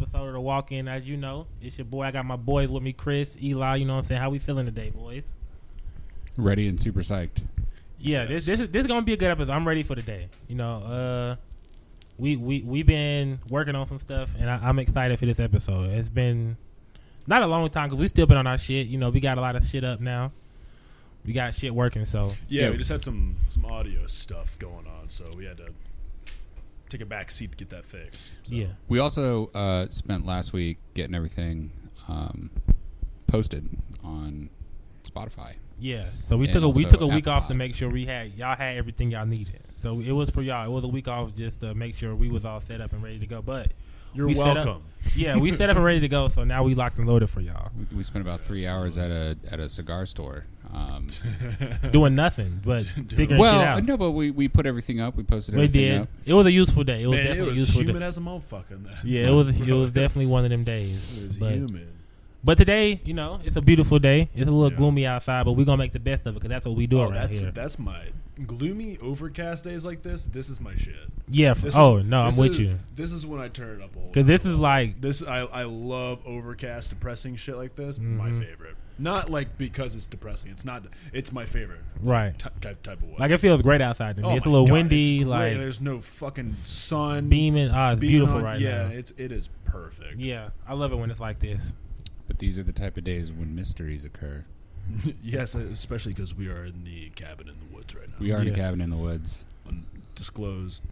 walk in, as you know. It's your boy. I got my boys with me, Chris, Eli. You know what I'm saying? How we feeling today, boys? Ready and super psyched. Yeah, this this is this is gonna be a good episode. I'm ready for the day. You know, uh, we we we've been working on some stuff, and I, I'm excited for this episode. It's been not a long time because we still been on our shit. You know, we got a lot of shit up now. We got shit working, so Yeah, Yeah. we just had some some audio stuff going on, so we had to take a back seat to get that fixed. So. yeah, We also uh, spent last week getting everything um, posted on Spotify. yeah. So we And took a we also took a week Apple off to Pod. make sure we had y'all had everything y'all needed. So it was for y'all. It was a week off just to make sure we was all set up and ready to go. But You're we set up- welcome. yeah, we set up and ready to go. So now we locked and loaded for y'all, We- We spent about three hours at a at a cigar store. Um, doing nothing but figuring shit well, out. no, but we, we put everything up. We posted we everything did. up. It was a useful day. It was Man, it definitely was useful. human Day. as a motherfucker. in there. Yeah, it was. It Bro, was definitely one of them days. it was but, human. but today, you know, it's a beautiful day. It's a little Yeah. gloomy outside, but we're gonna make the best of it because that's what we do Oh, around that's here. that's my gloomy overcast days like this. This is my shit. yeah. f- This oh is, no, I'm this with is- you. This is when I turn it up a whole. Because nother this is like This I I love overcast, depressing shit like this. My Mm-hmm. favorite. Not like because it's depressing. It's not. It's my favorite right. ty- type type of way. Like it feels great outside. To me. Oh it's a my little God, windy, it's great. like there's no fucking sun. beaming. Ah, it's beaming beautiful on- right yeah, now. it's it is perfect. Yeah, I love it when it's like this. But these are the type of days when mysteries occur. yes, especially because we are in the cabin in the woods right now. We are in Yeah. a cabin in the woods. disclosed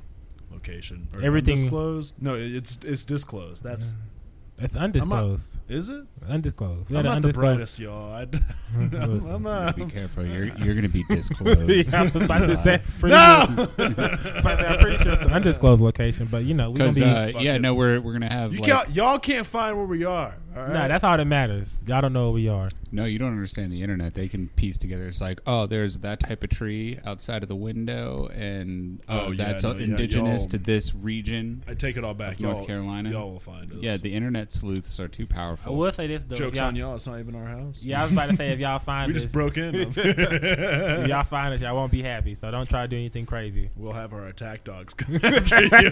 location. Or Everything- disclosed. No, it- it's it's disclosed. That's It's undisclosed. is it? undisclosed. We I'm had an not the undisclosed- brightest, y'all. I, am Listen, not. Be careful. You're you're going to be disclosed. yeah, I was about to say, pretty sure- no. I was about to say, I'm pretty sure it's an undisclosed location, but you know we gonna Because be. uh, fucking- yeah, no, we're we're gonna have You like, can't, y'all can't find where we are. All right? Nah, that's all that matters. Y'all don't know where we are. No, you don't understand the internet. They can piece together. It's like, oh, there's that type of tree outside of the window, and uh, Oh, yeah, that's no, uh, yeah, indigenous y'all- to this region. I take it all back. Of North y'all, Carolina? Y'all will find us. Yeah, the internet sleuths are too I powerful. will say this though. if jokes y'all, on y'all. It's not even our house. Yeah, I was about to say if y'all find we us, just broke in. if y'all find us, y'all won't be happy. So don't try to do anything crazy. we'll have our attack dogs come after you.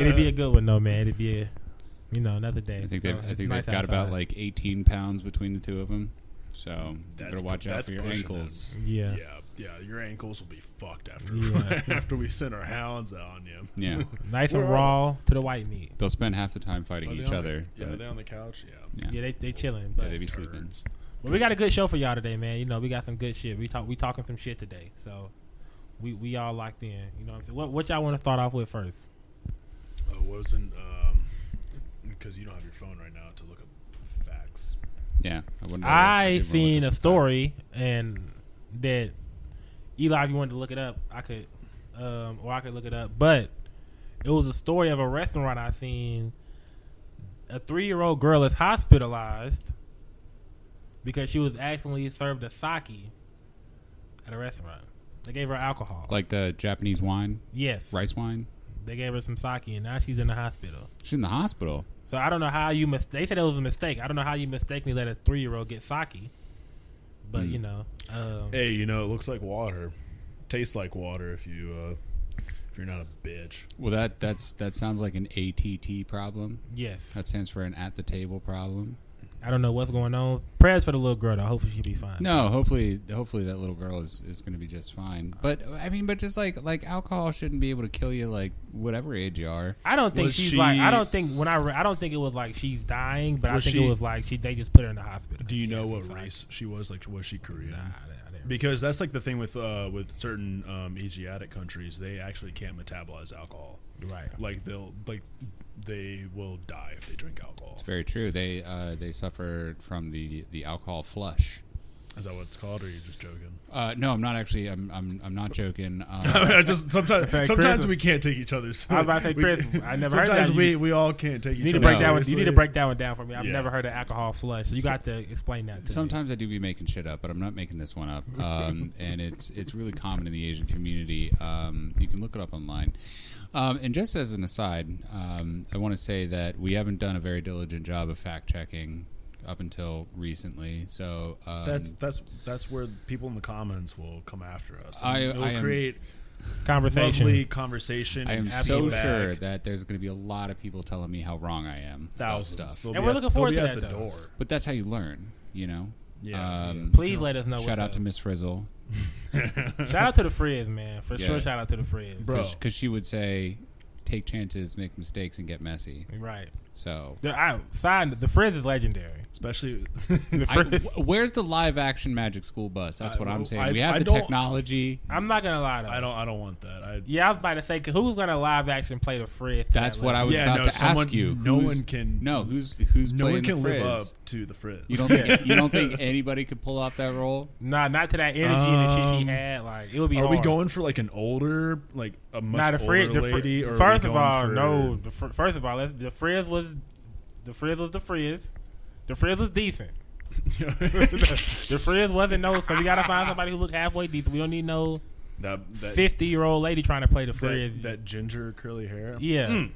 It'd be a good one though, man. It'd be a, you know, another day. I think So they've it's I think nice they've got about outside. like 18 pounds between the two of them. So That's better watch pu- out that's for your pushing it. ankles. yeah. yeah, yeah. Your ankles will be fucked after Yeah. after we send our hounds out on you. Yeah, nice Where and are raw to the white meat. they'll spend half the time Are fighting they each on the- other. yeah, but- they're on the couch. Yeah, yeah. Yeah, they they chilling, Yeah, but they be sleeping. turds. But we got a good show for y'all today, man. You know, we got some good shit. We talk we talking some shit today, so we we all locked in. You know, what I'm saying, what what y'all want to start off with first? Uh, wasn't um because you don't have your phone right now to look up facts. yeah. I, wonder- I I did wanna look seen at a some story and that Eli, if you wanted to look it up, I could, um, or I could look it up. But it was a story of a restaurant I seen. A three-year-old girl is hospitalized because she was accidentally served a sake at a restaurant. They gave her alcohol. facts. like the Japanese wine, yes, rice wine. They gave her some sake, and now she's in the hospital. She's in the hospital. So I don't know how you mis- They said it was a mistake. I don't know how you mistakenly let a three year old get sake, but Hmm. Eh. you know, um, Hey, you know it looks like water, tastes like water if you uh if you're not a bitch. Well, that that's that sounds like an ATT problem. yes, That stands for an at the table problem. I don't know what's going on. Prayers for the little girl. though. Hopefully she'll be fine. No, hopefully, hopefully that little girl is, is going to be just fine. But I mean, but just like like alcohol shouldn't be able to kill you like whatever age you are. I don't think Was she's she- like. I don't think when I. Re- I don't think it was like she's dying, but I Was think she- it was like she. They just put her in the hospital. Do you She know had what some sake. race she was? Like, was she Korean? Nah, I didn't- I didn't- Because that's like the thing with uh, with certain um, Asiatic countries, they actually can't metabolize alcohol. Right. Like they'll like they will die if they drink alcohol. It's very true. They uh, they suffer from the the alcohol flush. Is that what it's called, or you're just joking? Uh, no, I'm not actually. I'm I'm, I'm not joking. I Uh, mean, I just sometimes Chris- sometimes we can't take each other's. I was about to say, we- Chris, I never heard that. Sometimes You- we, we all can't take each You need to other. break that one. You need to Um, seriously. break that one down for me. I've Yeah. never heard of alcohol flush. You got to explain that. To me. sometimes I do be making shit up, but I'm not making this one up. Um, and it's it's really common in the Asian community. Um, you can look it up online. Um, and just as an aside, um, I want to say that we haven't done a very diligent job of fact checking up until recently. So um, That's that's that's where people in the comments will come after us. I- It'll I am- create conversation. lovely conversation. I am and so feedback. sure that there's going to be a lot of people telling me how wrong I am. about thousands. stuff. They'll And be we're at- looking forward they'll be to at that, the though. door. But that's how you learn, you know. Yeah, uh, Um, Please let us know. Shout what's out up. to Miss Frizzle Shout out to the Friz, man. For Yeah. sure, shout out to the Friz. Bro. because she would say, "Take chances, make mistakes, and get messy." Right. So, The, I, signed, the Friz is legendary. especially The I, Friz, wh- where's the live action Magic School Bus? That's I- what I'm saying. Uh, I- we have I the don't- technology. I, am not going to lie, though. I don't I don't want that. I Yeah, I was about to say, 'cause who's going to live action play the Friz? to That's that what I level? was Yeah, about no, to someone- ask you. no Who's- one can- No, who's who's no one playing the can live Frizz? up to the frizz. You don't think you don't think anybody could pull off that role? Nah, not to that energy and the shit she Um, had. Like, it would be Are hard. we going for like an older, like a much Nah, the Friz. older The Friz- lady? or are we first of going all, for- no. The, fr- first of all, let's, the Friz was the Friz was the Friz. The Friz was decent. The Friz wasn't no, so we gotta find somebody who looked halfway decent. We don't need no that, that, fifty year old lady trying to play the that, Friz. that ginger curly hair. yeah,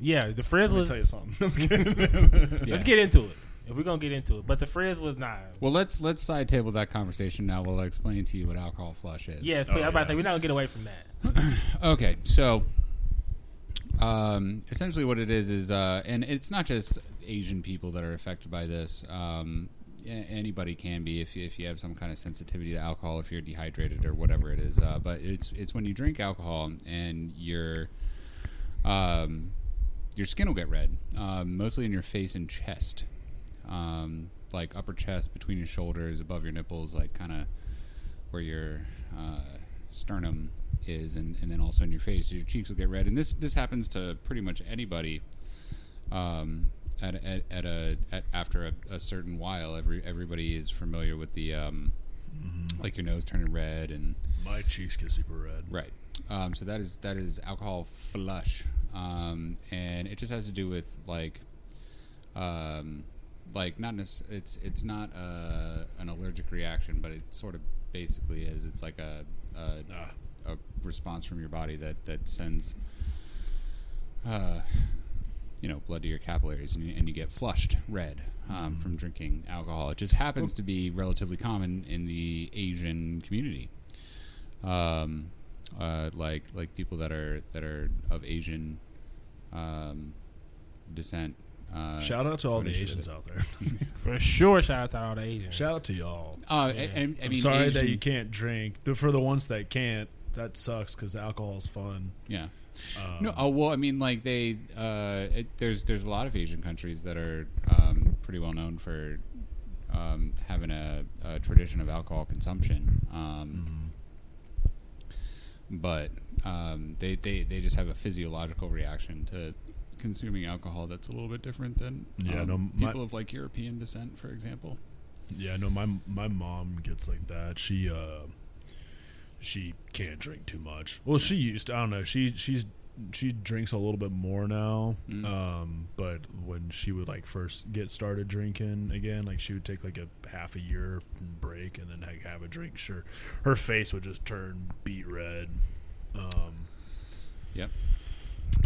yeah. The Friz Let me was. tell you something. Yeah. Let's get into it. If we're gonna get into it, but the Friz was not. Well, let's let's side table that conversation now. While I explain to you what alcohol flush is. Yes, Oh, please, I'm about yeah. to say we're not gonna get away from that. Okay, so um, essentially, what it is is, uh, and it's not just Asian people that are affected by this. Um, a- anybody can be if you, if you have some kind of sensitivity to alcohol, if you're dehydrated or whatever it is. Uh, but it's it's when you drink alcohol and your um, your skin will get red, um, mostly in your face and chest, um, like upper chest, between your shoulders, above your nipples, like kind of where your uh, sternum is, and, and then also in your face, your cheeks will get red. And this this happens to pretty much anybody um, at, at, at a at, after a, a certain while. Every everybody is familiar with the um, like your nose turning red and My cheeks get super red. Right. Um, so that is that is alcohol flush, um, and it just has to do with like, um, like not necess- it's it's not uh an allergic reaction, but it sort of basically is. It's like a a, Ah. a response from your body that that sends. Uh, you know, blood to your capillaries, and you, and you get flushed red um, Mm-hmm. from drinking alcohol. It just happens to be relatively common in the Asian community um, uh, like like people that are that are of Asian um, descent. Uh, Shout out to all the Finish it. Asians out there. For sure, shout out to all the Asians. Shout out to y'all. Uh, I- I, I mean, I'm sorry Asian- that you can't drink. The- For the ones that can't, that sucks because alcohol's fun. Yeah. Um, no. Oh well. I mean, like they. Uh, it, there's there's a lot of Asian countries that are um, pretty well known for um, having a, a tradition of alcohol consumption. Um, Mm-hmm. But um, they, they they just have a physiological reaction to consuming alcohol that's a little bit different than Yeah, um, no, my- people of like European descent, for example. Yeah, no, my my mom gets like that. She uh she can't drink too much. Well, she used to, I don't know. She she's she drinks a little bit more now. Mm. Um but when she would like first get started drinking again, like she would take like a half a year break and then like have a drink. Sure. Her face would just turn beet red. Um Yep.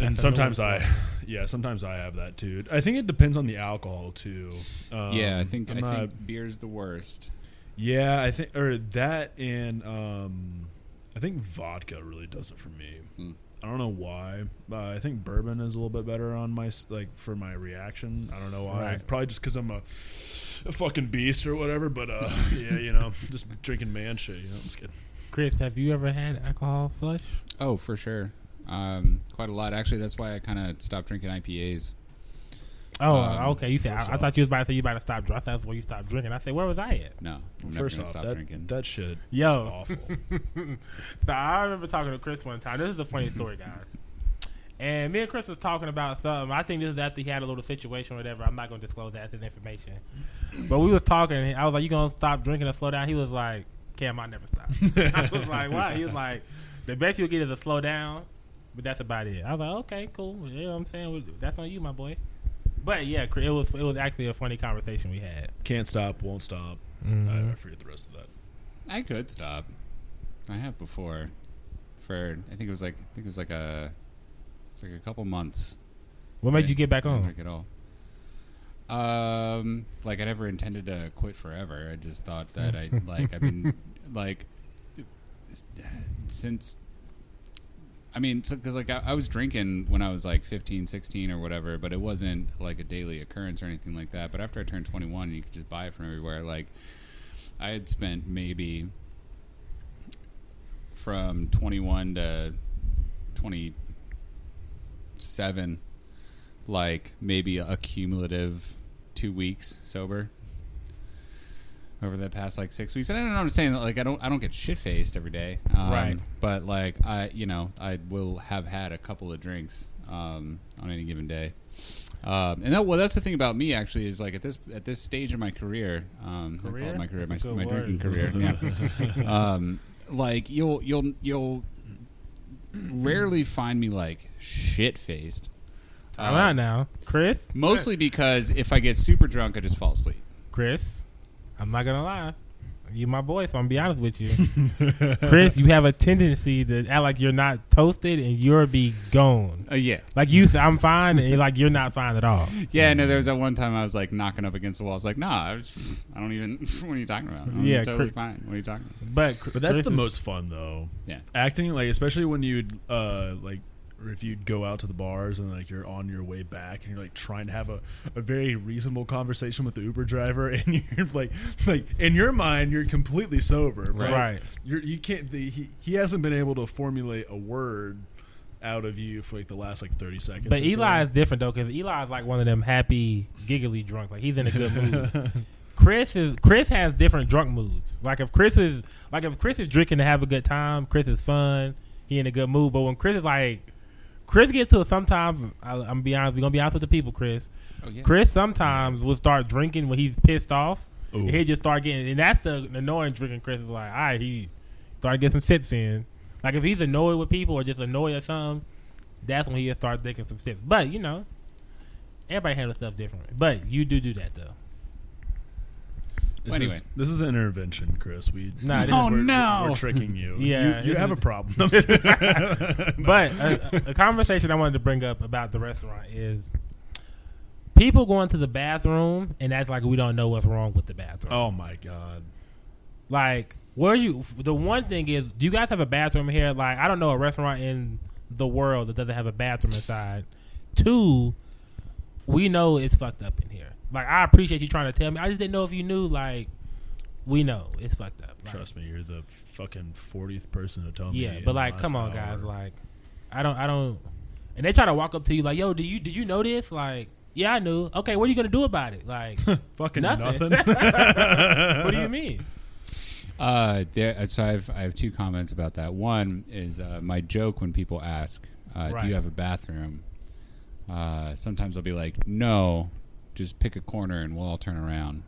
and That's sometimes another I, yeah, sometimes I have that too. I think it depends on the alcohol too. Um, yeah, I think I'm i not- think beer's the worst. Yeah, I think or that and um, I think vodka really does it for me. Hmm. I don't know why. Uh, I think bourbon is a little bit better on my s- like for my reaction. I don't know why. Right. Probably just because I'm a, a fucking beast or whatever. But uh, yeah, you know, just drinking man shit. You know, I'm just kidding. Chris, have you ever had alcohol flush? Oh, for sure. Um, quite a lot actually. That's why I kind of stopped drinking IPAs. Oh, Um, okay. You said I, I off- thought you was about to say you about to stop. drinking. I thought that's where you stopped drinking. I said, where was I at? No, I'm never First gonna off, stop that, drinking. that shit, Yo. is awful. So I remember talking to Chris one time. This is a funny story, guys. And me and Chris was talking about something. I think this is after he had a little situation or whatever. I'm not going to disclose that as information. But we was talking. And I was like, you going to stop drinking or slow down? He was like, Cam, I never stop. I was like, why? He was like, the best you'll get is a slow down. But that's about it. I was like, okay, cool. You know what I'm saying? That's on you, my boy. But yeah, Chris, it was it was actually a funny conversation we had. Can't stop, won't stop. Mm-hmm. I, I forget the rest of that. I could stop. I have before. For I think it was like I think it was like a it's like a couple months. What made you get back I didn't on? drink at all. Um, like I never intended to quit forever. I just thought that I like I've been like since I mean, because like I, I was drinking when I was like 15, 16 or whatever, but it wasn't like a daily occurrence or anything like that. But after I turned 21, you could just buy it from everywhere. Like I had spent maybe from 21 to 27, like maybe a cumulative two weeks sober over the past like six weeks. And I don't know. I'm saying that like I don't I don't get shit faced every day, um, Right. But like I you know I will have had a couple of drinks um, on any given day. Um, and that well that's the thing about me actually is like at this at this stage in my career, um, I call it Career? my career, my, That's a good my drinking word. career, yeah um, like you'll you'll you'll rarely find me like shit faced. I'm out now, Chris. Mostly because if I get super drunk, I just fall asleep. Chris, I'm not gonna lie. You my boy, so I'm gonna be honest with you. Chris, you have a tendency to act like you're not toasted and you're be gone. Uh, yeah, Like you said, I'm fine, and like you're not fine at all. yeah. No, there was that one time I was like knocking up against the wall. I was like, nah, I, was, I don't even. What are you talking about? I'm Yeah, totally cr- fine. What are you talking about? But But that's the most fun though. Yeah. Acting like especially when you'd uh like or if you'd go out to the bars and like you're on your way back and you're like trying to have a, a very reasonable conversation with the Uber driver and you're like like in your mind you're completely sober Right. but Right. you're, you can't the, he, he hasn't been able to formulate a word out of you for like the last like 30 seconds But or so. Eli is different though, because Eli is like one of them happy, giggly drunks. Like he's in a good mood. Chris is Chris has different drunk moods. Like if Chris is like if Chris is drinking to have a good time, Chris is fun. He in a good mood. But when Chris is like, Chris gets to sometimes. I, I'm gonna be honest. We're gonna be honest with the people, Chris. Oh yeah. Chris sometimes will start drinking when he's pissed off. Ooh. And he'll just start getting, and that's the annoying drinking. Chris is like, all right, he started getting some sips in. Like if he's annoyed with people or just annoyed at something, that's when he'll start taking some sips. But you know, everybody handles stuff differently. But you do do that though. this Well, is, anyway. this is an intervention Chris we Nah, it Oh, isn't. we're, no. we're tricking you Yeah, you, you it have a is. problem But a, a conversation I wanted to bring up about the restaurant is people going to the bathroom and act like we don't know what's wrong with the bathroom. oh my god Like, where you? The one thing is, do you guys have a bathroom here? Like, I don't know a restaurant in the world that doesn't have a bathroom inside. Two, we know it's fucked up in here. Like, I appreciate you trying to tell me. I just didn't know if you knew. Like, we know it's fucked up. Like, Trust me, you're the fucking fortieth person to tell me. Yeah, in the but like, last come on, hour. guys. Like, I don't, I don't. And they try to walk up to you like, "Yo, do you did you know this?" Like, yeah, I knew. Okay, what are you gonna do about it? Like, fucking nothing. nothing. what do you mean? Uh, there, so I've I have two comments about that. One is uh, my joke when people ask, uh, "Do Right. you have a bathroom?" Uh, sometimes I'll be like, "No, just pick a corner and we'll all turn around."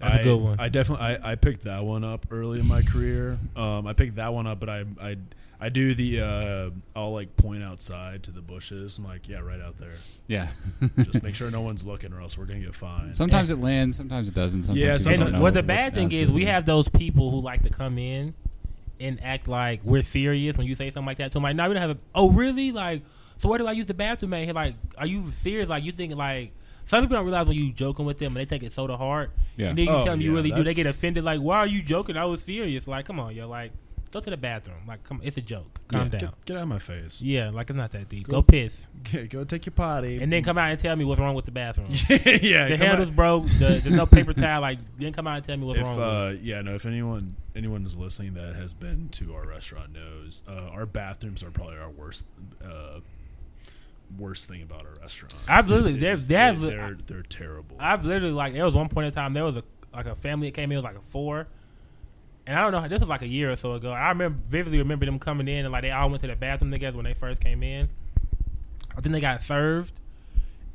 That's a I- good one. I definitely I, I picked that one up early in my career. Um, I picked that one up, but I I I do the uh, I'll like point outside to the bushes. I'm like, yeah, right out there. Yeah. Just make sure no one's looking, or else we're gonna get fined. sometimes it lands, sometimes it doesn't. Sometimes Yeah, you sometimes- don't know And what the what- bad thing is, absolutely. we have those people who like to come in and act like we're serious when you say something like that to them. Like, no, we don't have a. Oh, really? Like, so where do I use the bathroom at? Here, like, are you serious? Like, you think like some people don't realize when you joking with them and they take it so to heart. Yeah. And then you Oh, tell them you yeah, really do. They that's- get offended. Like, why are you joking? I was serious. Like, come on, yo. Like, go to the bathroom. Like, come. It's a joke. Calm Yeah. down. get, get out of my face. yeah, like it's not that deep. Go- Go piss, Go, go take your potty, and then come out and tell me what's wrong with the bathroom. yeah, the come out. handles broke. The, there's no paper towel. Like, then come out and tell me what's if wrong. with it. uh, yeah no if anyone anyone is listening that has been to our restaurant knows uh, our bathrooms are probably our worst uh, worst thing about our restaurant Absolutely. It They're- is- they're- they're, they're terrible I've literally like there was one point in time there was a like a family that came in it was like a four, and I don't know this was like a year or so ago. I remember vividly remember them coming in and like they all went to the bathroom together when they first came in. I think they got served,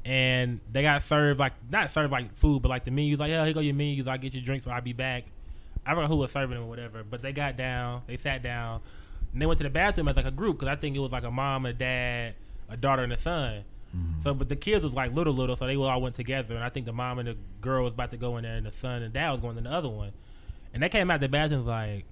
and they got served like not served like food, but like the menus. Like, yeah, here go your menus. I'll get your drinks, or I'll be back. I don't know who was serving them or whatever, but they got down, they sat down, and they went to the bathroom as like a group because I think it was like a mom, a dad, a daughter, and a son. Mm-hmm. So, but the kids was like little, little, so they all went together, and I think the mom and the girl was about to go in there, and the son and dad was going in the other one, and they came out the bathroom was like,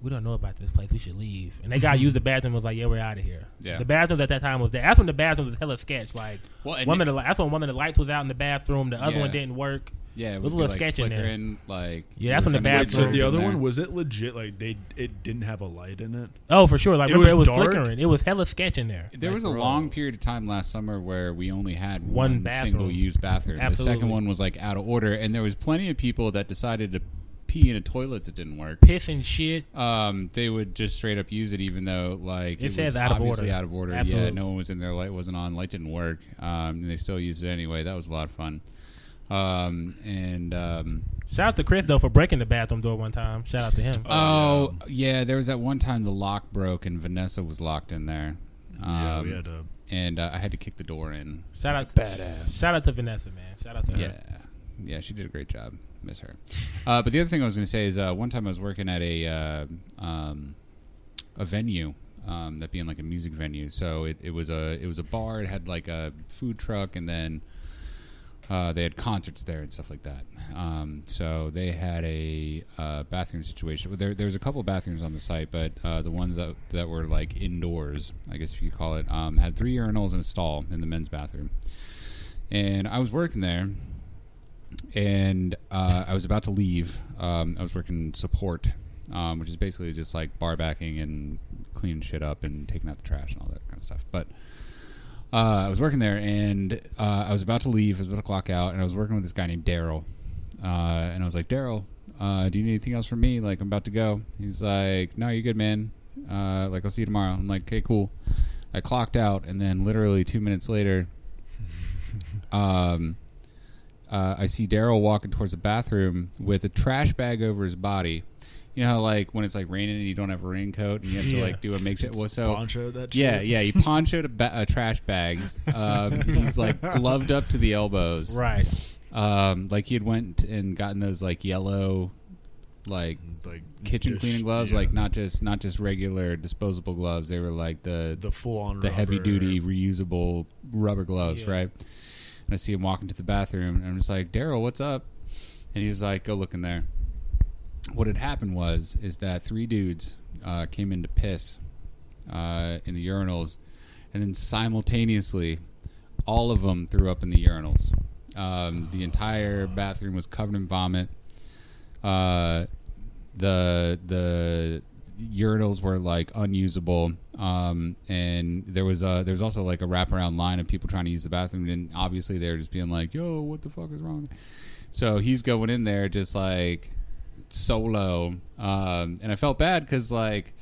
we don't know about this place. We should leave. And they got used the bathroom. Was like, yeah, we're out of here. Yeah. The bathrooms at that time was there. That's when the bathroom was hella sketch. Like Well, and one it- of the li- that's when one of the lights was out in the bathroom. The other Yeah. one didn't work. Yeah, it was a would be, little sketch in there. flickering, Like Yeah, that's when the kinda bad Wait, so girl the was other there. one was it legit? Like they it didn't have a light in it. Oh, for sure. Like It remember, was it was dark? flickering. It was hella sketch in there. There Like, was a bro. long period of time last summer where we only had One one, bathroom. single use bathroom. The second Absolutely. one was like out of order, and there was plenty of people that decided to pee in a toilet that didn't work. piss and shit. Um, they would just straight up use it, even though like It it, was says out of obviously order. out of order. Yeah, Absolutely. no one was in there. Light wasn't on. Light didn't work. Um, and they still used it anyway. That was a lot of fun. Um, and um, Shout out to Chris though for breaking the bathroom door one time. Shout out to him. um, oh yeah, there was that one time the lock broke and Vanessa was locked in there. Um, yeah, we had a. and uh, I had to kick the door in. shout out to Badass. shout out to Vanessa, man. Shout out to her. Yeah. Yeah, she did a great job. Miss her. Uh, but the other thing I was going to say is uh, one time I was working at a uh, um, a venue, um, that being like a music venue. So it, it was a it was a bar. It had like a food truck, and then uh, they had concerts there and stuff like that. Um, so they had a uh, bathroom situation. Well, There, there was a couple of bathrooms on the site, but uh, the ones that, that were like indoors, I guess if you call it, um, had three urinals and a stall in the men's bathroom. And I was working there, and uh, I was about to leave. Um, I was working support, um, which is basically just like bar backing and cleaning shit up and taking out the trash and all that kind of stuff. But uh, I was working there, and uh, I was about to leave. I was about to clock out, and I was working with this guy named Daryl. Uh, and I was like, Daryl, uh, do you need anything else from me? Like, I'm about to go. He's like, No, you're good, man. Uh, like, I'll see you tomorrow. I'm like, Okay, cool. I clocked out, and then literally two minutes later, um, uh, I see Daryl walking towards the bathroom with a trash bag over his body. You know how like when it's like raining and you don't have a raincoat and you have to Yeah. like do a makeshift. Well, so poncho that. yeah, shit? yeah. He ponchoed a, ba- a trash bags. Um, he's like gloved up to the elbows. Right. Um, like he had went and gotten those like yellow, like Like kitchen dish- cleaning gloves. yeah. Like not just not just regular disposable gloves. They were like the the full on the heavy duty reusable rubber gloves, Yeah. right? And I see him walking to the bathroom, and I'm just like, Daryl, what's up? And he's like, Go look in there. What had happened was is that three dudes uh, came in to piss uh, in the urinals, and then simultaneously, all of them threw up in the urinals. Um, the entire bathroom was covered in vomit. Uh, the the urinals were like unusable um and there was uh there was also like a wraparound line of people trying to use the bathroom and obviously they're just being like yo what the fuck is wrong so he's going in there just like solo um and i felt bad because like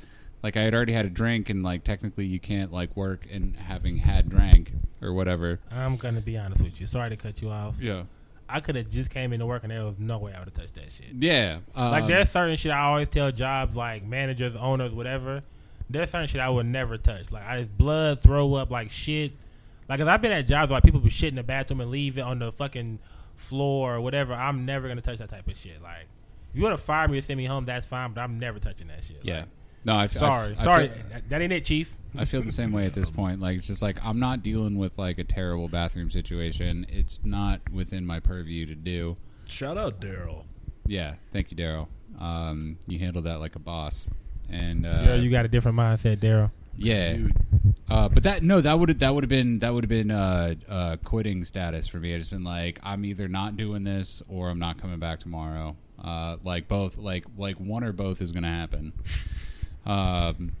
like i had already had a drink and like technically you can't like work and having had drank or whatever I'm gonna be honest with you. Sorry to cut you off. yeah I could have just came into work and there was no way I would have touched that shit. yeah um, Like there's certain shit I always tell jobs like managers, owners, whatever. There's certain shit I would never touch. Like I just blood, throw up, like shit. Like if I've been at jobs where like, people be shit in the bathroom and leave it on the fucking floor or whatever. I'm never gonna touch that type of shit. Like if you want to fire me or send me home, that's fine. But I'm never touching that shit. yeah Like, no I, I- sorry, I sorry. feel- that- that ain't it, Chief. I feel the same way at this point. Like it's just like I'm not dealing with like a terrible bathroom situation. It's not within my purview to do. Shout out Daryl. Yeah, thank you, Daryl. Um, you handled that like a boss, and uh, Yeah, you got a different mindset, Daryl. yeah. Dude, Uh, but that no, that would that would have been that would have been uh, uh, quitting status for me. I'd just been like, I'm either not doing this or I'm not coming back tomorrow. Uh, like both, like like one or both is gonna happen. Um,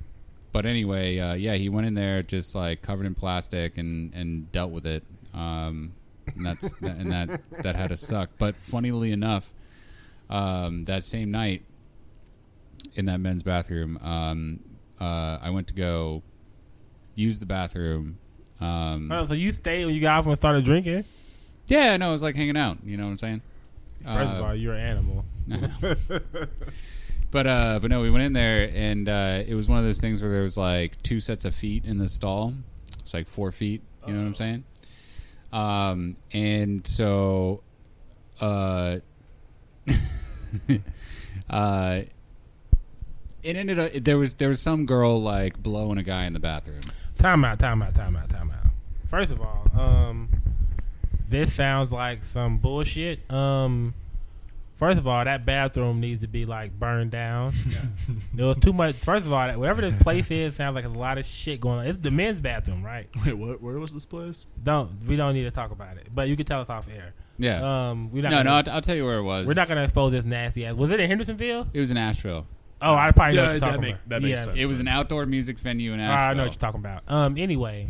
but anyway, uh, yeah, he went in there just like covered in plastic and and dealt with it. Um, and that's and that that had to suck. But funnily enough, um, that same night in that men's bathroom, um, uh, I went to go use the bathroom. Um, Oh, so you stayed when you got off and started drinking. yeah, no, it was like hanging out. You know what I'm saying? First of Uh, all, you're an animal. But uh, but no, we went in there, and uh, it was one of those things where there was like two sets of feet in the stall. It's like four feet. You know what I'm Uh-huh. saying? Um, and so, uh, uh, it ended up there was there was some girl like blowing a guy in the bathroom. Time out, time out, time out, time out. First of all, um, this sounds like some bullshit. Um, First of all, that bathroom needs to be like burned down. there was too much. First of all, that whatever this place is sounds like a lot of shit going on. It's the men's bathroom, right? Wait, what? Where was this place? Don't we don't need to talk about it, but you can tell us off air. Yeah. Um, we're not. no, gonna, no, I'll, I'll tell you where it was. we're not It's- going to expose this nasty ass. Was it in Hendersonville? It was in Asheville. Oh, I probably know Yeah, what you're that talking make- about. that makes sense. It was an outdoor music venue in Uh, I know what Asheville. you're talking about. Um, anyway,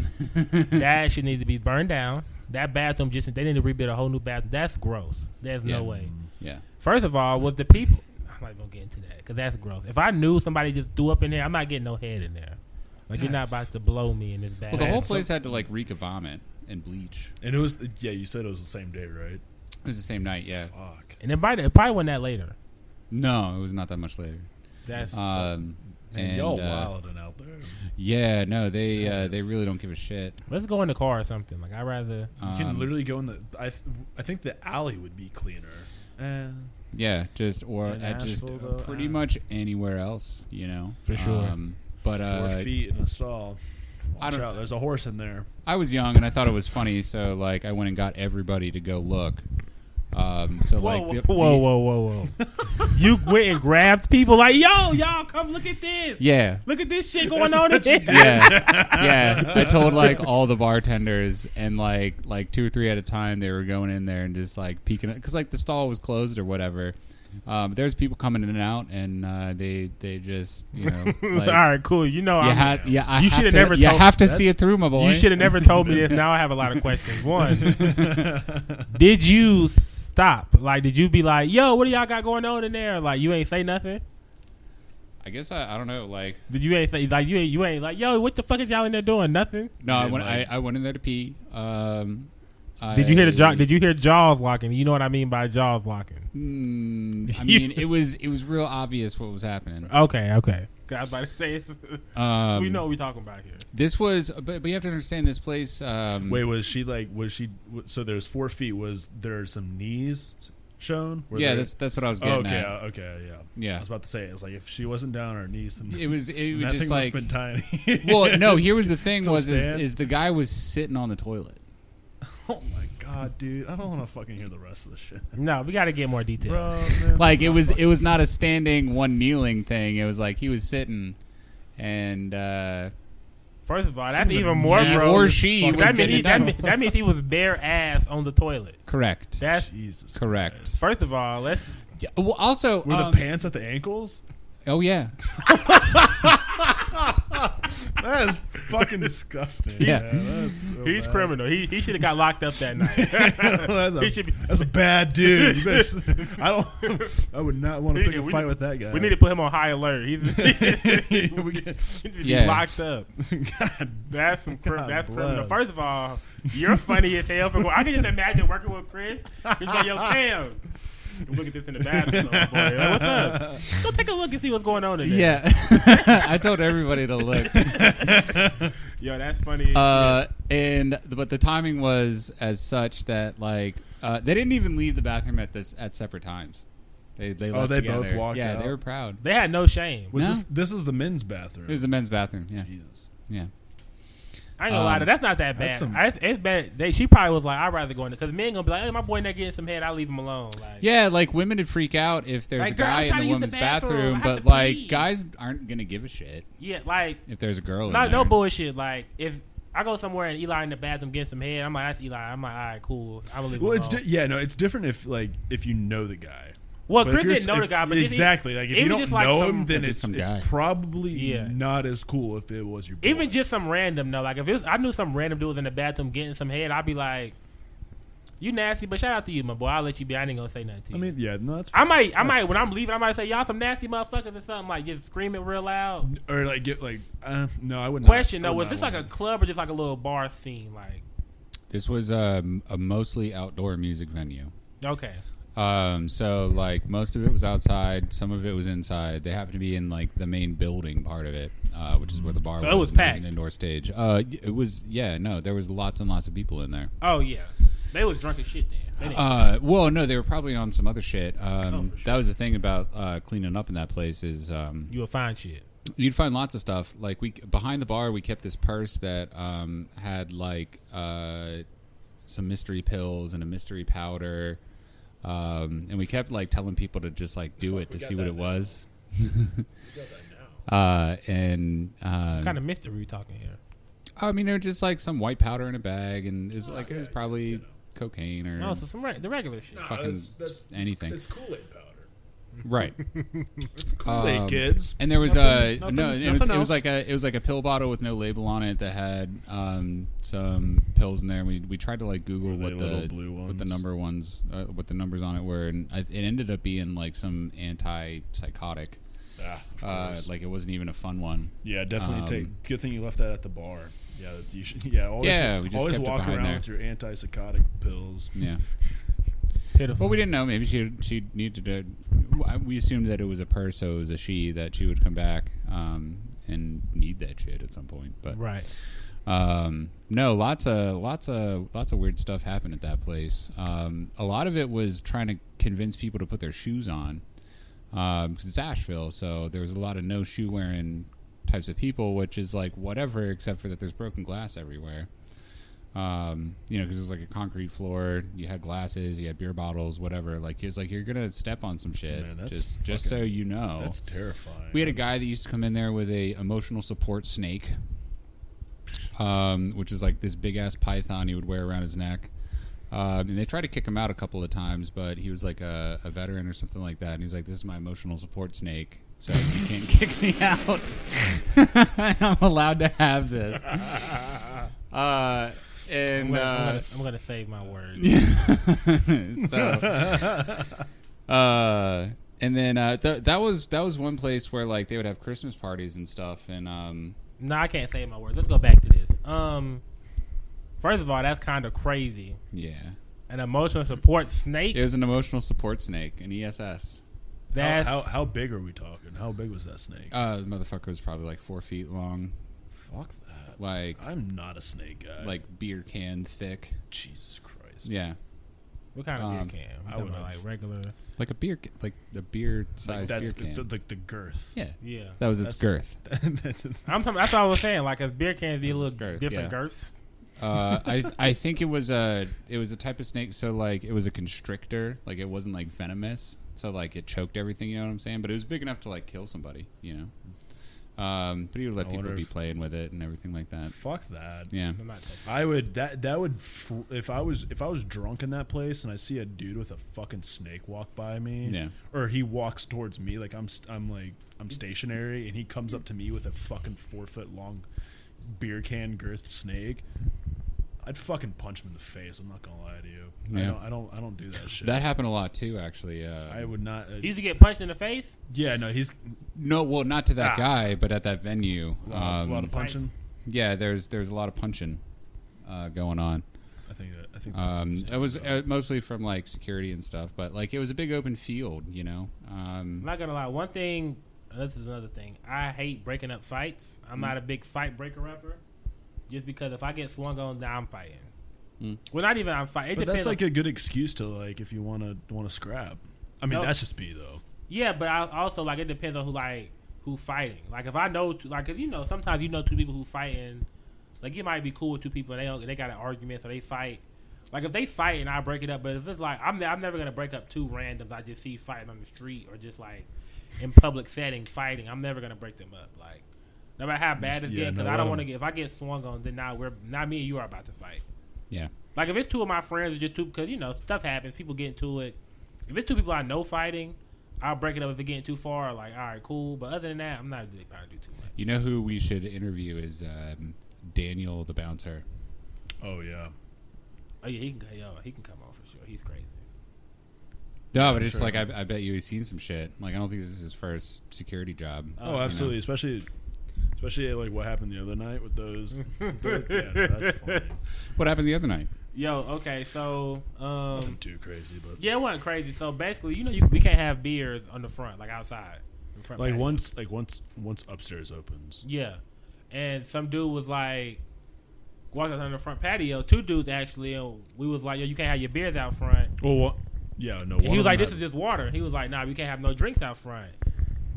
that should need to be burned down. That bathroom just they need to rebuild a whole new bathroom. That's gross. There's Yeah. no way. yeah. First of all, was the people. I'm not gonna get into that because that's gross. If I knew somebody just threw up in there, I'm not getting no head in there. Like you're not about to blow me in this Well, the bathroom. whole so- place had to like reek of vomit and bleach. And it was yeah. You said it was the same day, right? It was the same night. Yeah. Fuck. and it might it probably wasn't that later. No, it was not that much later. That's Um, and, y'all uh, wilding out there. Yeah, no, they uh, they really don't give a shit. let's go in the car or something. Like I'd rather. you can Um, literally go in the. I th- I think the alley would be cleaner. Uh, Yeah, just or In at just Asheville, though, pretty uh, much anywhere else, you know. For sure. but four uh, feet in a stall. I Watch don't- out! There's a horse in there. I was young and I thought it was funny, so like I went and got everybody to go look. Um, so Whoa, like, the- whoa, the- whoa, whoa, whoa! you went and grabbed people like, yo, y'all, come look at this. yeah, Look at this shit going on in here. yeah, yeah. I told like all the bartenders and like like two or three at a time they were going in there and just like peeking because like the stall was closed or whatever. Um, there's people coming in and out, and uh, they they just you know like, All right, cool. You know, you I'm, had yeah I You have shoulda to, never you told- have to that's- see it through my boy. you should have never told me this. Now I have a lot of questions. One, did you stop? Like, did you be like, yo, what do y'all got going on in there? Like, you ain't say nothing. I guess I, I don't know like Did you ain't say like you ain't you ain't like yo? What the fuck is y'all in there doing? Nothing. no I Yeah, went like- I, I went in there to pee. Um, Did you hear the jaw? Did you hear jaws locking? You know what I mean by jaws locking. Mm, I mean, it was it was real obvious what was happening. Okay, okay. I was about to say Um, we know what we talking about here. this was, but, but you have to understand this place. Um, Wait, was she like? Was she? w- So there's four feet. Was there some knees shown? Were yeah, there- that's that's what I was Oh, getting okay. at. uh, Okay. Yeah. Yeah. I was about to say it's like if she wasn't down her knees, then It was it was that just thing like must have been tiny. well, no. Here was the thing Still was is, stand. is the guy was sitting on the toilet. oh my god, dude! I don't want to fucking hear the rest of this shit, No, we got to get more detail. bro. man, Like this it is was fucking- it was not a standing one kneeling thing. It was like he was sitting, and uh, First of all, Some that's of the even more he gross. or she was that means getting he, it that, done. mean, that means he was bare ass on the toilet. correct. That's Jesus. correct. first of all. Let's Yeah, well, also, Were um, the pants at the ankles? oh yeah, That is fucking disgusting. Yeah. that's so He's bad. criminal. He he should have got locked up that night. that's, He a, should be- that's a bad dude. You better, s- I don't. I would not want to We- pick a we- fight with that guy. we need to put him on high alert. He's he we get, should be Yeah. locked up. God, That's some crim- God that's criminal. bless. First of all, you're funny as hell. For going- I can just imagine working with Chris. He's like, yo, Cam. Look at this in the bathroom, boy. Like, what's up? Go take a look and see what's going on in there. yeah. I told everybody to look. Yo, that's funny. as Uh, and but the timing was as such that like uh, they didn't even leave the bathroom at this at separate times. They they left Oh, they both together. walked Yeah, out? they were proud. they had no shame. was No. this this is the men's bathroom? It was the men's bathroom. Yeah, Jesus. yeah. I ain't gonna lie Um, to that's not that that's bad. some- I, it's, it's bad. They, she probably was like, I'd rather go in there because men gonna be like, hey, my boy not getting some head. I leave him alone. Like, Yeah, like women would freak out if there's Like, a girl, I'm guy trying in to the use the women's bathroom. I bathroom, have to but like pee. guys aren't gonna give a shit yeah, like if there's a Oh, girl. No, in no there. bullshit. Like if I go somewhere and Eli in the bathroom gets some head, I'm like, that's Eli. I'm like, all right, cool. I'm gonna leave Well, him it's alone. di- yeah, no, it's different if like if you know the guy. well, But if Chris you're- didn't know the if- guy, but just exactly like if you even don't just like know some- him, then If it's it's, some guy. it's probably Yeah. not as cool if it was your boy. He, even just some random though. Like if it was, I knew some random dude was in the bathroom getting some head, I'd be like, you nasty. But shout out to you, my boy. I'll let you be. I ain't gonna say nothing to you. I mean, yeah, no, that's I might, I might, when I'm leaving, I might say, y'all some nasty motherfuckers or something, like just scream it real loud. or like get like uh, no, I wouldn't. Question I though, would was not this like a want club or just like a little bar scene? Like, This was um, a mostly outdoor music venue. okay, Um, so like most of it was outside, some of it was inside. They happened to be in like the main building part of it, uh, which is where the bar So was. it was and there packed. an indoor stage. Uh, y- it was yeah, no, there was lots and lots of people in there. oh yeah, they was drunk as shit then. They didn't- Uh, well, no, they were probably on some other shit. Oh, Um, that was the thing about uh, cleaning up in that place is um, you will find shit. you'd find lots of stuff. Like we behind the bar, we kept this purse that um, had like uh, some mystery pills and a mystery powder. Um, and we kept like telling people to just like do Fuck, it to we got see what that it now. was. now. Uh, and um, kind of mystery we talking here. I mean, it was just like some white powder in a bag, and it's like it yeah, was probably you know. cocaine or No, so some re- the regular shit. Nah, Fucking that's- that's- anything. It's Kool Aid powder. right. It's Kool Aid Um, kids. And there was Nothing- uh, nothing- no, it was, nothing it was else. like a it was like a pill bottle with no label on it that had um, some pills in there. And we we tried to like Google Were they what the little blue what the ones? number ones uh, what the numbers on it were, and I, it ended up being like some antipsychotic. Ah, of Uh, course. like it wasn't even a fun one. yeah, definitely um, take. Good thing you left that at the bar. Yeah, that's, you should, yeah. Always, Yeah, we just always kept it walk behind around there. with your antipsychotic pills. Yeah. Pitiful. Well, we didn't know. Maybe she she needed to. We assumed that it was a per, so it was a she that she would come back um, and need that shit at some point. But Right. um, no, lots of lots of lots of weird stuff happened at that place. Um, a lot of it was trying to convince people to put their shoes on because it's Asheville, so there was a lot of no shoe wearing types of people, which is like whatever, except for that there's broken glass everywhere. Um, you know, because it was like a concrete floor. You had glasses, you had beer bottles, whatever. Like it's like you're gonna step on some shit, Man, that's just just so fucking- you know. That's terrifying. We had a guy that used to come in there with a emotional support snake, um, which is like this big ass python he would wear around his neck. Um, and they tried to kick him out a couple of times, but he was like a, a veteran or something like that. And he's like, "This is my emotional support snake, so you can't kick me out. I'm allowed to have this." Uh, I'm and gonna, I'm, uh, gonna, I'm gonna save my words. so uh and then uh th- that was that was one place where like they would have christmas parties and stuff and um No, I can't save my words. Let's go back to this. Um, first of all, that's kind of crazy. yeah An emotional support snake. it was an emotional support snake an E ess How, that's how, how big are we talking? How big was that snake? uh the motherfucker was probably like four feet long Fuck that. like I'm not a snake guy. like beer can thick Jesus Christ. yeah what kind of um, beer can? We I talking would about have- like regular. like a beer ca- like the beer Like size that's beer can the, the, the girth. yeah Yeah. that was That's- its girth that's just, I'm talking, that's what I was saying. Like, if beer cans be a little girth, different yeah. girths. uh, I I think it was a it was a type of snake. So like it was a constrictor. Like it wasn't like venomous. So like it choked everything. You know what I'm saying? But it was big enough to like kill somebody. You know. Um, but he would let I people wonder be if- Mm-hmm. playing with it and everything like that. fuck that. Yeah. I'm not touching. I would that that would fr- if I was if I was drunk in that place and I see a dude with a fucking snake walk by me, Yeah. or he walks towards me like I'm st- I'm like I'm stationary and he comes up to me with a fucking four foot long beer can girth snake. I'd fucking punch him in the face. I'm not gonna lie to you. I Yeah. don't I don't I don't do that shit. That happened a lot too, actually. Uh, I would not. Uh, He used to get punched in the face. yeah, no, he's no, well, not to that Ah. guy, but at that venue. a lot, of- Um, a lot of punching. yeah, there's there's a lot of punching uh, going on. I think that I think Um, that it was uh, mostly from like security and stuff, but like it was a big open field, you know. Um, I'm not gonna lie. One thing, oh, this is another thing. I hate breaking up fights. I'm not a big fight breaker rapper, just because if I get swung on, then I'm fighting. Mm. Well, not even I'm fighting. It But depends. that's on- like a good excuse to like if you want to want to scrap. I mean, No. that's just me though. yeah, but I also like it depends on who like who fighting. Like if I know, two, like 'cause you know, sometimes you know two people who fighting. Like it might be cool with two people, and they don't, they got an argument, so they fight. Like if they fight and I break it up, but if it's like I'm ne- I'm never gonna break up two randoms I just see fighting on the street or just like in public setting fighting. I'm never gonna break them up. Like no matter how bad Just- it's yeah, getting, no, because I let don't 'em- want to get if I get swung on, then now we're not me and you are about to fight. yeah. Like if it's two of my friends or just two, because you know stuff happens, people get into it. If it's two people I know fighting, I'll break it up if it's getting too far. Like all right, cool. But other than that, I'm not really trying to do too much. You know who we should interview is um, Daniel the bouncer. Oh yeah, Oh yeah, he can yo, he can come on for sure. He's crazy. No, but it's Sure. like I, I bet you he's seen some shit. Like I don't think this is his first security job. Oh, absolutely, especially especially like what happened the other night with those. those yeah, no, that's funny. What happened the other night? Yo, okay, so um, Nothing too crazy, but yeah, it wasn't crazy. So basically, you know, you, we can't have beers on the front, like outside, in front like patio. once like once once upstairs opens. Yeah. And some dude was like walking on the front patio, two dudes actually, and we was like, Yo, you can't have your beers out front. Well, what? Yeah, no. And he was like, This is just water. He was like, Nah, we can't have no drinks out front.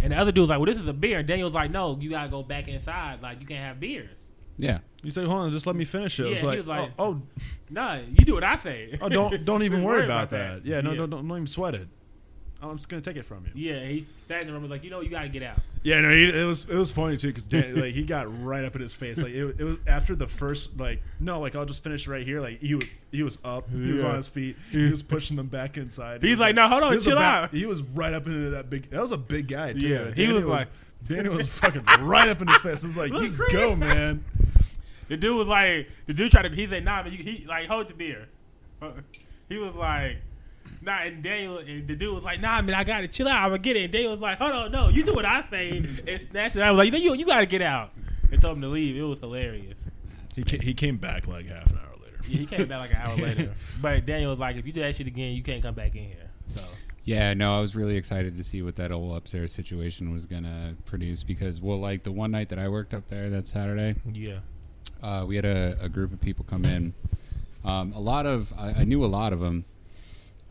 And the other dude was like, Well, this is a beer. And Daniel was like, No, you gotta go back inside. Like, you can't have beers. Yeah. He's like, hold on, just let me finish it. I Yeah, was he like, was like- oh, oh, Nah, you do what I say. oh, don't don't even Don't worry about, that. Yeah, no, Yeah. Don't, don't don't even sweat it. I'm just gonna take it from you. yeah, he stacked the room and was like, you know, you gotta get out. Yeah, no, he, it was it was funny too because like he got right up in his face. Like it, it was after the first like no, like I'll just finish it right here. Like he was he was up, he was Yeah. on his feet, he was pushing them back inside. He He's was like, "No, hold on, he was chill about- out." He was right up into that big. That was a big guy too. Yeah, he Danny was like- Danny was fucking right up in his face. It was like, Look, you Chris." go, man. The dude was like, the dude tried to. He's like, nah, but you, he like hold the beer. He was like, nah, and Daniel, and the dude was like, nah, man, I gotta chill out. I'm gonna get it. And Daniel was like, hold on, no, you do what I say. And snatched it. I was like, you know, you, you gotta get out. And told him to leave. It was hilarious. He ca- he came back like half an hour later. Yeah, he came back like an hour later. But Daniel was like, if you do that shit again, you can't come back in here. So Yeah, no, I was really excited to see what that old upstairs situation was gonna produce because, well, like the one night that I worked up there that Saturday, yeah, uh, we had a, a group of people come in. Um, a lot of I, I knew a lot of them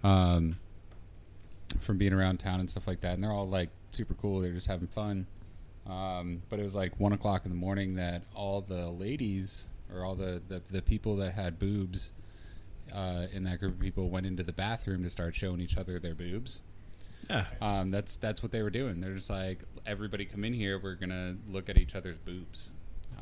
um, from being around town and stuff like that, and they're all like super cool. They're just having fun. Um, but it was like one o'clock in the morning that all the ladies or all the the, the people that had boobs uh, in that group of people went into the bathroom to start showing each other their boobs. Yeah. Um, that's that's what they were doing. They're just like, everybody come in here. We're gonna look at each other's boobs.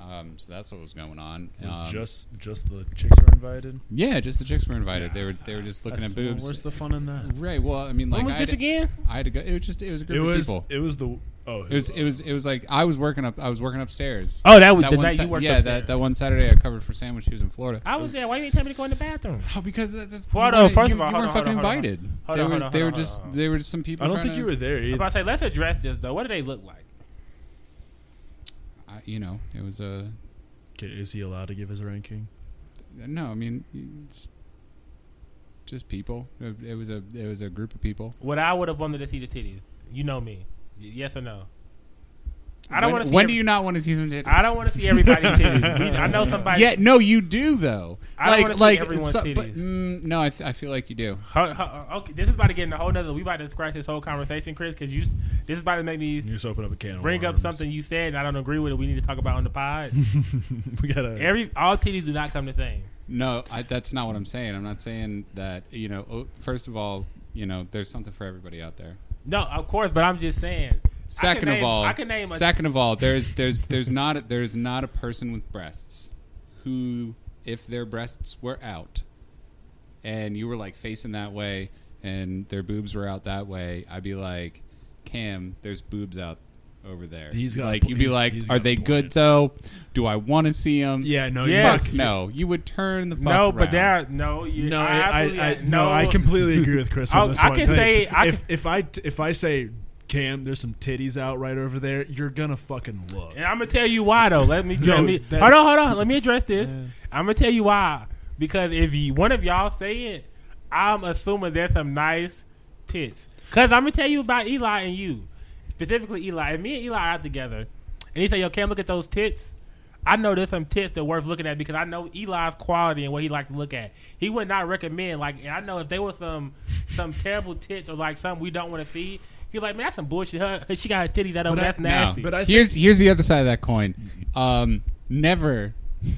Um, so that's what was going on. It's Um, just just the chicks are invited. yeah, just the chicks were invited. They were they were just looking That's- at boobs. Where's the fun in that? right. Well, I mean, like when was I this had, again? I had to go. It was just it was a group It of was people. it was the oh It was it was it was like I was working up. I was working upstairs. Oh, that was the one night Sa- you worked Yeah, upstairs. that that one Saturday I covered for Sam when she was in Florida. I was there. Why you didn't tell me to go in the bathroom? Oh, because that, that's Hold you on, first you, of all, hold you weren't on, hold fucking on, hold on. invited. Hold they on, were hold on, they hold were on, just hold on. they were just some people. I don't trying think to- you were there I'm either. about to say, let's address this though. What do they look like? I- You know, it was a Okay, is he allowed to give his ranking? No, I mean, it's just people. It it was a it was a group of people. What I would have wanted to see the titties. You know me. Y- yes or no? I don't When- want to. see When every- do you not want to see some titties? I don't want to see everybody's titties. We, I know somebody. Yeah, no, you do though. I don't like wanna see like everyone's but, titties. mm, no, I, th- I feel like you do. Ho- ho- okay, this is about to get in a whole nother. We about to scratch this whole conversation, Chris, because you. s- This is about to make You me just open up a can. of bring up worms. something you said, and I don't agree with it. We need to talk about on the pod. we gotta. Every all titties do not come the same. No, I, that's not what I'm saying. I'm not saying that. You know, oh, first of all, you know, there's something for everybody out there. No, of course, but I'm just saying. I can Second name- of all, I can name a second of all, there's there's there's not a, there's not a person with breasts who, if their breasts were out, and you were like facing that way, and their boobs were out that way, I'd be like, Cam, there's boobs out over there. He's got a like po- you'd be he's- like, he's got are a they point. good though? Do I want to see them? yeah, no, Yes. Fuck no. You would turn the fuck no, but around. there are no. You, you, no, I, I, I, absolutely- I- no, I completely agree with Chris I'll- on this I one. can say- I if if I t- if I say Cam, there's some titties out right over there. You're gonna fucking look. And I'm gonna tell you why though. Let me, No, let me that- hold on, hold on. Let me address this. Yeah. I'm gonna tell you why because if you, one of y'all say it, I'm assuming there's some nice tits. Cause I'm gonna tell you about Eli and you, specifically Eli. If me and Eli are out together, and he say, "Yo, Cam, look at those tits." I know there's some tits that worth looking at because I know Eli's quality and what he likes to look at. He would not recommend like and I know if they were some some terrible tits or like something we don't want to see. He's like, man, that's some bullshit. Her, she got her titties that over. I- That's no, nasty. but I think- here's here's the other side of that coin. Um, never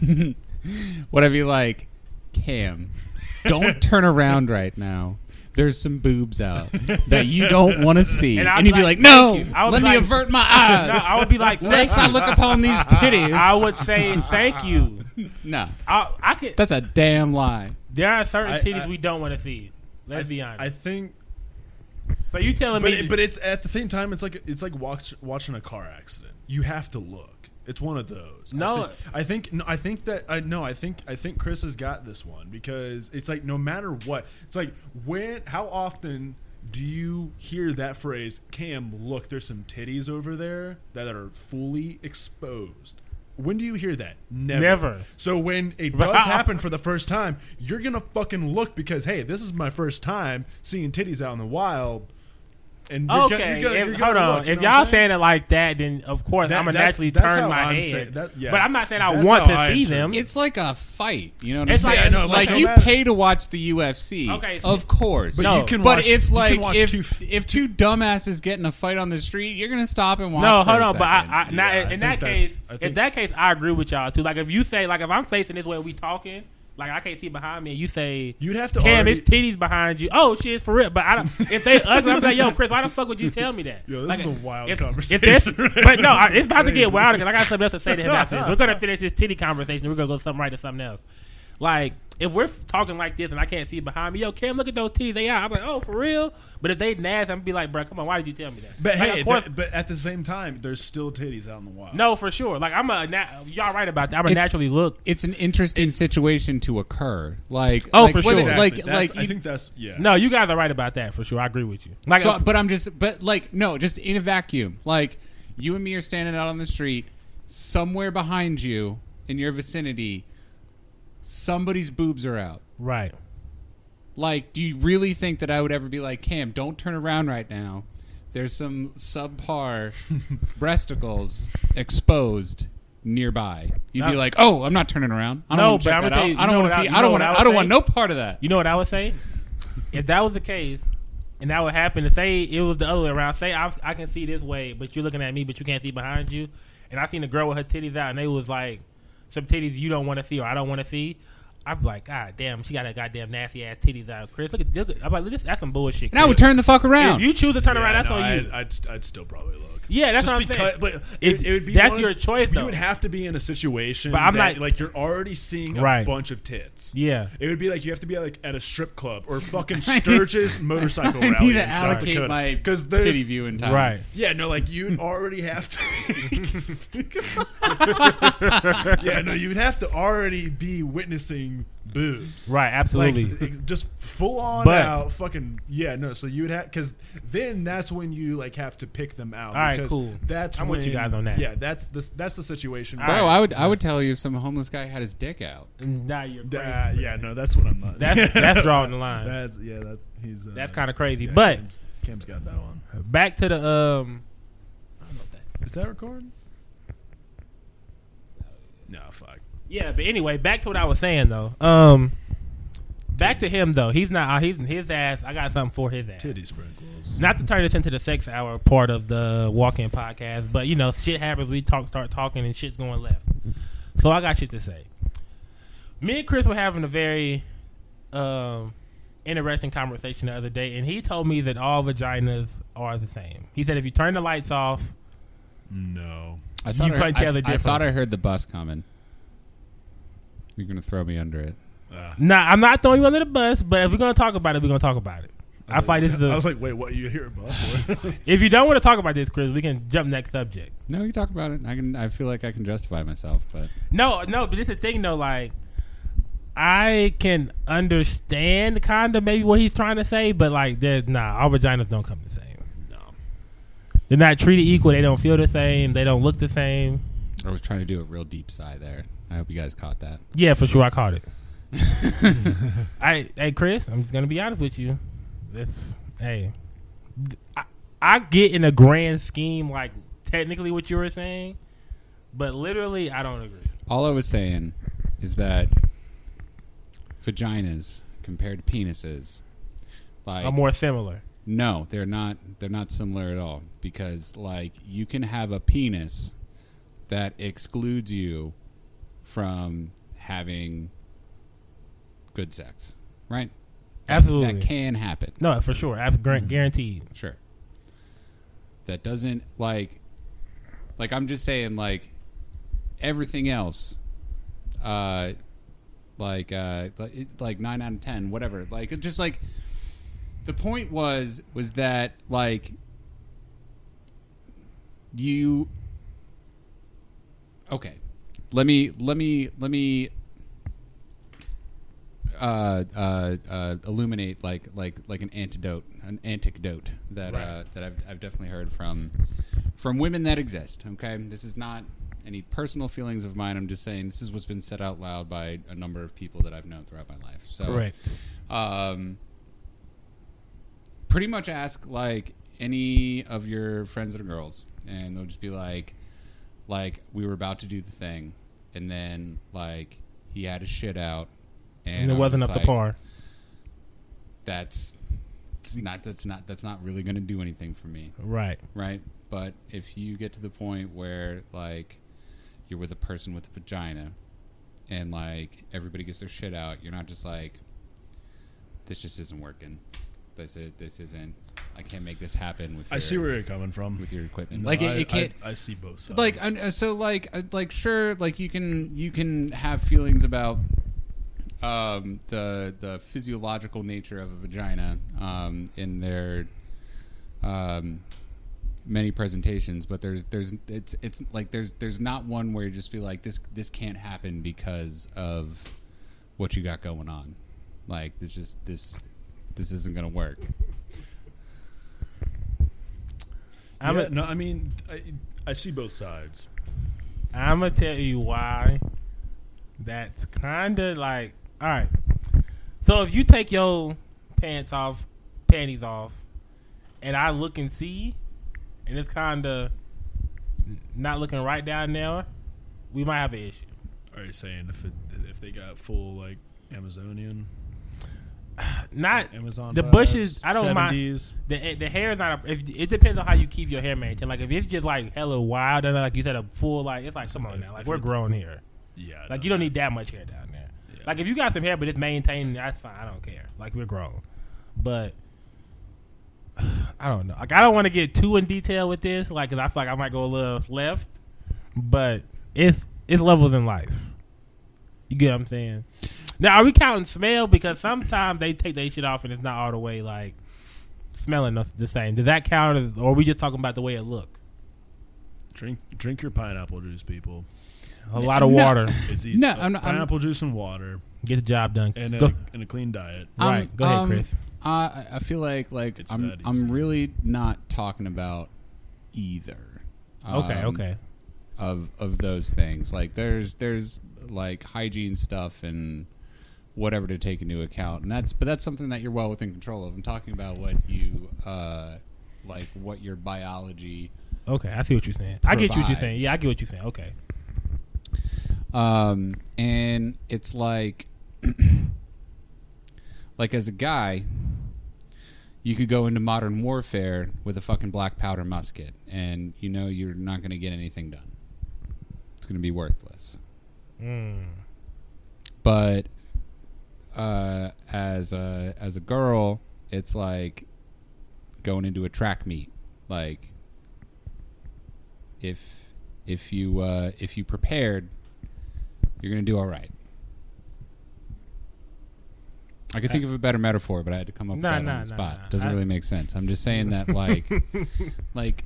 would I be like, Cam, don't turn around right now. There's some boobs out that you don't want to see, And and, I'd you'd be be like, like, "Thank "No, you." I would let be me like- avert my No, eyes. I would be like, Let's thank not you. look upon these titties." I would say thank you. no, I, I could. that's a damn lie. There are certain I- titties I- we don't want to see. Let's be honest. I think, so you telling but me? it, but it's at the same time, it's like it's like watch, watching a car accident. You have to look. It's one of those. No. I think, I think no, I think that I no, I think I think Chris has got this one because it's like no matter what, it's like when how often do you hear that phrase? Cam, look, there's some titties over there that are fully exposed. When do you hear that? Never. Never. So when it Right. does happen for the first time, you're gonna fucking look because hey, this is my first time seeing titties out in the wild. And you're Okay, gonna- you're gonna- if- you're gonna hold on. look, you if know what y'all I'm saying it like that, then of course That- I'm gonna that's- naturally that's how turn my I'm head. saying- that- yeah. But I'm not saying I That's want how to I see interpret them. It's like a fight, you know what It's I'm like- saying? Yeah, I know, like like, you no matter- pay to watch the UFC, Okay, so- of course. But No. you can but watch, you if can like watch if two f- if two dumbasses get in a fight on the street, you're gonna stop and watch. No, for hold a on, but second. I, I, now, Yeah, I in, think that that's- case, I in think- that case, I agree with y'all too. Like if you say, like if I'm facing this way, we talking, like I can't see behind me, and you say, You'd have to Cam, already- it's titties behind you. Oh, she is for real. But I don't. If they ugly, I'm like, yo, Chris, why the fuck would you tell me that? Yo, this Like, is a wild if- conversation. if this- right but no, now. I- This it's is about to get crazy. wild because I got something else to say to him after this. We're gonna finish this titty conversation. We're gonna go something right to something else. Like if we're f- talking like this and I can't see behind me, yo, Cam, look at those titties. They out. I'm like, oh, for real. But if they nasty, I'm gonna be like, bro, come on, why did you tell me that? But Like, hey, of th- course- but at the same time, there's still titties out in the wild. no, for sure. Like I'm a na- y'all right about that. I'm a It's- naturally look. it's an interesting situation to occur. Like Oh, like, for whether- sure. Exactly. Like That's- like I you- think that's yeah. No, you guys are right about that for sure. I agree with you. Like so, uh, but I'm just, but like, no, just in a vacuum. Like, you and me are standing out on the street, somewhere behind you in your vicinity, somebody's boobs are out. right. Like, do you really think that I would ever be like, Cam, don't turn around right now? There's some subpar breasticles exposed nearby. You'd be No. like, "Oh, I'm not turning around. I don't No, wanna but check I'm gonna that tell out. you- I you don't know want what to I- see. you I know don't want. what I I would don't want say? no part of that." You know what I would say? if that was the case, and that would happen, if say it was the other way around, say I, I can see this way, but you're looking at me, but you can't see behind you, and I seen a girl with her titties out, and they was like some titties you don't want to see or I don't want to see. I'd be like, God damn, she got a goddamn nasty ass titties out, Chris. Look at, look at I'm like, this, that's some bullshit. And I would Chris. turn the fuck If around. you choose to turn Yeah, around, that's no, on I'd, you. I'd, st- I'd still probably look. Yeah, that's Just what I'm because, saying. But If- it, it would be that's one- your choice, though. You would have to be in a situation. But I'm that, not- like you're already seeing a Right. bunch of tits. yeah. It would be like you have to be like at a strip club or fucking Sturgis motorcycle I rally. need to in South allocate Dakota. my 'Cause there's- titty view in time. Right. Yeah, no, like you'd already have to. yeah, no, you'd have to already be witnessing boobs. Right, absolutely. Like, it- just full on But- out, fucking yeah. No, so you would have because then that's when you like have to pick them out. All right, because cool. That's I'm when, with you guys on that. Yeah, that's the that's the situation. All Bro, right. Oh, I would I would tell you if some homeless guy had his dick out. Nah, you're crazy. Uh, yeah, no, that's what I'm not. That's- that's drawing the line. That's yeah, that's he's uh, That's kind of crazy. yeah, but Cam's, Cam's got that one. back to the um. I don't know if that- Is that recording? No, fuck. Yeah, but anyway, back to what I was saying though. Um, back to him though. He's not. Uh, he's his ass. I got something for his ass. Titty sprinkles. Not to turn this into the sex hour part of the walk-in podcast, but you know, shit happens. We talk, start talking, and shit's going left. So I got shit to say. Me and Chris were having a very um, interesting conversation the other day, and he told me that all vaginas are the same. He said if you turn the lights off, No. I thought, I, couldn't tell I- the I thought I difference. heard the bus coming. You're gonna throw me under it. Ah. nah, I'm not throwing you under the bus. But if we're gonna talk about it, we're gonna talk about it. I find this is a, I was like, wait, what? You hear about? If you don't want to talk about this, Chris, we can jump next subject. No, you talk about it. I can. I feel like I can justify myself, but No, no, but it's the thing though. Like, I can understand kind of maybe what he's trying to say, but like, there's nah, all vaginas don't come the same. no. They're not treated equal. They don't feel the same. They don't look the same. I was trying to do a real deep sigh there. I hope you guys caught that. Yeah, for sure, I caught it. I hey Chris, I'm just gonna be honest with you. That's hey, I, I get in a grand scheme like technically what you were saying, but literally I don't agree. All I was saying is that vaginas compared to penises, like I'm more similar. No, they're not. They're not similar at all because, like, you can have a penis that excludes you from having good sex, right? That- Mm-hmm. Absolutely. that can happen. No, for sure. Ab- guar- guaranteed. Sure. That doesn't like like I'm just saying like everything else uh like uh like, it, like 9 out of 10 whatever like it just like the point was was that like you okay let me let me let me uh, uh, uh, illuminate like like like an antidote, an antidote that uh, Right. that I've, I've definitely heard from from women that exist. Okay, this is not any personal feelings of mine. I'm just saying this is what's been said out loud by a number of people that I've known throughout my life. So Correct. um, pretty much ask like any of your friends that are girls, and they'll just be like, like we were about to do the thing, and then like he had his shit out, and, and it I'm wasn't up just to like, par. That's it's not that's not that's not really going to do anything for me Right. right? But if you get to the point where like you're with a person with a vagina and like everybody gets their shit out, you're not just like this just isn't working. This is this isn't I can't make this happen with your, I see where you're coming from. with your equipment. No, like I- it, it can't I, I see both sides. like and, uh, so like uh, like sure like you can you can have feelings about um the the physiological nature of a vagina um in their um many presentations but there's there's it's it's like there's there's not one where you just be like this this can't happen because of what you got going on like it's just this this isn't gonna work I'm Yeah, a, no, I mean, I, I see both sides. I'm gonna tell you why. That's kind of like all right. So if you take your pants off, panties off, and I look and see, and it's kind of not looking right down there, we might have an issue. Are you saying if it, if they got full like Amazonian Not Amazon? The vibes, bushes, I don't mind. 70s? the eh, the hair is not. A, if it depends on how you keep your hair maintained. Like if it's just like hella wild and like you said a full like it's like come on now like we're grown here. Yeah, Like no. you don't need that much hair down there. Yeah. Like if you got some hair but it's maintained, that's fine. I don't care. Like we're grown, but I don't know. Like I don't want to get too in detail with this. Like 'cause I feel like I might go a little left, but it's it's levels in life. You get what I'm saying? Now are we counting smell? Because sometimes they take their shit off and it's not all the way like smelling us the same. Does that count as, or are we just talking about the way it look? drink drink your pineapple juice, people. A lot of water. It's easy. No, I'm not- I'm- pineapple juice and water Get the job done. and Go- a, and a clean diet. Um, Right. Go ahead, Chris. I, I feel like like It's I'm that easy. I'm really not talking about either. okay, um, okay. Of of those things, like there's there's like hygiene stuff and whatever to take into account, and that's but that's something that you're well within control of. I'm talking about what you uh like what your biology. Okay, I see what you're saying. I get what you're saying. Provides. Yeah, I get what you're saying. Okay. um, and it's like like as a guy you could go into modern warfare with a fucking black powder musket and you know you're not going to get anything done it's going to be worthless Mm. but uh, as a as a girl it's like going into a track meet like if if you uh, if you prepared you're going to do all right. I could think of a better metaphor, but I had to come up with Nah, that nah, on the nah, spot. nah. Doesn't I- really make sense. I'm just saying that, like, like,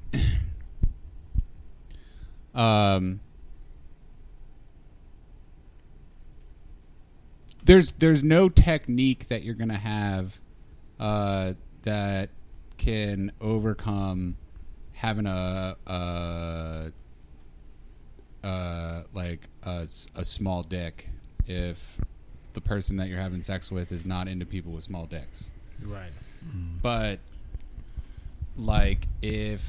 um, there's there's no technique that you're gonna have uh, that can overcome having a, a uh, like a, s- a small dick if the person that you're having sex with is not into people with small dicks. Right. But like if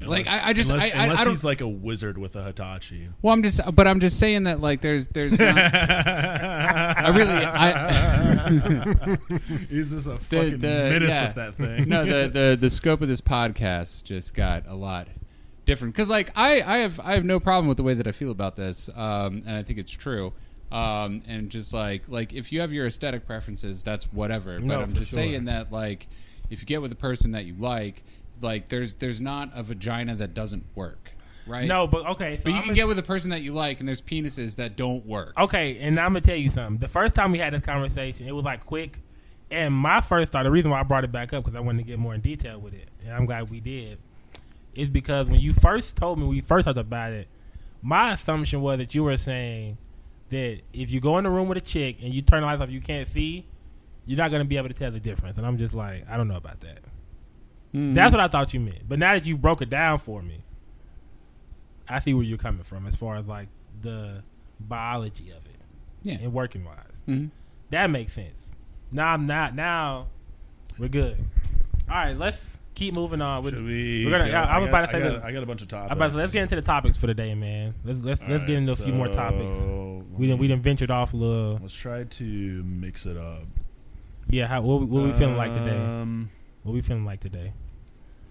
like Unless- I, I just unless, I, I, unless I don't he's like a wizard with a Hitachi. well I'm just but I'm just saying that like there's there's not, I really I he's just a fucking the- menace yeah. with that thing. no the, the the scope of this podcast just got a lot different because like I I have I have no problem with the way that I feel about this um, and I think it's true um, and just like like if you have your aesthetic preferences that's whatever but No, I'm for just sure. saying that like if you get with a person that you like like there's there's not a vagina that doesn't work right No, but okay. So but you I'm can gonna- get with a person that you like and there's penises that don't work okay, and I'm gonna tell you something. The first time we had this conversation, it was like quick, and my first thought. The reason why I brought it back up because I wanted to get more in detail with it, and I'm glad we did. Is because when you first told me we first talked about it, my assumption was that you were saying that if you go in the room with a chick and you turn the lights off, you can't see, you're not gonna be able to tell the difference. And I'm just like, I don't know about that. Mhm. That's what I thought you meant. But now that you broke it down for me, I see where you're coming from as far as like the biology of it. Yeah. And working wise. Mhm. That makes sense. Now I'm not now we're good. All right, let's keep moving on. With, Should we? we're gonna- go? I- I was got- about to say I that- got, I got a bunch of topics. I'm about to, let's get into the topics for today, man. Let's let's, let's get into a few more topics. We didn't we didn't ventured off a little. Let's try to mix it up. Yeah, how what, we- what we feeling like today? Um, What we feeling like today?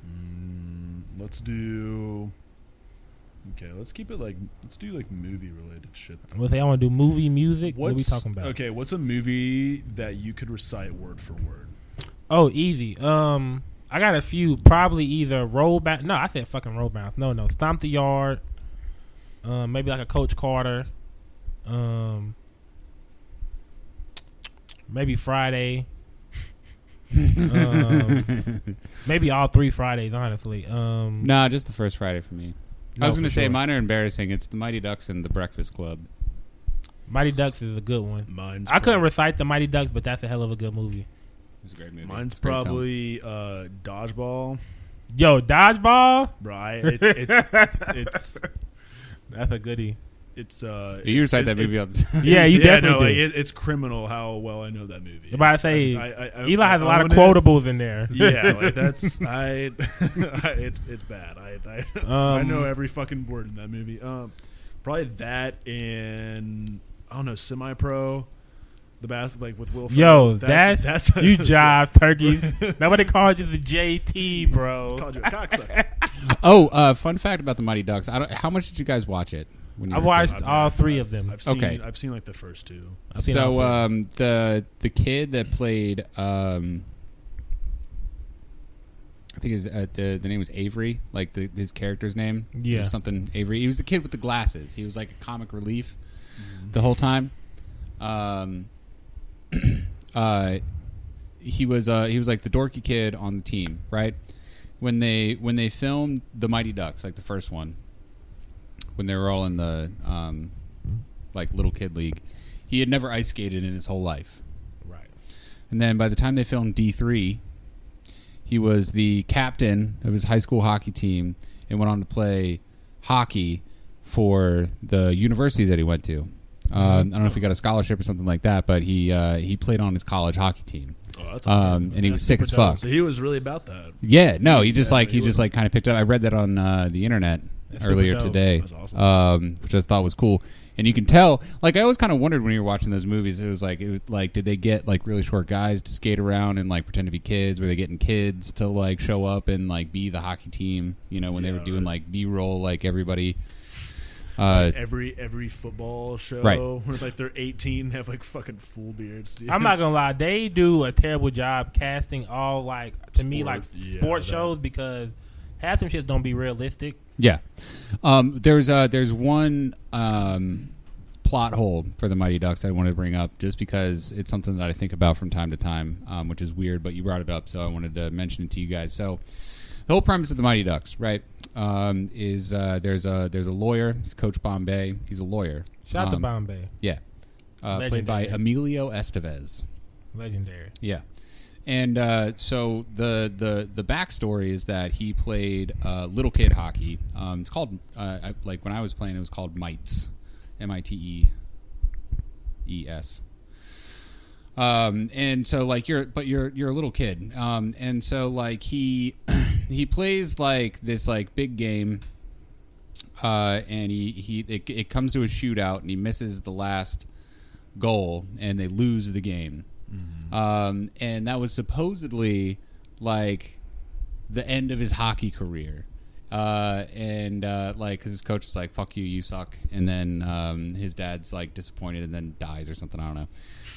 mm, let's do. Okay, let's keep it like let's do like movie related shit. We'll say I want to do movie music. what are we What's- talking about? Okay, what's a movie that you could recite word for word? Oh, easy. Um, I got a few. Probably either roll bounce. No, I said fucking roll bounce. No, no, stomp the yard. Um, maybe like a Coach Carter. Um, maybe Friday. um, maybe all three Fridays, honestly. Um, No, just the first Friday for me. No, I was for going to say sure. mine are embarrassing. It's the Mighty Ducks and the Breakfast Club. Mighty Ducks is a good one. Mine's I couldn't prob- recite the Mighty Ducks, but that's a hell of a good movie. It's a great movie. Mine's It's a great film. probably uh, dodgeball, Yo, dodgeball. right? It, it's it's That's a goodie. it's uh. You it- recite that it- movie. all the time. Yeah, you definitely like, do. it, it's criminal how well I know that movie. I'm about to It's- say, I- Eli has a lot of own it. quotables in there. yeah, like that's I. it's it's bad. I I, I Um, know every fucking word in that movie. Um, probably that and I don't know semi pro, the bas like with Will. Yo, Ferrell. that's, you jive turkeys. Nobody called you the JT, bro. Called you a cocksucker. Oh, uh, fun fact about the Mighty Ducks. I don't, how much did you guys watch it? When you I've were watched kids? all three of them. I've seen Okay. I've seen like the first two. I've seen all So three. um, the the kid that played, um, I think his uh, the the name was Avery, like the, his character's name. It was Yeah. something Avery. He was the kid with the glasses. He was like a comic relief the whole time. Um, uh, he was uh, he was like the dorky kid on the team, right? When they when they filmed the Mighty Ducks, like the first one, when they were all in the um, like little kid league, he had never ice skated in his whole life. Right. And then by the time they filmed D three, he was the captain of his high school hockey team and went on to play hockey for the university that he went to. Um, I don't know if he got a scholarship or something like that, but he uh, he played on his college hockey team. Oh, that's Um, awesome. and he was That's sick super as dope. fuck. So he was really about that. Yeah, no, he just Yeah, like he he just was- like kind of picked up. I read that on uh, the internet That's super earlier dope. today, That's awesome. um, which I thought was cool. And you can tell, like I always kind of wondered when you were watching those movies, it was like it was like did they get like really short guys to skate around and like pretend to be kids? Were they getting kids to like show up and like be the hockey team? You know, when they Yeah, were doing right. like B roll, like everybody. Uh, Every every football show Right. where like they're eighteen have like fucking full beards. Dude. I'm not gonna lie, they do a terrible job casting all like to me like Sport, yeah, sports that- shows because half some shit don't be realistic. Yeah, um, there's uh, there's one um, plot hole for the Mighty Ducks I wanted to bring up just because it's something that I think about from time to time, um, which is weird, but you brought it up, so I wanted to mention it to you guys. So the whole premise of the Mighty Ducks, right, um, is uh, there's a there's a lawyer, it's Coach Bombay, he's a lawyer. Shout out to Um, Bombay, Yeah, uh, played by Legendary. Emilio Estevez. legendary. Yeah. And uh, so the, the the backstory is that he played uh, little kid hockey. Um, it's called uh, I, like when I was playing, it was called mites, M I T E E S. Um, and so like you're but you're you're a little kid. Um, and so like he he plays like this like big game uh, and he, he it, it comes to a shootout and he misses the last goal and they lose the game Mm-hmm. um, and that was supposedly like the end of his hockey career uh, and uh, like because his coach is like fuck you you suck and then um, his dad's like disappointed and then dies or something i don't know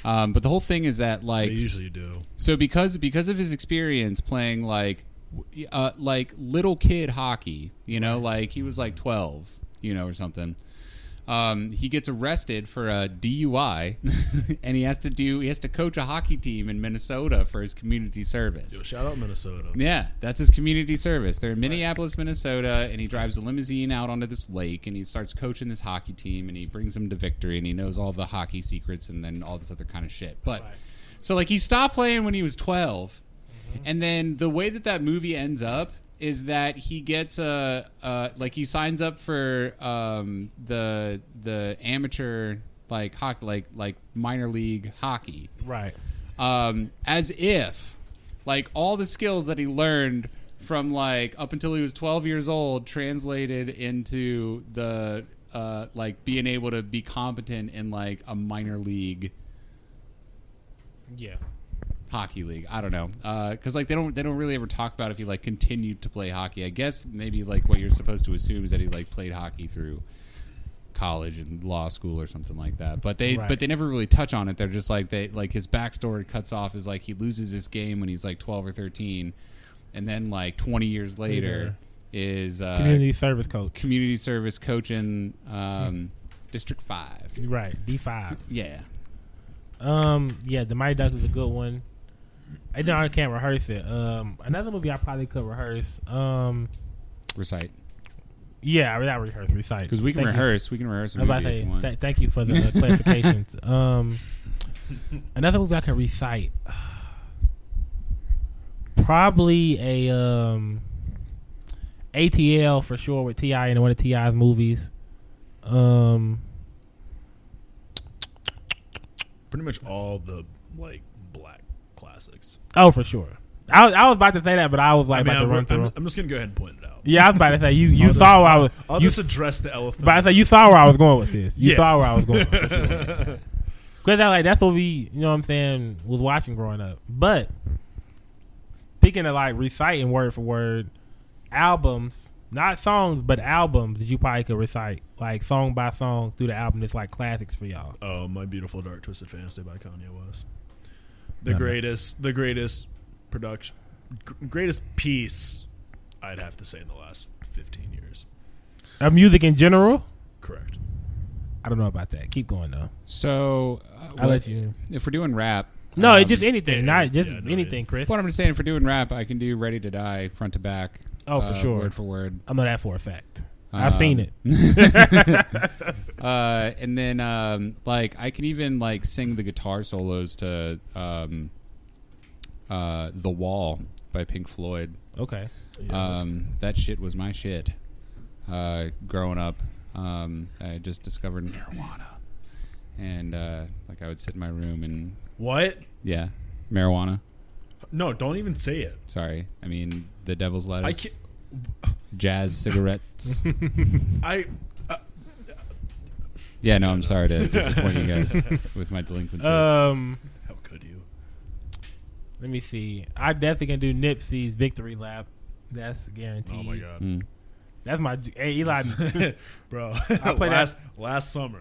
um, but the whole thing is that like They usually do. so because because of his experience playing like w- uh, like little kid hockey, you know, like he was like twelve, you know, or something. Um, he gets arrested for a DUI, and he has to do he has to coach a hockey team in Minnesota for his community service. Yo, shout out Minnesota. Yeah, that's his community service. They're in Minneapolis, Minnesota, and he drives a limousine out onto this lake and he starts coaching this hockey team and he brings them to victory and he knows all the hockey secrets and then all this other kind of shit. But so like he stopped playing when he was 12. And then the way that that movie ends up is that he gets a, a like he signs up for um, the the amateur like hockey like like minor league hockey Right. um, as if like all the skills that he learned from like up until he was 12 years old translated into the uh, like being able to be competent in like a minor league Yeah. hockey league. I don't know because like they don't they don't really ever talk about if he like continued to play hockey. I guess maybe like what you're supposed to assume is that he like played hockey through college and law school or something like that. But they Right. but they never really touch on it. They're just like they like his backstory cuts off is like he loses this game when he's like 12 or 13, and then like 20 years later Later. is uh, Community community. service coach. service coaching um, District Five. Right. D five. Yeah, Um. Yeah. The Mighty Ducks is a good one. I know I can't rehearse it. Um. Another movie I probably could rehearse. Um. recite Yeah. Without rehearse, recite. because we can Thank you. rehearse. We can rehearse. A I'm movie about to if say, you want. th- thank you for the uh, clarifications. Um, another movie I can recite, probably a um, ATL for sure with Ti in one of Ti's movies. Um, Pretty much all the like black classics. oh, for sure. I was, I was about to say that, but I was like I mean, about I'm, to run through. I'm, I'm just gonna go ahead and point it out. yeah, I was about to say you you I'll saw just- where I was. I'll you, just address the elephant. but I say you saw where I was going with this. You Yeah. saw where I was going. for sure. Because that, like that's what we, you know, what I'm saying, was watching growing up. But speaking of like reciting word for word, albums, not songs, but albums that you probably could recite like song by song through the album. That's like classics for y'all. Oh, my beautiful dark twisted fantasy by Kanye West. The No. greatest, the greatest production, gr- greatest piece. I'd have to say in the last fifteen years. Uh, music in general, Correct. I don't know about that. Keep going though. So uh, I'll what- let you- If we're doing rap, No, um, it's just anything, yeah, not just yeah, no, anything, Chris. what I'm just saying. If we're doing rap, I can do "Ready to Die" front to back. Oh, for uh, sure. word for word. I know that for a fact. I've Um, seen it. Uh, and then um, like I can even like sing the guitar solos to um, uh, "The Wall" by Pink Floyd. Okay. Yeah, Um, that shit was my shit uh, growing up. Um, I just discovered marijuana, and uh, like I would sit in my room and what? yeah, marijuana. No, don't even say it. Sorry, I mean the devil's I lettuce, can't. jazz cigarettes. I. Uh, yeah, no, I'm sorry to disappoint you guys with my delinquency. Um, how could you? let me see. I definitely can do Nipsey's victory lap. That's guaranteed. Oh my god, Mm. That's my hey Eli. bro! I played last last summer.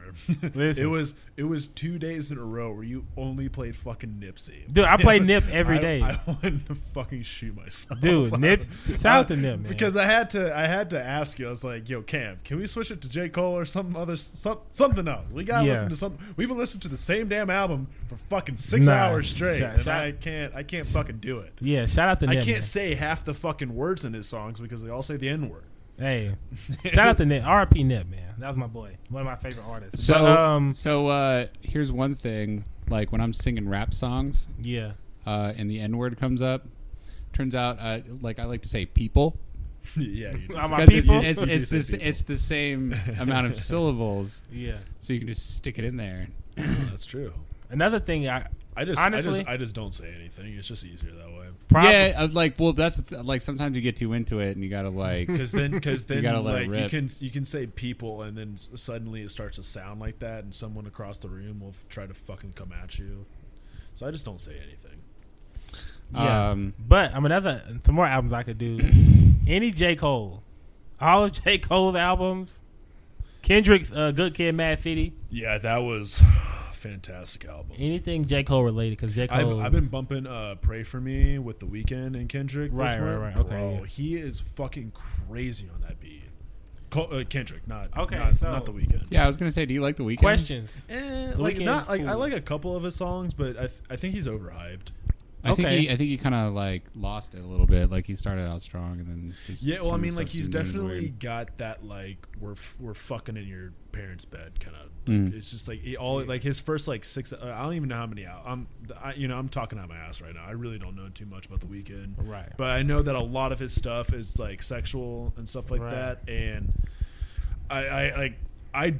Listen. It was it was two days in a row where you only played fucking Nipsey. Dude, I play Nip every I- day. I wanted to fucking shoot myself. Dude, Nip- shout out to Nip, man. Because I had to, I had to ask you. I was like, "Yo, Cam, can we switch it to J. Cole or some other, some, something else? We gotta Yeah. listen to something. We've been listening to the same damn album for fucking six Nah, hours straight, shout- and shout- I can't, I can't fucking do it. yeah, shout out to I Nip. can't man. say half the fucking words in his songs because they all say the N word. Hey, shout out to Nip. R.I.P. Nip, man. That was my boy, one of my favorite artists. So, But, um, so uh, here's one thing: like when I'm singing rap songs yeah, uh, and the N word comes up, turns out, uh, like I like to say "people" yeah, you just, I'm a- because it's, people? it's, You it's, do the, say people. it's the same amount of syllables, yeah. so you can just stick it in there. that's true. Another thing, I I just, I Honestly- just, I just don't say anything. It's just easier that way. probably Yeah, I was like well, that's the th- like sometimes you get too into it and you gotta like because then because then gotta let it like you rip. can you can say people and then s- suddenly it starts to sound like that and someone across the room will f- try to fucking come at you so i just don't say anything Yeah. um, but I'm another some more albums I could do. Any J Cole, all of J Cole's albums, Kendrick's uh, Good Kid, Mad City, yeah that was fantastic album anything J Cole related because J I've, Cole. I've been bumping uh, "Pray for Me" with The Weeknd and Kendrick. this Right, right, right, month. okay, Bro, yeah. he is fucking crazy on that beat. Co- uh, Kendrick, not Okay, not, so- not The Weeknd. yeah, I was gonna say, do you like the weekend? questions. Eh, The like Weeknd's not like I cool. like a couple of his songs, but I th- I think he's overhyped. I think Okay. he, I think he kind of like lost it a little bit. Like he started out strong and then just Yeah, well, some I of the mean, stuff like he's seemed to him definitely weird. got that like we're f- we're fucking in your parents' bed kind of. Mm. It's just like it all like his first like six. Uh, I don't even know how many. Out. I'm I, you know I'm talking out my ass right now. I really don't know too much about the weekend, Right. But I know that a lot of his stuff is like sexual and stuff like Right. that, and I, I like I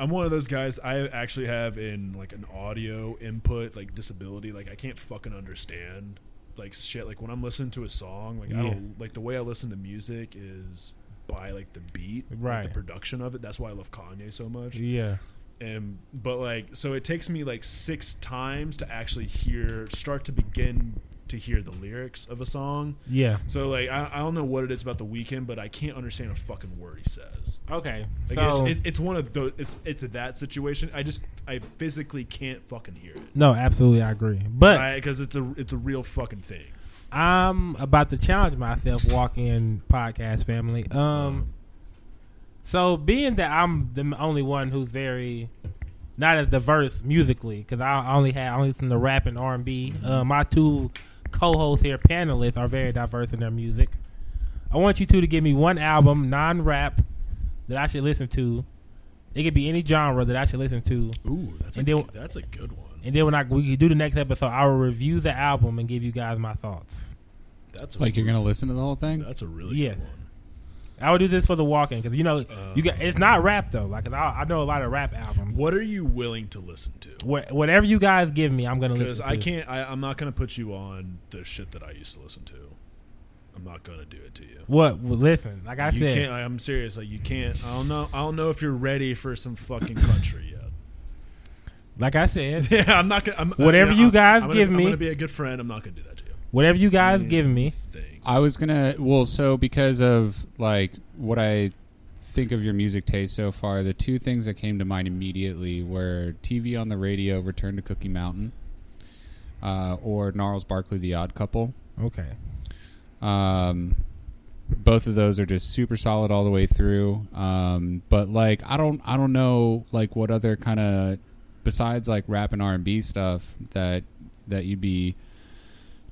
I'm one of those guys I actually have in like an audio input like disability like I can't fucking understand like shit. Like when I'm listening to a song, like I Yeah. don't like the way I listen to music is by like the beat, like, Right. the production of it. That's why I love Kanye so much. Yeah. And but like so, it takes me like six times to actually hear, start to begin to hear the lyrics of a song. Yeah. So like I, I don't know what it is about the weekend, but I can't understand a fucking word he says. Okay. Like so it's, it's, it's one of those. It's it's that situation. I just I physically can't fucking hear it. no, absolutely, I agree. But Because it's a it's a real fucking thing. I'm about to challenge myself, walk in podcast family. Um, so being that I'm the only one who's very not as diverse musically, because I only had I only listen to rap and R and B. Uh, my two co-hosts here, panelists, are very diverse in their music. I want you two to give me one album, non-rap, that I should listen to. It could be any genre that I should listen to. Ooh, that's a And then- good- that's a good one. And then when I we do the next episode, I will review the album and give you guys my thoughts. That's Like you're gonna listen to the whole thing? That's a really Yeah. good one. I would do this for the walking because you know you got it's not rap though. Like 'cause I, I know a lot of rap albums. What are you willing to listen to? Wh- whatever you guys give me, I'm gonna Because listen. to. I can't. I, I'm not gonna put you on the shit that I used to listen to. I'm not gonna do it to you. What? Well, listen, like I you said, can't. I, I'm serious. Like you can't. I don't know. I don't know if you're ready for some fucking country yet. like I said, Yeah, I'm not gonna. I'm, Whatever yeah, you I'm- guys I'm gonna- give me. I'm gonna be a good friend. I'm not gonna do that to you. whatever you guys give me. Thing. I was gonna well, so because of like what I think of your music taste so far, the two things that came to mind immediately were TV on the radio, Return to Cookie Mountain, uh, or Gnarls Barkley, The Odd Couple. Okay, Um, both of those are just super solid all the way through. Um, but like I don't I don't know like what other kind of besides like rap and R and B stuff that that you'd be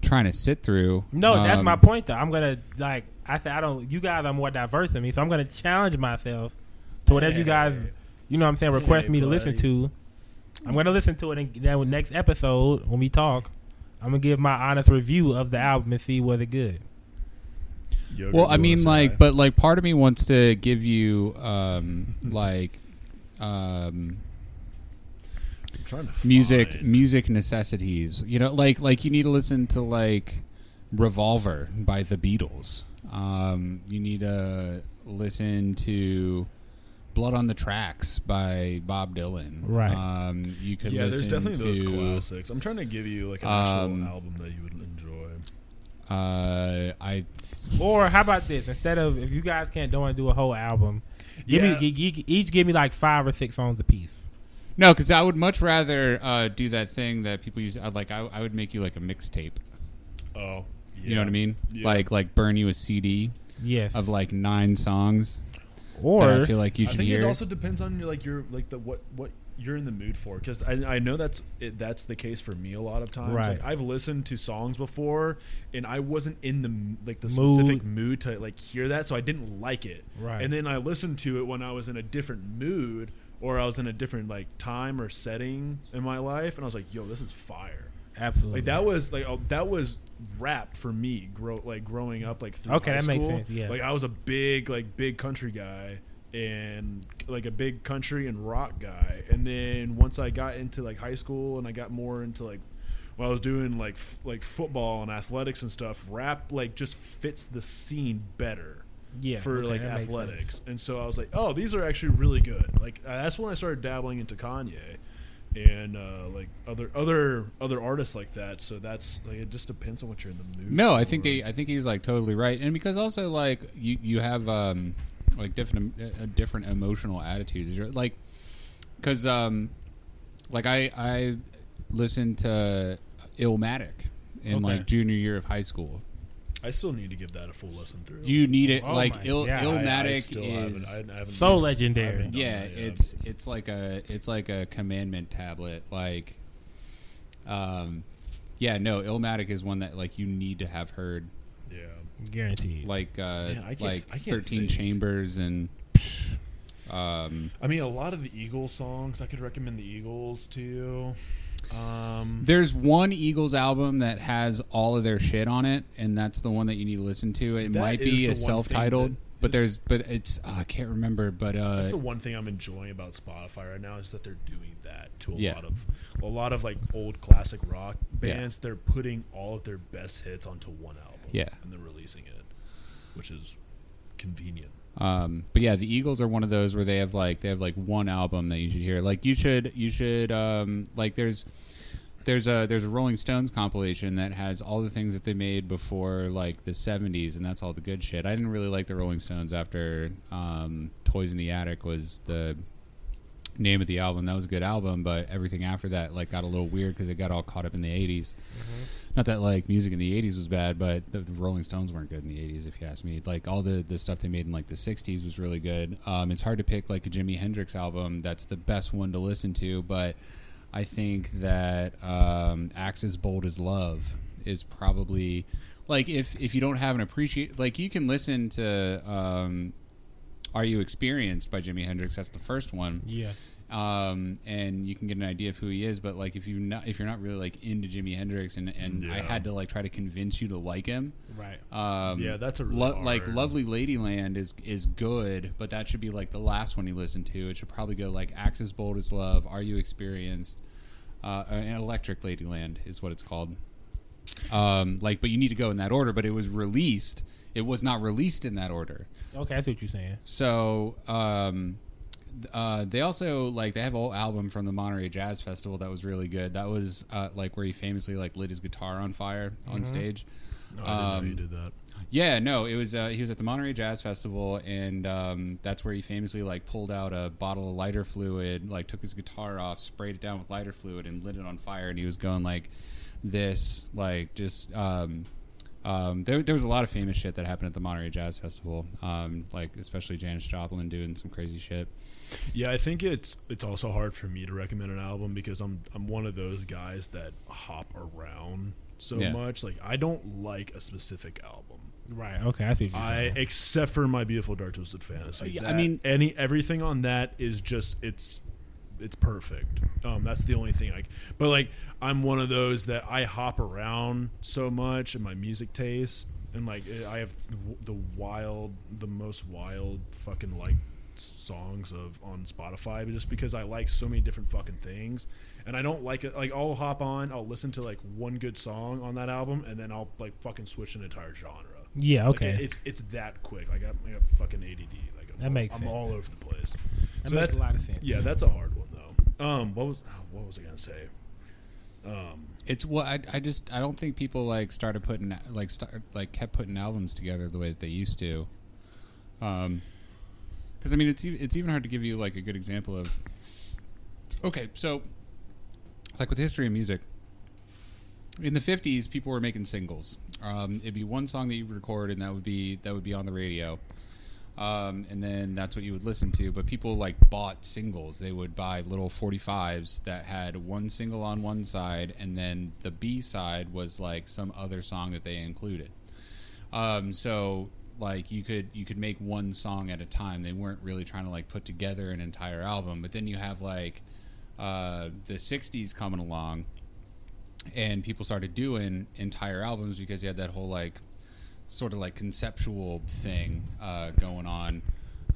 trying to sit through. no, that's Um, my point though. I'm gonna like I said, I don't. You guys are more diverse than me, so I'm gonna challenge myself to whatever you guys, Hey. you know, what I'm saying, request Hey, me to listen buddy. to. I'm gonna listen to it, and then with next episode when we talk, I'm gonna give my honest review of the album and see was it good. Yogurt Well, I you mean, wanna say like, hi? but like, part of me wants to give you um, like um, I'm trying to music find- music necessities. You know, like like you need to listen to like Revolver by the Beatles. Um, you need to listen to Blood on the Tracks by Bob Dylan. Right. Um, you could Yeah, there's listen definitely those to, classics. I'm trying to give you like an actual Um, album that you would enjoy. Uh, I Or how about this? Instead of if you guys can't don't want to do a whole album, give Yeah. me g- g- each give me like five or six songs a piece. no, because I would much rather uh, do that thing that people use. I'd Like, I, I would make you like a mixtape. Oh, yeah. You know what I mean? Yeah. Like like burn you a CD Yes, of like nine songs or that I feel like you I should think hear. it also depends on your like your like the what what you're in the mood for because I, I know that's it, that's the case for me a lot of times. Right. Like I've listened to songs before and I wasn't in the m- like the Mood. specific mood to like hear that, so I didn't like it. Right. And then I listened to it when I was in a different mood or I was in a different like time or setting in my life, and I was like, "Yo, this is fire." absolutely Like that was like oh, that was rap for me. Grow like growing up like through Okay, high that makes school. sense, yeah. like I was a big like big country guy and like a big country and rock guy. And then once I got into like high school and I got more into like when I was doing like f- like football and athletics and stuff, rap like just fits the scene better Yeah, for okay, like that makes athletics. And so I was like, oh, these are actually really good. Like uh, that's when I started dabbling into Kanye and uh, like other other other artists like that. So that's like it just depends on what you're in the mood. no, I for. think they, I think he's like totally right, and because also like you you have um like different uh, different emotional attitudes, You're- like because um like I I listened to Illmatic in Okay. like junior year of high school. I still need to give that a full listen through. You need it Oh like my Ill, God. Illmatic I, I still is. haven't, I, I haven't so listened- legendary. I haven't done yeah that yet. it's it's like a it's like a commandment tablet like um yeah no ilmatic is one that like you need to have heard yeah. guaranteed. like uh Man, I can't- like I can't 13 think. chambers and um I mean, a lot of the Eagles songs. I could recommend the Eagles to you. Um, there's one Eagles album that has all of their shit on it, and that's the one that you need to listen to. It that might is the be one a thing self-titled. that- But there's, but it's uh, I can't remember. But uh, That's the one thing I'm enjoying about Spotify right now is that they're doing that to a Yeah. lot of a lot of like old classic rock Yeah. bands. They're putting all of their best hits onto one album. Yeah. And they're releasing it, which is convenient. Um, but yeah, the Eagles are one of those where they have like they have like one album that you should hear. Like you should you should um, like there's there's a there's a Rolling Stones compilation that has all the things that they made before like the 70s and that's all the good shit. I didn't really like the Rolling Stones after um, Toys in the Attic was the name of the album. That was a good album, but everything after that like got a little weird cuz it got all caught up in the 80s. Not that like music in the 80s was bad, but the, the Rolling Stones weren't good in the 80s if you ask me. Like all the the stuff they made in like the 60s was really good. Um, it's hard to pick like a Jimi Hendrix album that's the best one to listen to, but I think that um, Axe as Bold as Love is probably like if if you don't have an appreciate like you can listen to um, Are You Experienced by Jimi Hendrix. That's the first one Yeah. um, and you can get an idea of who he is. But like, if you not if you're not really like into Jimi Hendrix, and and I Yeah. had to like try to convince you to like him. Right. Um, Yeah, that's a really like hard- Lovely Ladyland is is good, but that should be like the last one you listen to. It should probably go like Axe as Bold as Love, Are You Experienced, uh, and Electric Ladyland is what it's called. Um, like, but you need to go in that order. But it was released. It was not released in that order. Okay, I see what you're saying. So um, th- uh, they also like they have a whole album from the Monterey Jazz Festival that was really good. That was uh, like where he famously like lit his guitar on fire on stage. No, I Um, didn't know you did that. Yeah, no, it was uh, he was at the Monterey Jazz Festival, and um, that's where he famously like pulled out a bottle of lighter fluid, like took his guitar off, sprayed it down with lighter fluid, and lit it on fire. And he was going like this, like just. Um, um, there, there was a lot of famous shit that happened at the Monterey Jazz Festival, um, like especially Janis Joplin doing some crazy shit. Yeah, I think it's it's also hard for me to recommend an album because I'm I'm one of those guys that hop around so Yeah. much. Like I don't like a specific album. Right. Okay, I see what you're I saying. except for my beautiful dark twisted fantasy. yeah, I That- mean- any everything on that is just it's it's perfect. Um, that's the only thing I. c- But like, I'm one of those that I hop around so much in my music taste, and like, eh, I have the wild, the most wild fucking like s- songs of on Spotify, but just because I like so many different fucking things, and I don't like it. Like, I'll hop on, I'll listen to like one good song on that album, and then I'll like fucking switch an entire genre. yeah. Like, Okay. it's it's that quick. Like I got, I got fucking ADD. Like I'm That all, makes I'm sense. all over the place. That makes a lot of sense. Yeah, that's a hard one though. Um, what was oh, what was I gonna say? It's well, I, I just I don't think people like started putting like start like kept putting albums together the way that they used to. Um, because I mean, it's e- it's even hard to give you like a good example of. Okay, so like with history of music, in the fifties, people were making singles. Um, it'd be one song that you would record, and that would be that would be on the radio. Um, and then that's what you would listen to. But people like bought singles. They would buy little 45s that had one single on one side, and then the B side was like some other song that they included. Um, so like you could you could make one song at a time. They weren't really trying to like put together an entire album. But then you have like uh, the 60s coming along and people started doing entire albums because you had that whole like sort of like conceptual thing uh, going on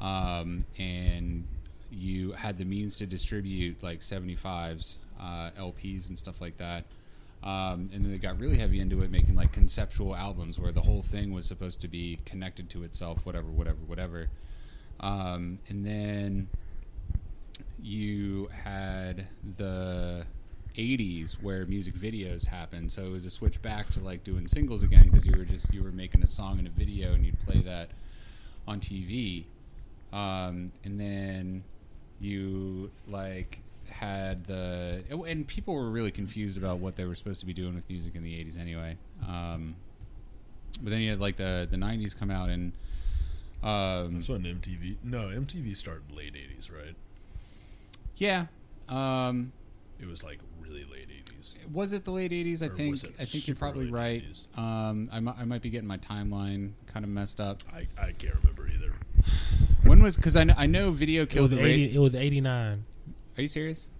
um, and you had the means to distribute like 75s uh, lps and stuff like that um, and then they got really heavy into it making like conceptual albums where the whole thing was supposed to be connected to itself whatever whatever whatever um, and then you had the 80s where music videos happened so it was a switch back to like doing singles again because you were just you were making a song and a video and you'd play that on tv um, and then you like had the oh, and people were really confused about what they were supposed to be doing with music in the 80s anyway um, but then you had like the the 90s come out and um, That's when MTV. No, MTV started late '80s, right? yeah um, It was like really late '80s. was it the late 80s i Or think was it i think you're super probably late right 80s? um I, mi- I might be getting my timeline kind of messed up I, I can't remember either. when was because I, kn- I know video it killed was the eighty. radio It was eighty nine. are you serious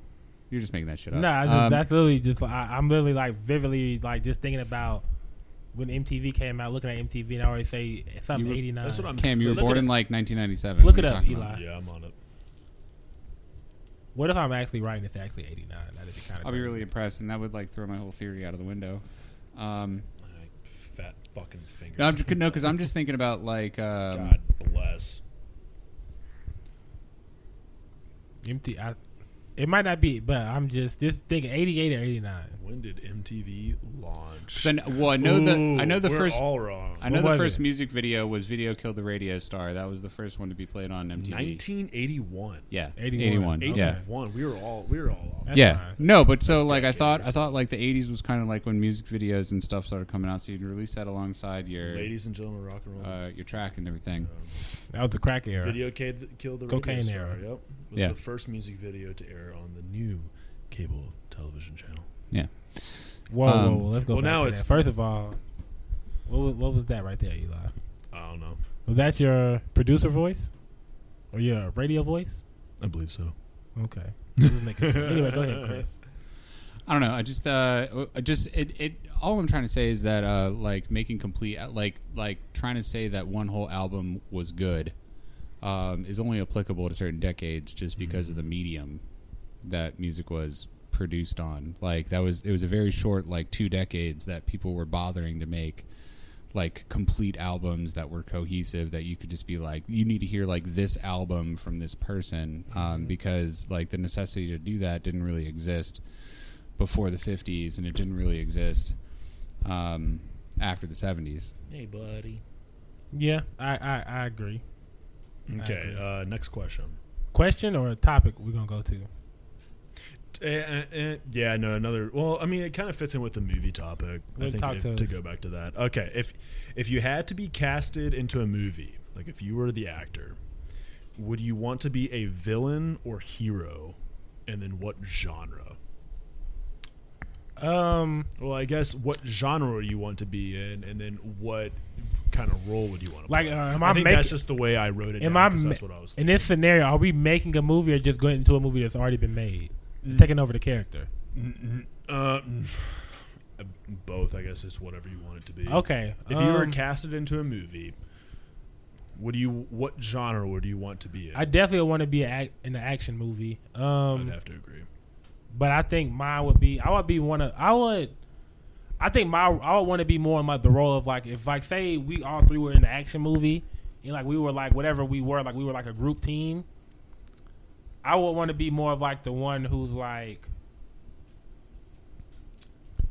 you're just making that shit up No, I just, Um, that's literally just. I, I'm literally like vividly like just thinking about when MTV came out, looking at MTV, and I always say something You were- eighty nine. That's what I'm. Cam, you were look at born in us. like 1997. Look What it are you up, talking Eli. Yeah, I'm on it. What if I'm actually right and it's actually eighty nine? That'd be kind of. I'll be really impressed, and that would like throw my whole theory out of the window. Um, Like, fat fucking fingers. no, I'm just, no, because I'm just thinking about like um, God bless. empty. I, it might not be, but I'm just just thinking eighty eight or eighty nine. When did MTV launch? 'cause I kn- well, I know the I know the Ooh, we're first all wrong. I know What the was first it? music video was "Video Killed the Radio Star." That was the first one to be played on MTV. 1981. Yeah, 81. 81. Yeah, 81. We were all we were all off. That's yeah. fine. No, but so like I decade thought or I thought like the 80s was kind of like when music videos and stuff started coming out, so you'd release that alongside your Ladies and gentlemen, rock and roll. Um, uh, your track and everything. That was the crack era. video ca- killed the Cocaine radio star. era. Yep. Was Yeah. the first music video to air on the new cable television channel. Yeah. Whoa, Um, whoa, whoa, let's go. well, back now to it's- that. first of all, what was, what was that right there, Eli? I don't know. Was that your producer voice or your radio voice? I believe so. Okay. This is making sense. anyway, go ahead, Chris. I don't know. I just, uh, I just it, it. All I'm trying to say is that, uh, like making complete, uh, like, like trying to say that one whole album was good, um, is only applicable to certain decades, just because of the medium that music was produced on. Like that was, it was a very short, like two decades that people were bothering to make, like complete albums that were cohesive that you could just be like, you need to hear like this album from this person, um, because like the necessity to do that didn't really exist before the 50s and it didn't really exist um, after the 70s. Hey, buddy. Yeah, I, I, I agree. Okay. agree. Uh, next question. Question or a topic we're going to go to? Eh, eh, eh, yeah, no, another. Well, I mean, it kind of fits in with the movie topic. I Well, think talk if- to to us. go back to that. Okay, if if you had to be casted into a movie, like if you were the actor, would you want to be a villain or hero, and then what genre? Um, Well, I guess what genre you want to be in, and then what kind of role would you want to Like, play? uh, am I I think making- that's just the way I wrote it. am down, I 'cause ma- that's what I was. in this scenario, are we making a movie or just going into a movie that's already been made? Mm. Taking over the character. Uh, both, I guess, is whatever you want it to be. Okay. If you were um, casted into a movie, what do you what genre would you want to be in? I definitely want to be a, ac- in an action movie. Um, would have to agree. But I think mine would be I would be one of I would I think my I would want to be more in like the role of like if like say we all three were in the action movie and like we were like whatever we were like we were like a group team. I would want to be more of like the one who's like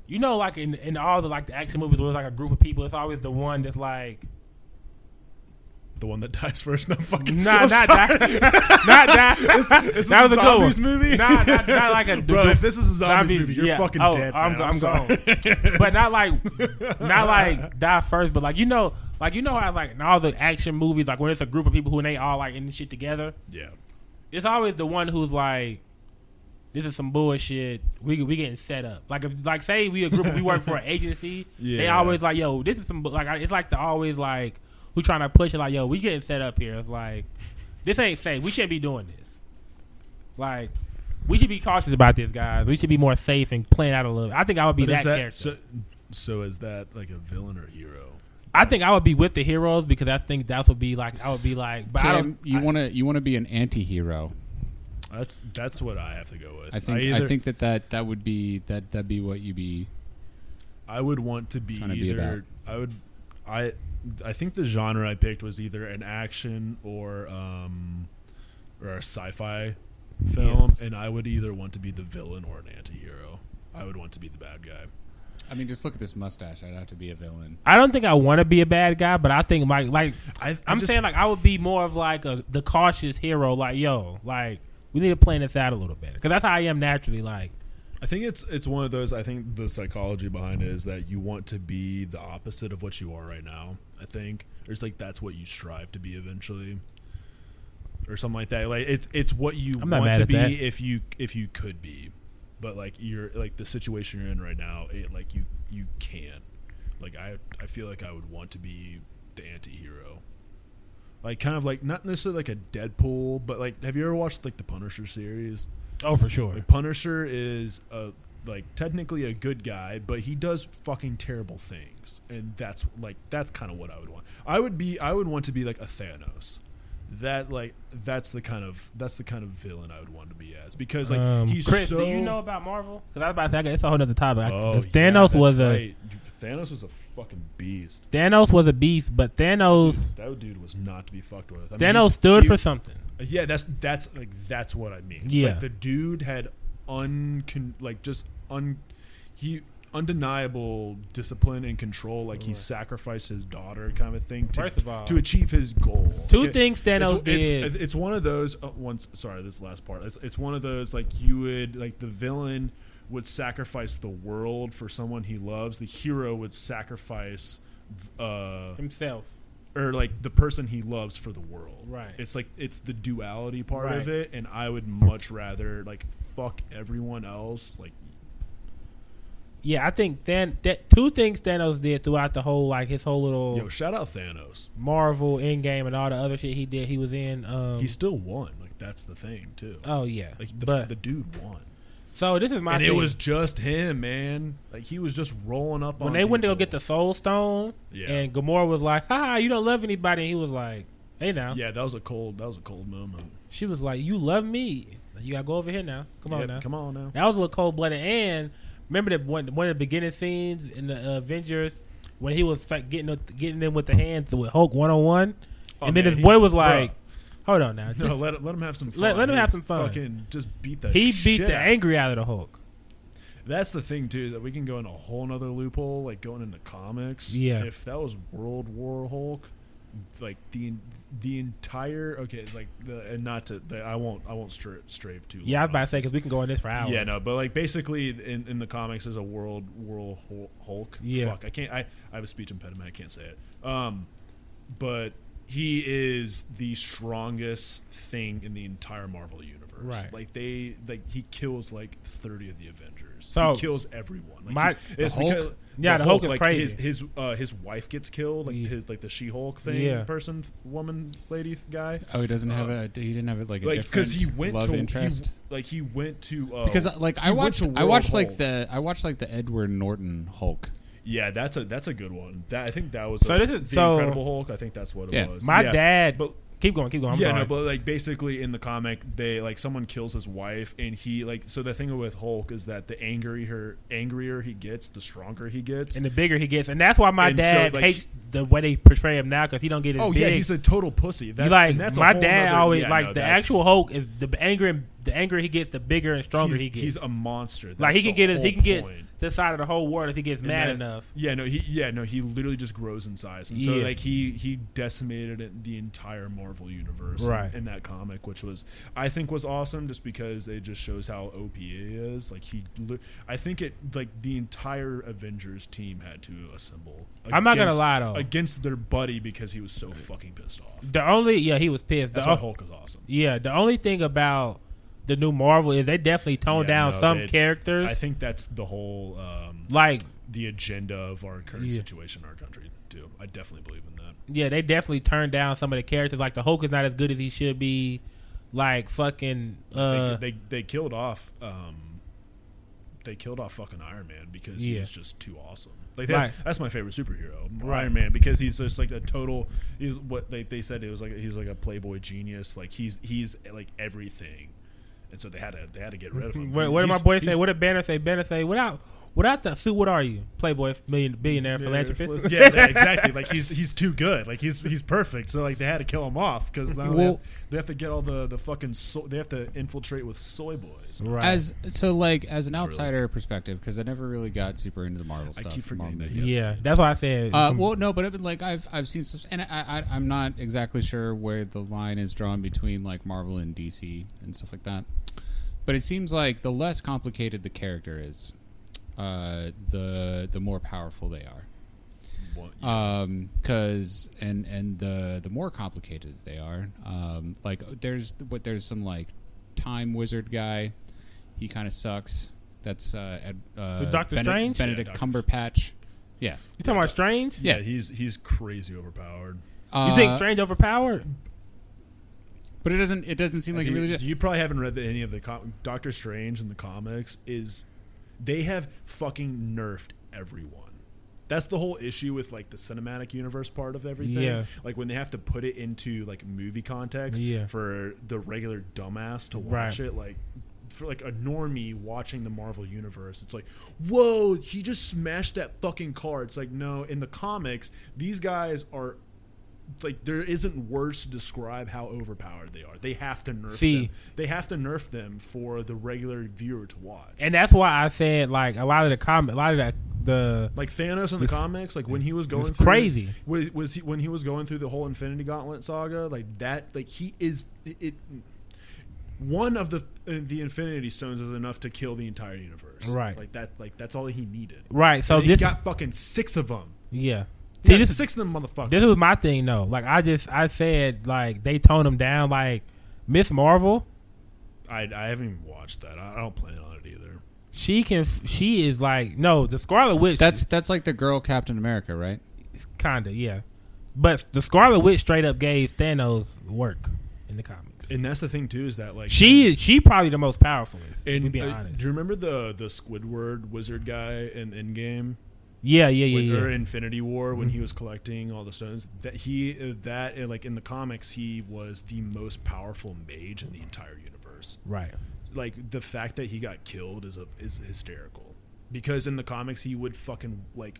you know like in in all the like the action movies where it's like a group of people it's always the one that's like The one that dies first, not fucking. nah I'm not sorry. that not that Is- is that this was a good one. zombies movie. Nah, not- not like a- bro. If this is a zombies Zombie- movie, you're yeah. fucking Oh, dead. I'm man. go- I'm, I'm sorry. but not like not like die first, but like you know, like you know how like in all the action movies, like when it's a group of people who and they all like in this shit together, yeah. it's always the one who's like, "This is some bullshit. We we getting set up." Like if like say we a group we work for an agency, they Yeah. always like, "Yo, this is some bu-" like I- it's like the always like who trying to push it like, "Yo, we getting set up here." It's like this ain't safe. We shouldn't be doing this. Like. We should be cautious about this, guys. We should be more safe and plan out a little. I think I would be But is that, that character. so? So is that like a villain or hero? I think I would be with the heroes because I think that's would be like I would be like, but I Cam, don't. you want to you want to be an anti-hero. That's that's what I have to go with. I think I, either, think that, that that would be that that'd be what you be. I would want to be Trying to be either. I would. I I think the genre I picked was either an action or um or a sci-fi film, and I would either want to be the villain or an anti-hero. I would want to be the bad guy. I mean, just look at this mustache. I'd have to be a villain. I don't think I want to be a bad guy, but I think my like I, I I'm just- saying like I would be more of like a the cautious hero. Like yo, like we need to plan this out a little better because that's how I am naturally. Like I think it's it's one of those. I think the psychology behind it is that you want to be the opposite of what you are right now. I think or it's like that's what you strive to be eventually, or something like that. Like it's it's what you I'm not want mad to at be that. if you if you could be, but like you're like the situation you're in right now. It like you you can't. Like I I feel like I would want to be the anti-hero. Like kind of like not necessarily like a Deadpool, but like have you ever watched like the Punisher series? oh for sure, Like Punisher is a like technically a good guy, but he does fucking terrible things, and that's like that's kind of what I would want. I would be I would want to be like a Thanos. That like that's the kind of that's the kind of villain I would want to be as because like Um, he's Chris, so do you know about Marvel? Because I was about to say it's a whole other topic. Oh, Because Thanos yeah, was a that's right. Thanos was a fucking beast. Thanos was a beast, but Thanos That dude was not to be fucked with. I mean, Thanos stood he- for something. Yeah, that's that's like that's what I mean. It's Yeah. like the dude had uncon like just un he undeniable discipline and control. Like he sacrificed his daughter, kind of thing, to, First of all- to achieve his goal. Two Okay, things Thanos it's, did. It's, it's one of those. Uh, once, sorry, this last part. It's it's one of those like you would like the villain would sacrifice the world for someone he loves. The hero would sacrifice. Uh, himself. or like the person he loves for the world. Right. It's like it's the duality part of Right. it, and I would much rather like fuck everyone else. Like Yeah, I think Than- that two things Thanos did throughout the whole like his whole little yo, shout out Thanos. Marvel Endgame and all the other shit he did. He was in. Um, He still won. Like that's the thing too. oh yeah, Like the, but the dude won, so this is my. and it thing. was just him, man. Like he was just rolling up on when they went to go people. get the Soul Stone, Yeah. and Gamora was like, "Ha, ha, you don't love anybody." And he was like, "Hey now," Yeah, that was a cold. That was a cold moment. she was like, "You love me. You gotta go over here now. Come on Yep, now." come on now. That was a little cold blooded. And remember that one one of the beginning scenes in the uh, Avengers when he was fa- getting up- getting in with the hands with Hulk one on one, Oh, and then man, his he- boy was bruh. like, "Hold on now." No, Just- let, let him have some fun. Let- let him He have some fun. Fucking just beat the he beat shit the out- angry out of the Hulk. That's the thing too that we can go in a whole nother loophole, like going into comics. Yeah. If that was World War Hulk, like the the entire okay, like the and not to the, I won't I won't stra- strave too. Yeah, I was long about to off say this. because we can go on this for hours. Yeah, no, but like basically in, in the comics there's a World World Hul- Hulk. Yeah. Fuck, I can't. I I have a speech impediment. I can't say it. Um, but he is the strongest thing in the entire Marvel universe. Right. Like they like he kills like thirty of the Avengers. So- he kills everyone. Like My- he- The Hulk? Yeah, the Hulk is like, crazy. His his uh, his wife gets killed. Like Yeah. his like the She Hulk thing. Yeah. Person, woman, lady, guy. Oh, he doesn't have a. He didn't have it like a Uh, Like different because he went love to interest. He, like he went to uh, because like he I went watched, to I World watched like Hulk. the, I watched like the Edward Norton Hulk. Yeah, that's a that's a good one. That I think that was So a, this is- the so- Incredible Hulk. I think that's what it Yeah. was. my Yeah, dad. but keep going, keep going. I'm yeah, sorry. no, but like basically in the comic, they like someone kills his wife, and he like so the thing with Hulk is that the angrier her angrier he gets, the stronger he gets. and the bigger he gets, and that's why my And so, dad like, hates the way they portray him now because he don't get as oh big. yeah, he's a total pussy. That's, like and that's a my whole dad nother- always yeah, like no, the that's- actual Hulk is the angrier the angrier he gets, the bigger and stronger he's, he gets. He's a monster. That's like he the can get it, whole he can get point. to the side of the whole world if he gets And mad that- enough. Yeah, no, he yeah, no, he literally just grows in size. And so Yeah. like he he decimated it, the entire Marvel universe in- Right. in, that comic, which was I think was awesome just because it just shows how OP he is. Like he li- I think it like the entire Avengers team had to assemble. I'm not gonna against- lie, though. Against their buddy because he was so fucking pissed off. The only yeah, he was pissed. The That's o- why Hulk is awesome. yeah, the only thing about the new Marvel is they definitely toned Yeah, down no, some they- characters. I think that's the whole um like the agenda of our current Yeah. situation in our country too. I definitely believe in that. yeah, they definitely turned down some of the characters. Like the Hulk is not as good as he should be. Like fucking uh, they, they they killed off um they killed off fucking Iron Man because Yeah. he was just too awesome. Like that, Right. that's my favorite superhero, Right. Iron Man, because he's just like a total. He's what they, they said it was like he's like a playboy genius. Like he's he's like everything, and so they had to they had to get rid of him. What, what did my He's- boy say? he's- What did Banner say? Banner say, without without the suit, what are you? Playboy, million, billionaire, philanthropist. Yeah, yeah, exactly. Like he's he's too good. Like he's he's perfect. So like they had to kill him off because now they, have, Well- they have to get all the the fucking so, they have to infiltrate with soy boys. right. As so, like as an outsider perspective, because I never really got super into the Marvel I stuff. keep forgetting Marvel that he movies. has yeah, that's why I said. Uh, well, no, but I've been like I've I've seen some, and I, I I'm not exactly sure where the line is drawn between like Marvel and DC and stuff like that. But it seems like the less complicated the character is, uh, the the more powerful they are. Well, Uh, yeah. Um 'cause cause and and the the more complicated they are, um, like there's what there's some like time wizard guy, he kind of sucks. That's uh, Ed, uh With Doctor Bene- Strange? Benedict Yeah, Doctor- Cumberpatch. Yeah, you talking about Strange? Yeah, Yeah. he's he's crazy overpowered. uh, You think Strange overpowered? But it doesn't. It doesn't seem like it you, really. you probably haven't read the, any of the com- Doctor Strange in the comics is They have fucking nerfed everyone. That's the whole issue with like the cinematic universe part of everything. Yeah. Like when they have to put it into like movie context Yeah. for the regular dumbass to watch Right. it, like for like a normie watching the Marvel universe, it's like, whoa, he just smashed that fucking car. It's like, no, in the comics, these guys are like there isn't words to describe how overpowered they are. They have to nerf See. them. They have to nerf them for the regular viewer to watch. and that's why I said like a lot of the comment, a lot of the the Like Thanos in the comics, like when he was going it's through, crazy. Was, was he when he was going through the whole Infinity Gauntlet saga? Like that, like he is it. it- one of the uh, the Infinity Stones is enough to kill the entire universe. Right. Like that. Like that's all he needed. right. So And he this got fucking six of them. yeah. He See, got this is six of them, motherfuckers. This was my thing though. Like I just I said like they toned him down like Miss Marvel, I, I haven't even watched that. I, I don't plan on it either. she can f- she is like no, the Scarlet Witch That's that's like the girl Captain America, right? kinda, yeah. But the Scarlet Witch straight up gave Thanos work in the comics. And that's the thing too is that like She is she probably the most powerful is, to And be uh, honest. do you remember the the Squidward wizard guy in Endgame? yeah, yeah, yeah, when, yeah. Mm-hmm. or Infinity War when he was collecting all the stones. That he uh, that uh, like in the comics he was the most powerful mage in the entire universe. right. Like the fact that he got killed is a, is hysterical because in the comics he would fucking like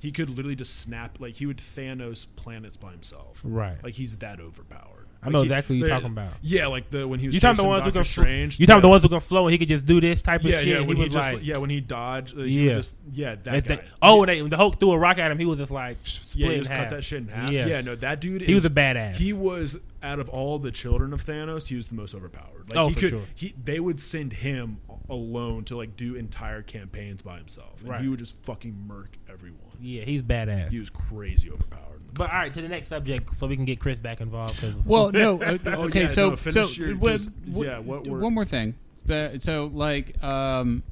he could literally just snap like he would Thanos planets by himself. Right. Like he's that overpowered. I know Like, he- exactly what you're the- talking about. Yeah, like the when he was You talking the chasing ones who Doctor can fl- Strange. You talking the yeah. ones who can flow and he could just do this type of Yeah, shit. yeah. and When he, was just like, yeah, when he dodged, uh, he Yeah. would just yeah, that that's guy. the- oh, and they, when the Hulk threw a rock at him, he was just like split Yeah, he in just half. cut that shit in half. Yeah. Yeah, no, that dude. He is- was a badass. He was out of all the children of Thanos, he was the most overpowered. Like Oh, he for could, sure. he they would send him a- alone to like do entire campaigns by himself, and Right. he would just fucking murk everyone. Yeah, he's badass. He was crazy overpowered. But all right, to the next subject, so we can get Chris back involved. 'cause- Well, no. uh, Oh, okay, yeah, so no, so finish your- what- just- what- yeah, what were- one more thing. The- so like um,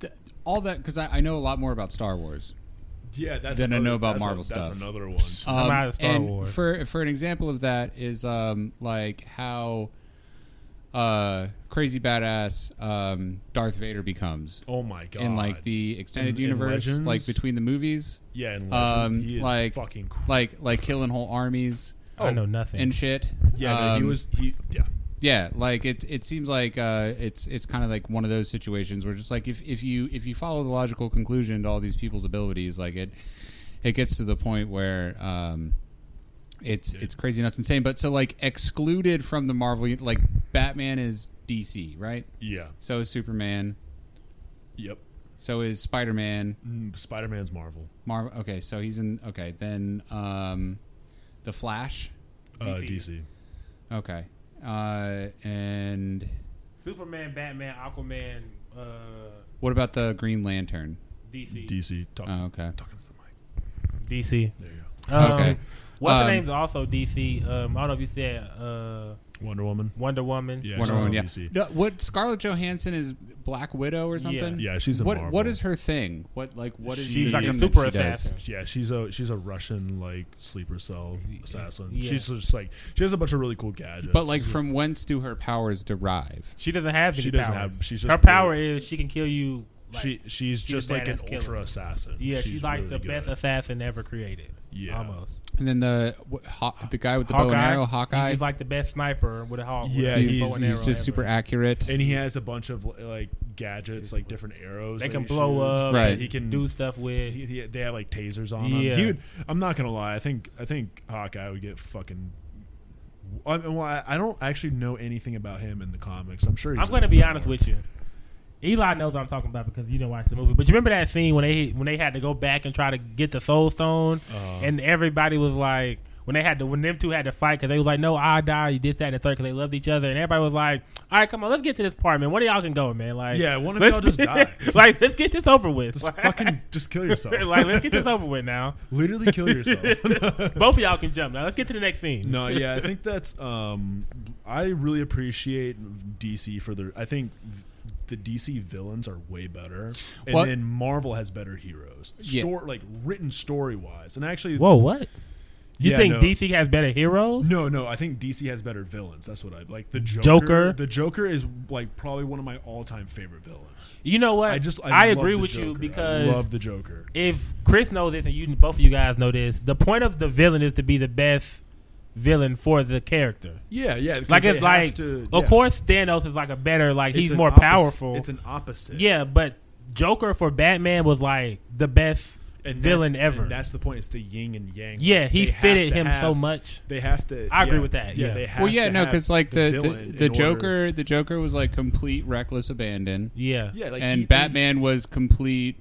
the, all that because I, I know a lot more about Star Wars. Yeah, that's Then I another, know about that's Marvel a, that's stuff. another one. I'm Um, out of Star and Wars. For for an example of that is um like how uh crazy badass um Darth Vader becomes oh my god! in like the extended In- in universe, Legends? like between the movies, yeah, in Legend, um he is like fucking cr- like like killing whole armies I know nothing. and shit. yeah, no, he Um, was he yeah. yeah like it it seems like uh it's it's kind of like one of those situations where just like if if you if you follow the logical conclusion to all these people's abilities like it it gets to the point where um it's it's crazy nuts insane but so like excluded from the marvel u- like batman is dc right Yeah. so is superman Yep. so is spider-man Mm, Spider-Man's Marvel. marvel okay so he's in okay then um the flash Uh, DC. DC. okay uh and Superman, Batman, Aquaman, uh, what about the green lantern DC, DC. Talking, oh, okay talking to the mic. DC. There you go. Um, Okay. What's her Um, name's also DC? Um, I don't know if you said uh, Wonder Woman. Wonder Woman. Yeah, Wonder she's Woman, on yeah. DC. No, what Scarlett Johansson is Black Widow or something? Yeah, she's a what Marvel. what is her thing? What like what is she's the like a thing that super she does? assassin. Yeah, she's a she's a Russian like sleeper cell assassin. yeah. She's just like she has a bunch of really cool gadgets. But like from whence do her powers derive? She doesn't have. Any She doesn't power. have- she's her just power really- is she can kill you. Like, she she's just like an badass ultra killer. assassin. yeah, she's, like really the good. best assassin ever created. Yeah. almost. And then the what, Haw- the guy with the bow and arrow, Hawkeye. He's like the best sniper with a hawk. Yeah, with a he's, bow and he's arrow just super ever. accurate. And he has a bunch of like gadgets, like different arrows. They that can he blow shoots. up. Right. He can do stuff with. He, he, they have like tasers on Yeah. him. He would, I'm not gonna lie. I think I think Hawkeye would get fucking. I mean, well, I, I don't actually know anything about him in the comics. I'm sure. He's I'm going to be honest with you. Eli knows what I'm talking about because you didn't watch the movie. But you remember that scene when they when they had to go back and try to get the Soul Stone, Uh-huh. and everybody was like, when they had to when them two had to fight because they was like, no, I die, you did that and the third because they loved each other, and everybody was like, all right, come on, let's get to this part, man. One of y'all can go, man. Like, Yeah, one of let's- y'all just die. like, let's get this over with. Just like, fucking just kill yourself. like, let's get this over with now. Literally kill yourself. Both of y'all can jump now. Let's get to the next scene. no, yeah, I think that's. Um, I really appreciate DC for their. I think v- the DC villains are way better, and What- then Marvel has better heroes. Yeah. Store like written story wise, and actually, Whoa, what? You Yeah, think no. DC has better heroes? No, no. I think DC has better villains. That's what I like. The Joker. Joker. The Joker is like probably one of my all-time favorite villains. You know what? I just I, I, love agree the with you Joker. I because love the Joker. if Chris knows this and you both of you guys know this, the point of the villain is to be the best villain for the character. Yeah, yeah. 'cause Like they it's have like to- of yeah. course Thanos is like a better like It's he's an more oppos- powerful. It's an opposite. yeah, but Joker for Batman was like the best and that's- villain ever. and that's the point. It's the yin and yang. yeah, Like, he they have fitted to him so have- much. They have to. I agree yeah, with that, yeah. they have Well, yeah, to no, have because like the villain the, the in order- Joker, the Joker was like complete reckless abandon, Yeah. Yeah, like and he- Batman was complete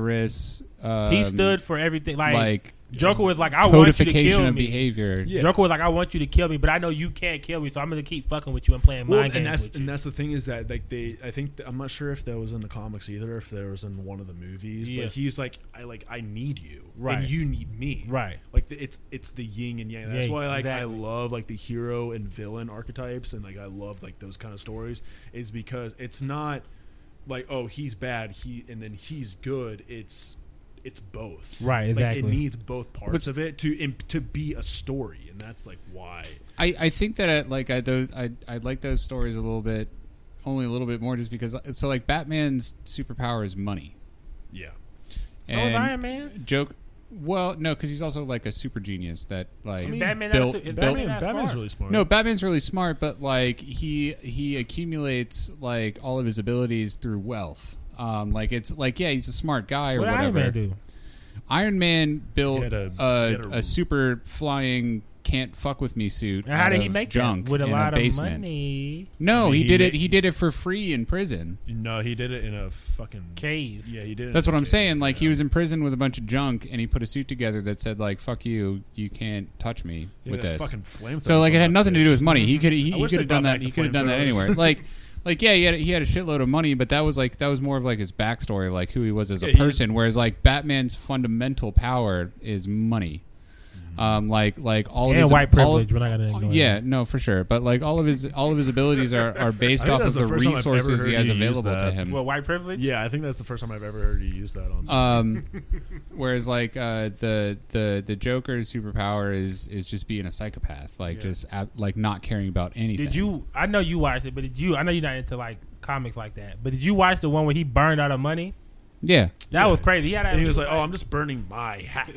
rigorous. Um, he stood for everything like, like Joker was like I want you to codification kill of me. behavior. Yeah. Joker was like I want you to kill me, but I know you can't kill me, so I'm going to keep fucking with you and playing Well, mind and games that's with and you. that's the thing is that like they I think I'm not sure if that was in the comics either, if there was in one of the movies, Yeah. but he's like I like I need you, Right. And you need me, Right. Like the, it's it's the yin and yang. That's Yeah, why like exactly. I love like the hero and villain archetypes, and like I love like those kind of stories is because it's not like oh he's bad he and then he's good. It's it's both, Right, exactly. Like, it needs both But- parts of it to imp- to be a story, and that's like why. I, I think that I, like I those I I like those stories a little bit, only a little bit more, just because. uh, So like Batman's superpower is money. Yeah, So is Iron Man's. Joke. Well, no, because he's also like a super genius that like Is Batman not a built, su- is built Batman not smart? smart. No, Batman's really smart, but like he he accumulates like all of his abilities through wealth. Um, like it's like yeah, he's a smart guy or What did whatever. Iron Man do? Iron Man He built had a, a- he had a, a- super flying can't fuck with me suit. And how out did he of make junk that? with a in lot of basement. money? No, he, He did ma- it. He did it for free in prison. No, he did it in a fucking Cave. Yeah, he did. It That's in what a I'm cave, saying. Like he yeah. was in prison with a bunch of junk, and he put a suit together that said like "fuck you, you can't touch me" He with had a this. Fucking flamethrower So like it on had that nothing to do bitch. with money. He could he, I he wish could have they done brought that. back He the could have done that flamethrowers. anywhere. Like like yeah, he had, he had a shitload of money, but that was like that was more of like his backstory, like who he was as a Yeah, he- person. Whereas like Batman's fundamental power is money. Mm-hmm. Um, like like all of And his white all of- privilege. We're not gonna ignore yeah, that. no, for sure. But like all of his all of his abilities are, are based I think off of that's the, the first time I've ever resources he heard has you use available to that. him. Well, white privilege. Yeah, I think that's the first time I've ever heard you use that on. something. Um, whereas like uh, the the the Joker's superpower is is just being a psychopath, like Yeah. just ab- like not caring about anything. Did you? I know you watched it, but did you? I know you're not into like comics like that, but did you watch the one where he burned out of money? Yeah, That was crazy. He had. and he was like, "Oh, I'm just burning my half."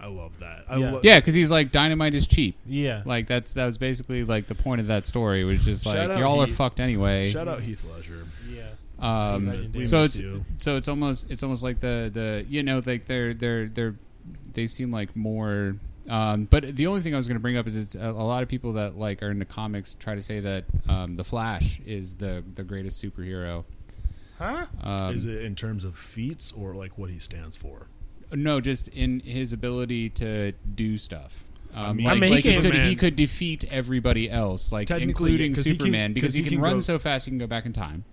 I love that. I Yeah. love yeah, because he's like dynamite is cheap. yeah. Like that's that was basically like the point of that story was just Shout like out y'all are Heath- fucked anyway. Shout out Heath Ledger. yeah. Um, Legendary. so We it's miss you. so it's almost it's almost like the the you know like they're they're they're they seem like more. Um, but the only thing I was going to bring up is it's a, a lot of people that like are into comics try to say that um, the Flash is the the greatest superhero. Huh? Um, Is it in terms of feats or like what he stands for? No, just in his ability to do stuff. Um, mean- like, I mean, like he he, can- could, he Superman- could defeat everybody else, like Technically, including yeah, 'cause he can- Superman, because 'cause he he can can run go- so fast he can go back in time.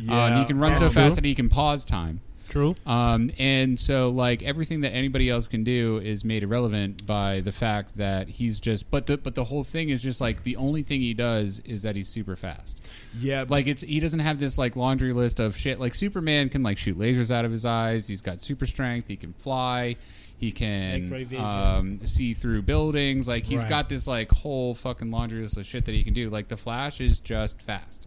Um, Yeah, he can run so um, fast that he can pause time. True. Um, and so, like everything that anybody else can do is made irrelevant by the fact that he's just. But the but the whole thing is just like the only thing he does is that he's super fast. Yeah, Like it's he doesn't have this like laundry list of shit. Like Superman can like shoot lasers out of his eyes. He's got super strength. He can fly. He X-ray can vision. um, see through buildings. Like he's Right. got this like whole fucking laundry list of shit that he can do. Like the Flash is just fast.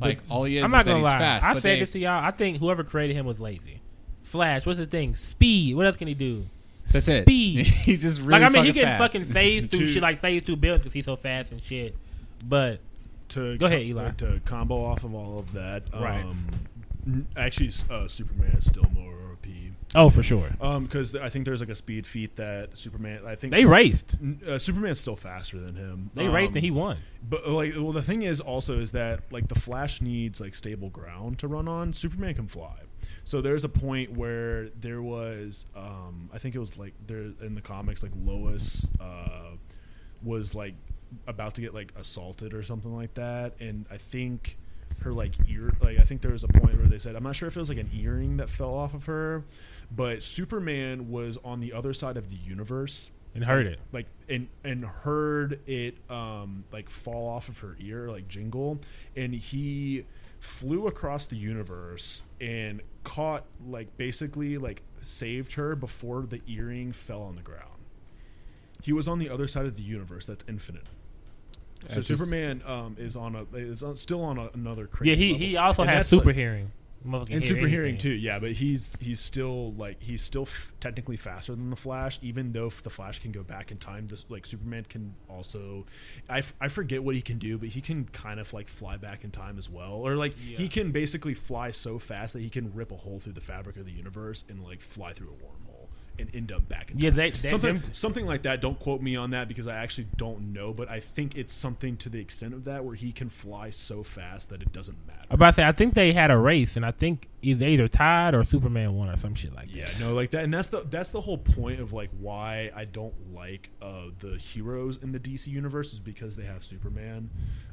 Like all he is I'm is not that gonna he's lie. fast. I but said they- this to y'all. I think whoever created him was lazy. Flash. What's the thing? Speed. What else can he do? that's it. Speed. he's just really like I mean, he fucking can fast. fucking phase through Two- shit like phase through buildings because he's so fast and shit. But to Go ahead, Eli. uh, To combo off of all of that, um, Right. n- Actually, uh, Superman is still more OP oh, for sure, because Um, I think there's like a speed feat that Superman. I think they raced. uh, Superman's still faster than him. They Um, raced and he won. But uh, like, well, the thing is also is that like the Flash needs like stable ground to run on. Superman can fly. So there's a point where there was, um, I think it was like there in the comics, like Lois uh, was like about to get like assaulted or something like that, and I think her like ear, like I think there was a point where they said, I'm not sure if it was like an earring that fell off of her, but Superman was on the other side of the universe And heard it. like and and heard it um like fall off of her ear like jingle and he flew across the universe and caught like basically like saved her before the earring fell on the ground He was on the other side of the universe. That's infinite. So I just- Superman um, is on a is on, still on a, another crazy. Yeah, he, level. he also And has that's, super like- hearing. Motherfucker and hear super hearing anything. too. Yeah, but he's he's still like he's still f- technically faster than the Flash, even though if the Flash can go back in time. This like Superman can also, I, f- I forget what he can do, but he can kind of like fly back in time as well, or like he Yeah. can basically fly so fast that he can rip a hole through the fabric of the universe and like fly through a wormhole and end up back in Yeah, time. they- they- something them- something like that. Don't quote me on that because I actually don't know, but I think it's something to the extent of that where he can fly so fast that it doesn't matter. I'm about to say, I think they had a race, and I think e- they either tied or Superman won or some shit like that. Yeah, no, like that, and that's the that's the whole point of like why I don't like uh, the heroes in the DC universe is because they have Superman.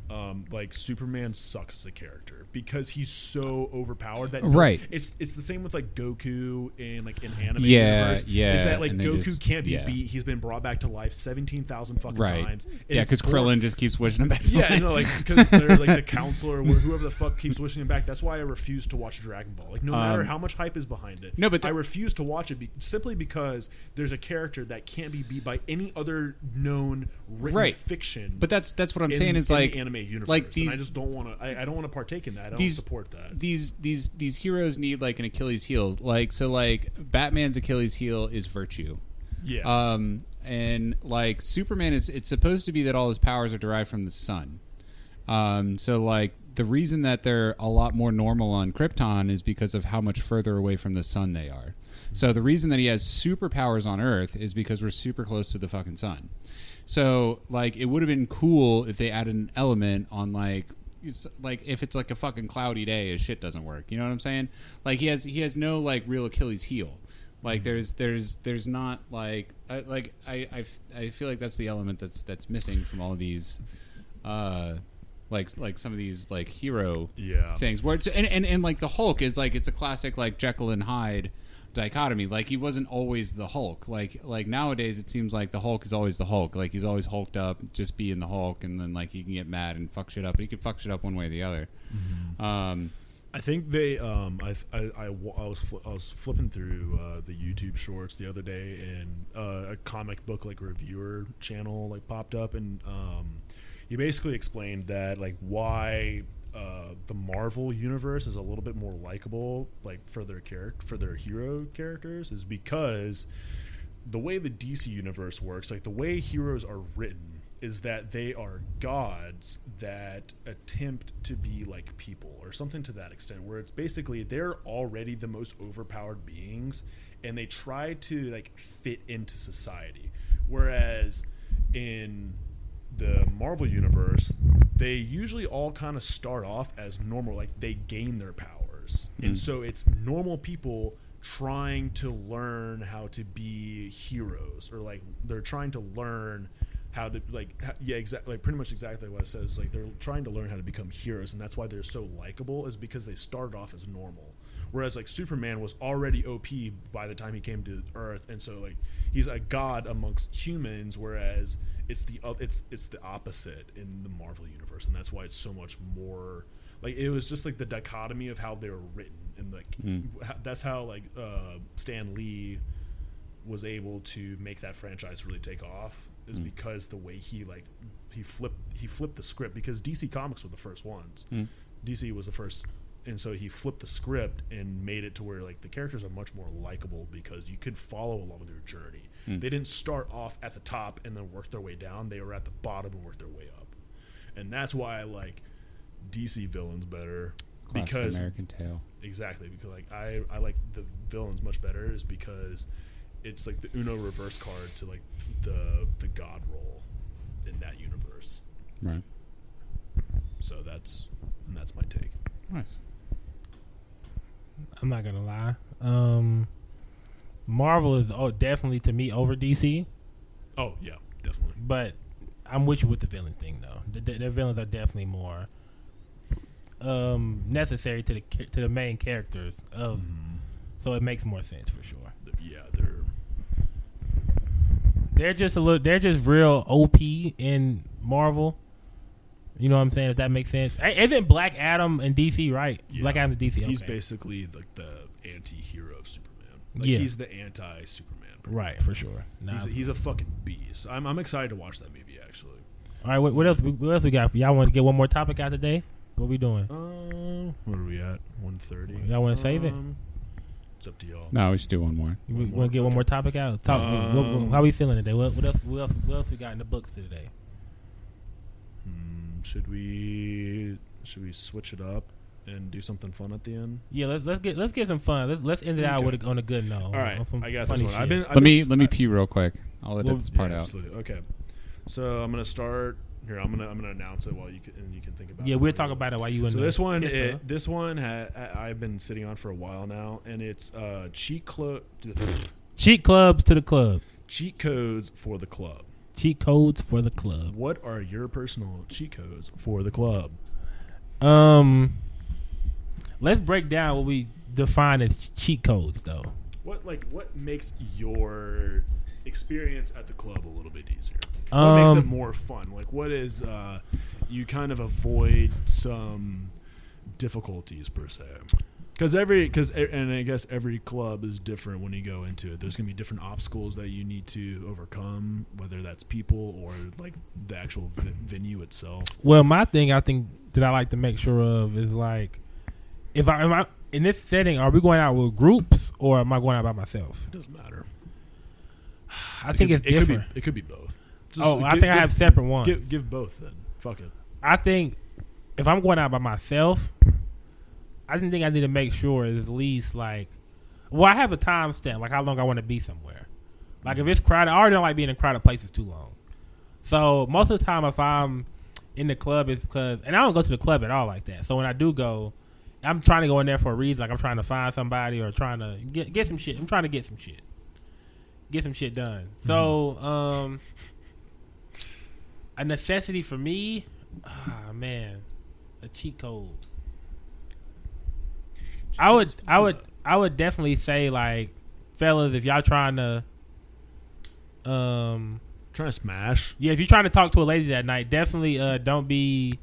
Um, like Superman sucks as a character because he's so overpowered that no- Right. It's it's the same with like Goku in like an anime Yeah, universe. yeah, Is that like and they Goku just- can't be yeah. beat? He's been brought back to life seventeen thousand fucking Right. times. and Yeah, it's because boring. Krillin just keeps wishing him back. to Yeah, life. no, like because they're like the council or wh- whoever the fuck keeps wishing him back. That's why I refuse to watch Dragon Ball. Like no matter how much hype is behind it, Um, No, but the- I refuse to watch it be- simply because there's a character that can't be beat by any other known written Right. fiction. But that's that's what I'm in- saying is in like the anime universe, like and I these- just don't want to. I, I don't want to partake in that. I don't these- support that. these these these heroes need like an Achilles heel. Like so, like Batman's Achilles heel is virtue. Yeah, Um, and like Superman is, it's supposed to be that all his powers are derived from the sun. Um, so like the reason that they're a lot more normal on Krypton is because of how much further away from the sun they are. So the reason that he has superpowers on Earth is because we're super close to the fucking sun. So like it would have been cool if they added an element on like it's like if it's like a fucking cloudy day, his shit doesn't work. You know what I'm saying? Like he has he has no like real Achilles heel. Like there's there's there's not like I, like I, I f- I feel like that's the element that's that's missing from all these, uh, like like some of these like hero Yeah. things where it's, and, and and like the Hulk is like it's a classic like Jekyll and Hyde dichotomy. Like he wasn't always the Hulk. Like like nowadays it seems like the Hulk is always the Hulk. Like he's always hulked up, just being the Hulk, and then like he can get mad and fuck shit up. But he can fuck shit up one way or the other. Mm-hmm. Um, I think they. Um, I, I, I, wa- I was fl- I was flipping through uh, the YouTube shorts the other day, and uh, a comic book like reviewer channel like popped up, and um, he basically explained that like why. Uh, the Marvel universe is a little bit more likable, like for their character, for their hero characters, is because the way the DC universe works, like the way heroes are written, is that they are gods that attempt to be like people or something to that extent, where it's basically they're already the most overpowered beings and they try to like fit into society. Whereas in the Marvel universe, they usually all kind of start off as normal, like they gain their powers. And so it's normal people trying to learn how to be heroes or like they're trying to learn how to like h- yeah exactly like pretty much exactly what it says like they're trying to learn how to become heroes and that's why they're so likable is because they started off as normal whereas like superman was already op by the time he came to earth and so like he's a god amongst humans whereas it's the o- it's it's the opposite in the marvel universe and that's why it's so much more like it was just like the dichotomy of how they were written and like h- that's how like uh stan lee was able to make that franchise really take off is because the way he like he flipped he flipped the script because DC Comics were the first ones. DC was the first and so he flipped the script and made it to where like the characters are much more likable because you could follow along their journey. They didn't start off at the top and then work their way down. They were at the bottom and worked their way up. And that's why I like DC villains better classic because American tale. exactly because like I, I like the villains much better is because it's like the Uno reverse card to like the the God role in that universe. Right. So that's and that's my take. Nice. I'm not gonna lie. Um, Marvel is oh, definitely to me over DC, Oh yeah, definitely. but I'm with you with the villain thing though. The, the, their villains are definitely more um, necessary to the cha- to the main characters of, Mm-hmm. so it makes more sense for sure. Th- Yeah, they're They're just a little. They're just real OP in Marvel. You know what I'm saying? If that makes sense. Hey, Isn't Black Adam in DC right? Yeah. Black Adam's DC. he's okay. basically like the anti-hero of Superman. Like Yeah. he's the anti-Superman Shepherd. Right, for sure. Nah, He's a, he's a fucking beast. I'm, I'm excited to watch that movie actually. All right, what, what else? What else we got? For y'all want to get one more topic out today? What we doing? Um, what are we at? One thirty. Um, Y'all wanna save it? It's up to y'all. No, we should do one more. We want to get one more topic out. Talk, what- what- Um, how we feeling today? What, what else? What else? What else we got in the books today? Mm, should we should we switch it up and do something fun at the end? Yeah, let's let's get let's get some fun. Let's let's end it out Okay. with a, on a good note. All right, on some I got this funny one. I've shit. been. I've Let me been- let me I- pee real quick. I'll edit Well, this part yeah, out. Absolutely. Okay. So I'm gonna start here. I'm gonna I'm gonna announce it while you can and you can think about. yeah, it we'll for a talk little about it while you. in So the- this one, Yes, it- sir. this one ha, I- I've been sitting on for a while now, and it's uh, cheat clo- cheat clubs to the club. cheat codes for the club. Cheat codes for the club. What are your personal cheat codes for the club? Um, let's break down what we define as ch- cheat codes, though. What like what makes your experience at the club a little bit easier? What makes it Um, more fun? Like what is uh, you kind of avoid some difficulties per se? Because every because and I guess every club is different when you go into it. There's gonna be different obstacles that you need to overcome, whether that's people or like the actual v- venue itself. Well, my thing I think that I like to make sure of is like, if I am I in this setting, are we going out with groups or am I going out by myself? It doesn't matter. I think it it's could, it could different. be it could be both. Just oh, I gi- think I give- have separate ones. Give, give both then. Fuck it. I think if I'm going out by myself, I didn't think I need to make sure it's at least like, well, I have a time stamp, like how long I want to be somewhere. Like if it's crowded, I already don't like being in crowded places too long. So most of the time, if I'm in the club, it's because, and I don't go to the club at all like that. So when I do go, I'm trying to go in there for a reason. Like I'm trying to find somebody or trying to get get some shit. I'm trying to get some shit, get some shit done. So um, a necessity for me Ah man, a cheat code. I would, I would, I would definitely say like, fellas, if y'all trying to, um, Trying to smash. yeah, if you're trying to talk to a lady that night, definitely, uh, don't be,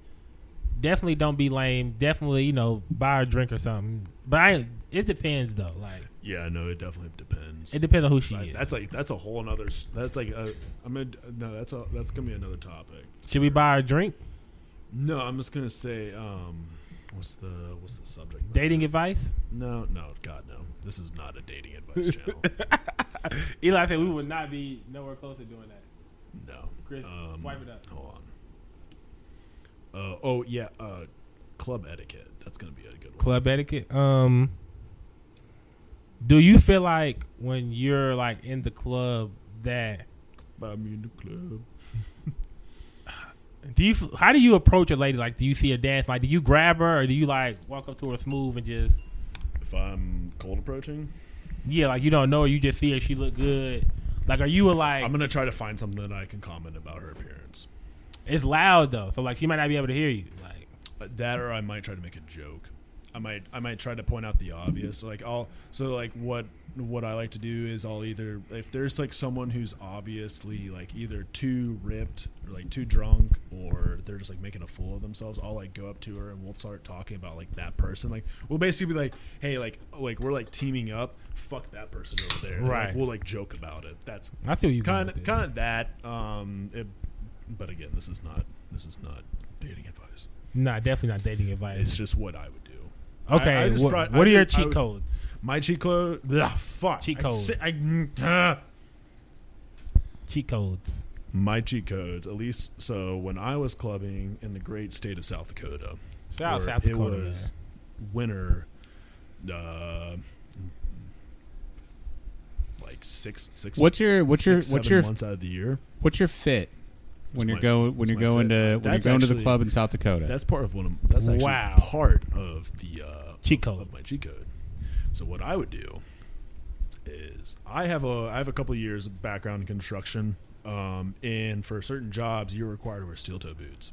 definitely don't be lame. Definitely, you know, buy her a drink or something. But I, it depends though. Like, Yeah, no, it definitely depends. it depends on who she Like, is. that's like that's a whole another. s- That's like a, I'm gonna no. That's a that's gonna be another topic. Should we buy her a drink? No, I'm just gonna say um, what's the what's the subject? matter? Dating advice? No, no, God no. This is not a dating advice channel. Eli said we would not be nowhere close to doing that. No. Chris, Um, wipe it up. Hold on. Uh, oh yeah, uh, club etiquette. That's gonna be a good one. club etiquette. Um, do you feel like when you're like in the club that Buy me in the club. do you how do you approach a lady? Like, do you see her dance? Like, do you grab her or do you like walk up to her smooth and just If I'm cold approaching, yeah, like you don't know her, you just see her, she look good. Like, are you a, like I'm gonna try to find something that I can comment about her appearance. it's loud though, so like she might not be able to hear you. Like, Uh, that or I might try to make a joke. I might I might try to point out the obvious. Like I'll so like what what I like to do is I'll either if there's like someone who's obviously like either too ripped or like too drunk or they're just like making a fool of themselves, I'll like go up to her and we'll start talking about like that person. Like we'll basically be like, hey, like like we're like teaming up. Fuck that person over there. And, like, Right. we'll like joke about it. That's I feel you. kind of kind of that. Um, it, but again, this is not this is not dating advice. Nah, definitely not dating It's advice. just what I would do. Okay, I- I just wha- tried- what I are your would- I cheat would- codes? My cheat code. Ugh, fuck. Cheat I code. si- I- mm, ah. Cheat codes. my cheat codes. At least so when I was clubbing in the great state of South Dakota, Shout out where South Dakota, It was winter. Uh, like six six. What's your what's your six, what's seven your months out of the year? what's your fit when It's you're my- go when it's you're my going fit. to when you're That's going to the actually- club in South Dakota? That's part of one of that's actually Wow. part of the uh, Cheat of- code. of my cheat code. So what I would do is I have a I have a couple of years of background in construction, um, and for certain jobs you're required to wear steel toe boots.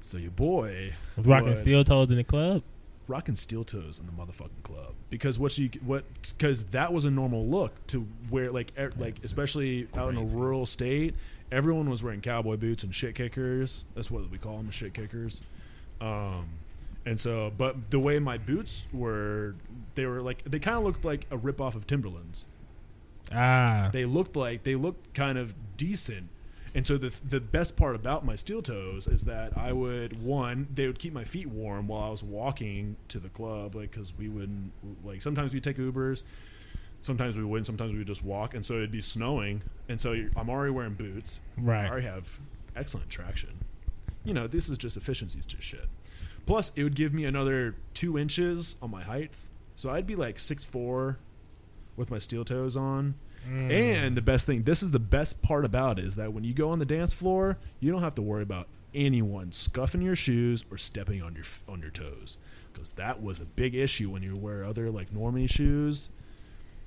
So your boy Was rocking would- steel toes in the club. rocking steel toes in the motherfucking club because what you what because that was a normal look to wear like er, like especially out in a crazy. rural state everyone was wearing cowboy boots and shit kickers that's what we call them shit kickers um and so but the way my boots were they were like they kind of looked like a rip off of timberlands Ah, They looked like they looked kind of decent. And so the the best part about my steel toes is that I would one they would keep my feet warm while I was walking to the club, like because we wouldn't like sometimes we take Ubers, sometimes we wouldn't, sometimes we would just walk, and so it'd be snowing, and so you're- I'm already wearing boots, Right. I already have excellent traction. You know, this is just efficiencies to shit. Plus, it would give me another two inches on my height, so I'd be like six four, with my steel toes on. Mm. And the best thing, this is the best part about it, is that when you go on the dance floor, you don't have to worry about anyone scuffing your shoes or stepping on your f- on your toes, because that was a big issue when you wear other like normie shoes.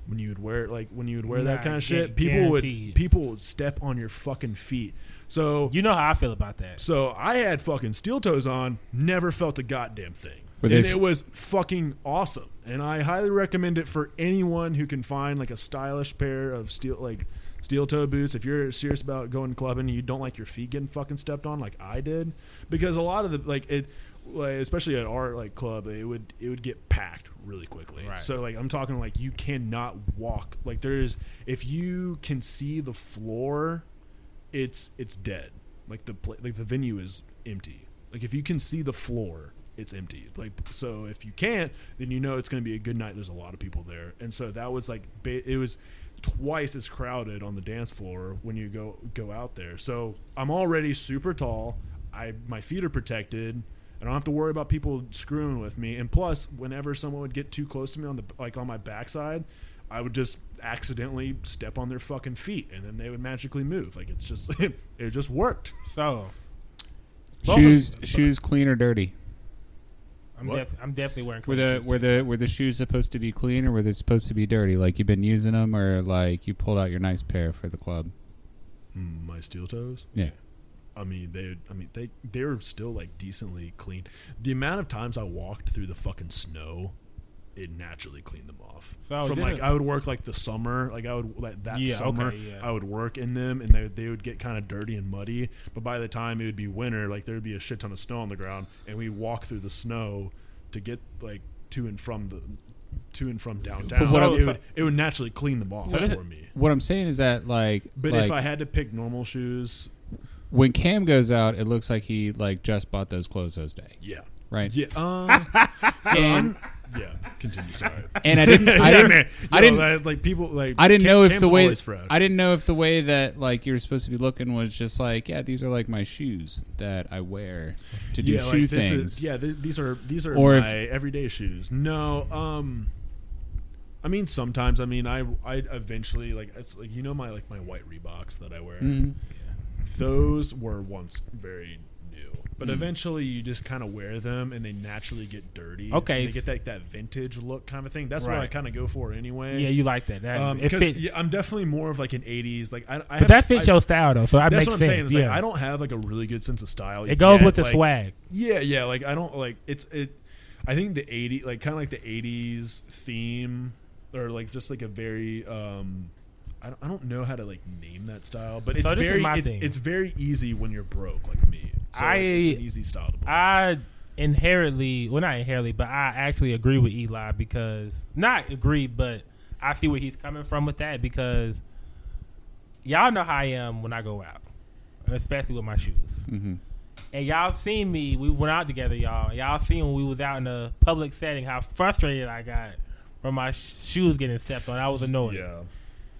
When you would wear like when you would wear Nah, that kind of gu- shit, people would guaranteed. people would step on your fucking feet. So you know how I feel about that. so I had fucking steel toes on, never felt a goddamn thing. But and they- it was fucking awesome. And I highly recommend it for anyone who can find like a stylish pair of steel like steel toe boots. If you're serious about going clubbing and you don't like your feet getting fucking stepped on like I did. Because a lot of the like it like, especially at our like club, it would it would get packed really quickly. Right. So like I'm talking like you cannot walk. Like there is if you can see the floor it's it's dead. Like the pla- like the venue is empty. Like if you can see the floor, it's empty. Like so if you can't, then you know it's going to be a good night. There's a lot of people there, and so that was like ba- it was twice as crowded on the dance floor when you go go out there. So I'm already super tall. I my feet are protected. I don't have to worry about people screwing with me. And plus, whenever someone would get too close to me on the like on my backside, I would just accidentally step on their fucking feet, and then they would magically move. Like it's just it just worked. So Shoes, shoes, clean or dirty? I'm, What? def- I'm definitely wearing Were clean the shoes were the were the shoes supposed to be clean or were they supposed to be dirty? Like you've been using them, or like you pulled out your nice pair for the club? Mm, My steel toes. Yeah. I mean, they. I mean, they. They were still like decently clean. The amount of times I walked through the fucking snow, it naturally cleaned them off. So Oh, it From like didn't- I would work like the summer, like I would like that Yeah, summer, okay, yeah. I would work in them, and they they would get kind of dirty and muddy. But by the time it would be winter, like there would be a shit ton of snow on the ground, and we walk through the snow to get like to and from the. To and from downtown, what I'm- it, would, it would naturally clean them off this- for me. What I'm saying is that like, But like if I had to pick normal shoes, when Cam goes out, it looks like he like just bought those clothes those day, yeah, right? yeah, um, And yeah. Continue. Sorry. and I didn't I Yeah, didn't man. I Yo, didn't like, like, people like I didn't Cam- know if Cam's the way always fresh. I didn't know if the way that like you were supposed to be looking was just like yeah these are like my shoes that I wear to do yeah, shoe like, this things. Is, yeah, th- these are these are Or if- my everyday shoes. No, um, I mean sometimes. I mean, I I eventually like it's like you know my like my white Reeboks that I wear. Mm-hmm. Mhm. Those were once very new, but Mm-hmm. eventually you just kind of wear them and they naturally get dirty. Okay. and they get that that vintage look kind of thing. That's what I Right. kind of go for anyway. Yeah, you like that. That Um, it because fits. yeah, I'm definitely more of like an '80s, like I. I but that fits your style though, so that That's makes what I'm sense. saying. Is yeah, like I don't have like a really good sense of style. it goes yet, with the like- swag. Yeah, yeah. Like I don't like it's it. I think the eighty like kind of like the '80s theme, or like just like a very. um I don't, I don't know how to like name that style, but it's So this is very my it's, thing. it's very easy when you're broke like me. So I- it's an easy style to play. I inherently, well, not inherently, but I actually agree with Eli because not agree, but I see where he's coming from with that because y'all know how I am when I go out, especially with my shoes. Mm-hmm. Mhm. And y'all seen me. We went out together, y'all. Y'all seen when we was out in a public setting how frustrated I got from my sh- shoes getting stepped on. I was annoyed. yeah.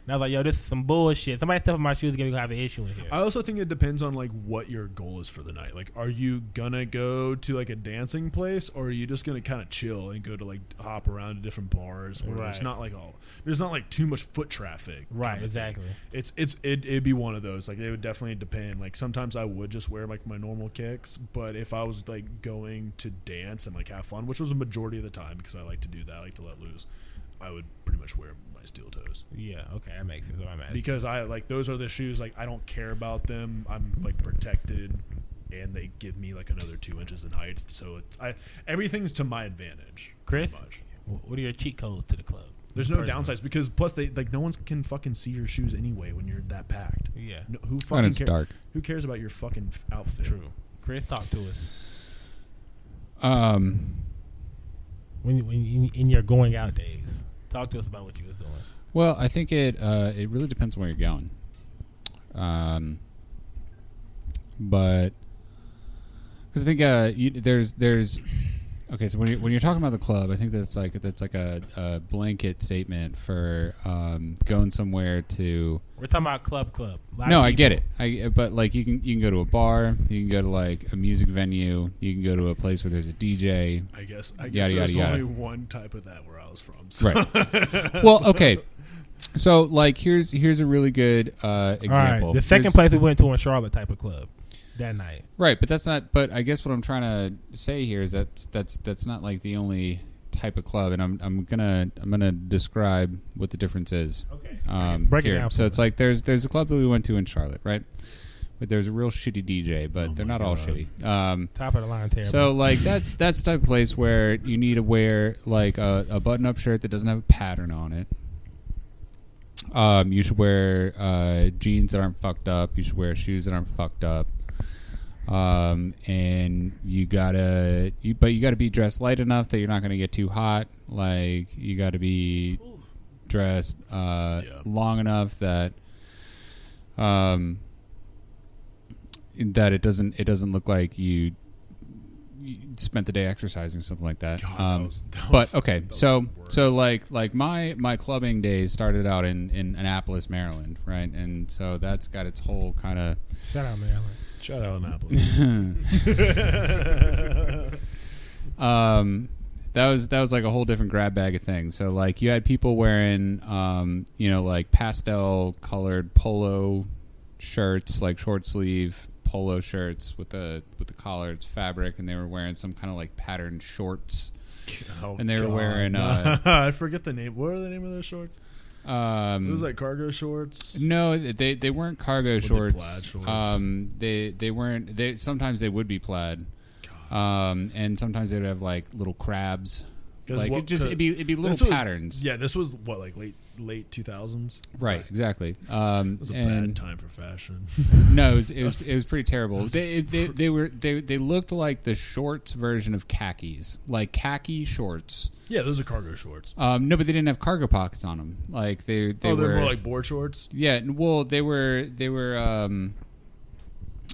And I was like, "Yo, this is some bullshit. Somebody stepped on my shoes, again, we gonna have an issue in here." I also think it depends on like what your goal is for the night. Like, are you gonna go to like a dancing place, or are you just gonna kind of chill and go to like hop around to different bars where there's Right. not like oh, there's not like too much foot traffic. Right, kinda thing. exactly. It's it's it, it'd be one of those. Like, it would definitely depend. Like, sometimes I would just wear like my normal kicks, but if I was like going to dance and like have fun, which was a majority of the time because I like to do that, I like to let loose, I would pretty much wear my steel toes yeah, okay, that makes sense. I'm at. because I like those are the shoes like I don't care about them. I'm like protected, and they give me like another two inches in height. So it's I everything's to my advantage. pretty Chris? much. What are your cheat codes to the club? there's no Personally. downsides because plus they like no one can fucking see your shoes anyway when you're that packed. Yeah. No, who fucking And it's care- dark. Who cares about your fucking f- outfit? True. Chris, talk to us Um, when when in, in your going out days. Talk to us about what you was doing. Well, I think it uh, it really depends on where you're going. Um, but because I think uh, you, there's there's okay. So when you when you're talking about the club, I think that's like that's like a, a blanket statement for um, going somewhere to. We're talking about club club. A lot of No, I get people- it. I but like you can you can go to a bar, you can go to like a music venue, you can go to a place where there's a DJ. I guess. I Yada, guess yada, there's yada. only one type of that where I was from. So. Right. well, okay. So like here's here's a really good uh, example. The second Here's- place we went to in Charlotte type of club that night. Right, but that's not. But I guess what I'm trying to say here is that that's that's not like the only type of club, and I'm I'm gonna I'm gonna describe what the difference is. Okay. Um, Break it here. down for so it's me. like there's there's a club that we went to in Charlotte, right? But there's a real shitty DJ, but Oh they're my not all God. shitty. Um, Top of the line, terrible. so like that's that's the type of place where you need to wear like a, a button up shirt that doesn't have a pattern on it. Um, you should wear uh, jeans that aren't fucked up. You should wear shoes that aren't fucked up. Um, and you gotta, you, but you gotta be dressed light enough that you're not gonna get too hot. Like you gotta be dressed uh, Yeah. long enough that um, that it doesn't it doesn't look like you, you spent the day exercising or something like that. God, that um, was- that but was- okay, that was so the worst. so like like my my clubbing days started out in in Annapolis, Maryland, right, and so that's got its whole kind of Shout out Maryland. Shout out Annapolis. um, that was that was like a whole different grab bag of things. So like you had people wearing um, you know like pastel colored polo shirts, like short sleeve polo shirts with the with the collar, it's fabric, and they were wearing some kind of like patterned shorts. Oh, And they were wearing, uh, I forget the name. What are the name of those shorts? Um, It was like cargo shorts. No, they they weren't cargo they shorts. plaid shorts? Um, they they weren't. They sometimes they would be plaid, God. um, and sometimes they would have like little crabs. 'Cause Like what- it just it'd be it'd be this little was- patterns. Yeah, this was what like late late two thousands. Right, exactly. Um, It was a bad and time for fashion. no, it was, it was it was pretty terrible. They, they they were they they looked like the shorts version of khakis, like khaki shorts. yeah, those are cargo shorts. Um, no, but they didn't have cargo pockets on them. Like they they oh, were they're more like board shorts. Yeah, and, well, they were they were um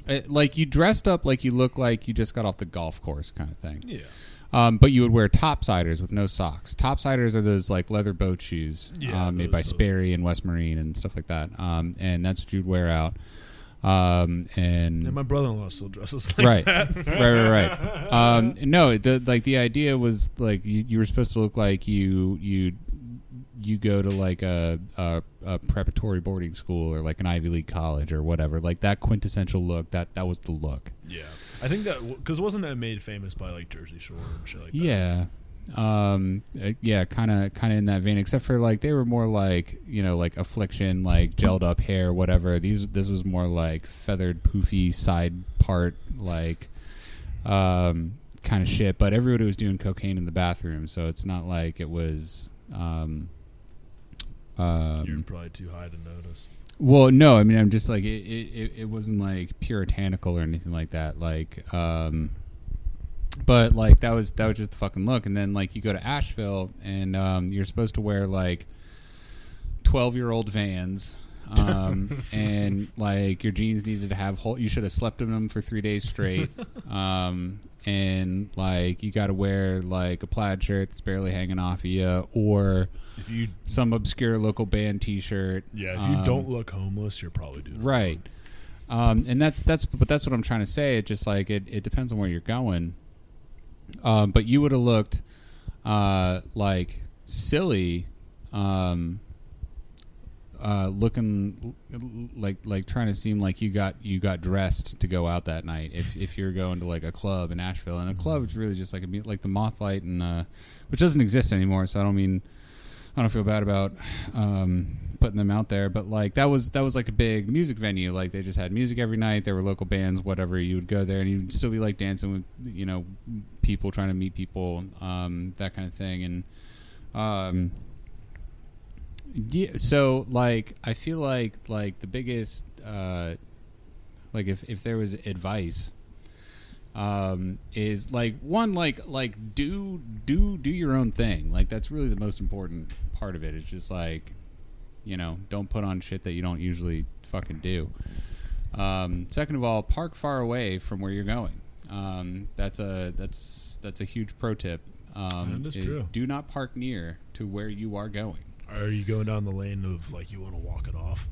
uh, like you dressed up like you look like you just got off the golf course kind of thing. Yeah, Um, but you would wear topsiders with no socks. Topsiders are those like leather boat shoes Yeah, uh, made those- by those. Sperry and West Marine and stuff like that. Um, and that's what you'd wear out. Um, and and my brother in law still dresses like right, that. right, right, right. Um, no, the, like the idea was like you, you were supposed to look like you you you go to like a, a a preparatory boarding school or like an Ivy League college or whatever. Like that quintessential look. That that was the look. Yeah, I think that because wasn't that made famous by like Jersey Shore and shit like that. Yeah. Um. uh, Yeah. Kind of. Kind of in that vein, except for like they were more like you know like affliction, like gelled up hair, whatever. These. This was more like feathered, poofy side part, like, um, kind of shit. But everybody was doing cocaine in the bathroom, so it's not like it was. Um. You're Um, probably too high to notice. well, no, I mean, I'm just like it, it, it- it. wasn't like puritanical or anything like that. Like, um, but like that was that was just the fucking look. And then like you go to Asheville and um, you're supposed to wear like twelve year old Vans, um, and like your jeans needed to have whole. You should have slept in them for three days straight. um, and like you got to wear like a plaid shirt that's barely hanging off of you, or If you some obscure local band T-shirt. yeah, if you Um, don't look homeless, you're probably doing it wrong. right um, and that's that's but that's what i'm trying to say it just like it, it depends on where you're going um, but you would have looked uh, like silly um, uh, looking like like trying to seem like you got you got dressed to go out that night if, if you're going to like a club in Asheville and a club is really just like a, mu- like the Mothlight and uh, which doesn't exist anymore so I don't mean I don't feel bad about um, putting them out there, but like that was that was like a big music venue. Like they just had music every night. There were local bands, whatever. You would go there and you'd still be like dancing with you know people, trying to meet people, um, that kind of thing. And um, yeah, so like I feel like like the biggest uh, like if if there was advice um is like one like like do do do your own thing like that's really the most important part of it it's just like you know, don't put on shit that you don't usually fucking do. Um, second of all, park far away from where you're going. Um, that's a that's that's a huge pro tip. Um, That is is true. do not park near to where you are going. Are you going down the lane of like you want to walk it off?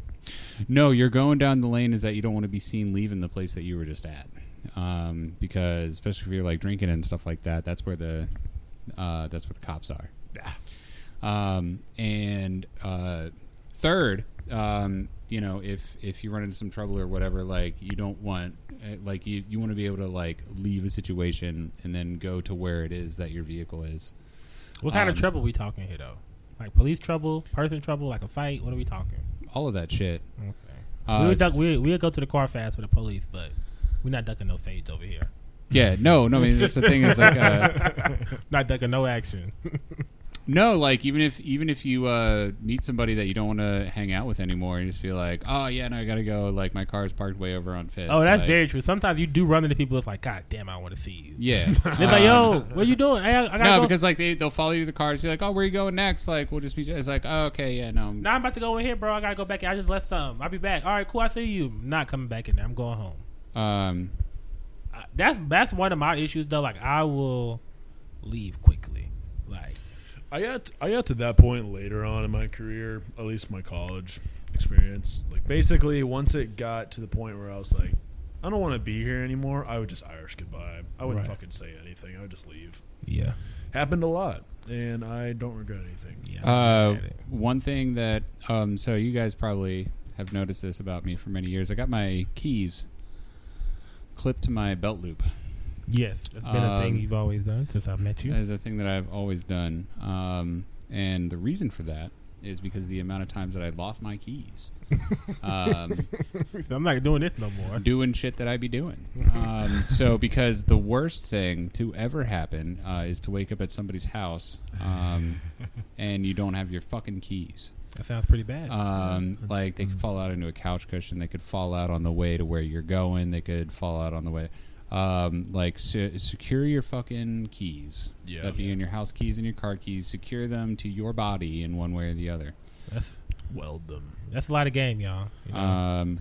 No, you're going down the lane is that you don't want to be seen leaving the place that you were just at, um, because especially if you're like drinking and stuff like that, that's where the uh, that's where the cops are. Yeah. Um, and uh, third, um, you know, if if you run into some trouble or whatever, like you don't want, eh, like you you want to be able to like leave a situation and then go to where it is that your vehicle is. What kind Um, of trouble we talking here though? Like police trouble, person trouble, like a fight. What are we talking? All of that shit. Okay. Uh, we'll s- duck. We we'll go to the car fast for the police, but we're not ducking no fades over here. Yeah, no, no. I mean, that's the thing is like. Uh, Not ducking no action. No, like even if even if you uh, meet somebody that you don't want to hang out with anymore, you just be like, oh yeah, no, I gotta go. Like my car's parked way over on Fifth. oh, that's Like, very true. Sometimes you do run into people. It's like, God damn, I want to see you. yeah. They're like, Um, Yo, what you doing? Hey, I, I gotta No, go. because like they they'll follow you to the cars. You're like, oh, where you going next? Like we'll just be. It's like, oh, okay, yeah, no. I'm- Nah, I'm about to go in here, bro. I gotta go back. in. I just left some. I'll be back. All right, cool. I see you. Not coming back in there. I'm going home. Um, I- that's that's one of my issues though. Like I will leave quickly. Like I got I got to that point later on in my career, at least my college experience. Like basically, once it got to the point where I was like, I don't want to be here anymore. I would just Irish goodbye. I wouldn't Right. fucking say anything. I would just leave. yeah, Happened a lot, and I don't regret anything. yeah. uh, one thing that um, so you guys probably have noticed this about me for many years. I got my keys clipped to my belt loop. yes, that's been a thing um, uh, you've always done since I met you. That is a thing that I've always done. Um, and the reason for that is because of the amount of times that I lost my keys um, I'm not doing this no more. doing shit that I be doing. Um, so, because the worst thing to ever happen uh, is to wake up at somebody's house um, and you don't have your fucking keys. That sounds pretty bad. Um, like they could fall out into a couch cushion. They could fall out on the way to where you're going. They could fall out on the way. Um, like se- secure your fucking keys. Yeah. that be in your house keys and your car keys. Secure them to your body in one way or the other. that's Weld them. that's a lot of game, y'all. You know? Um,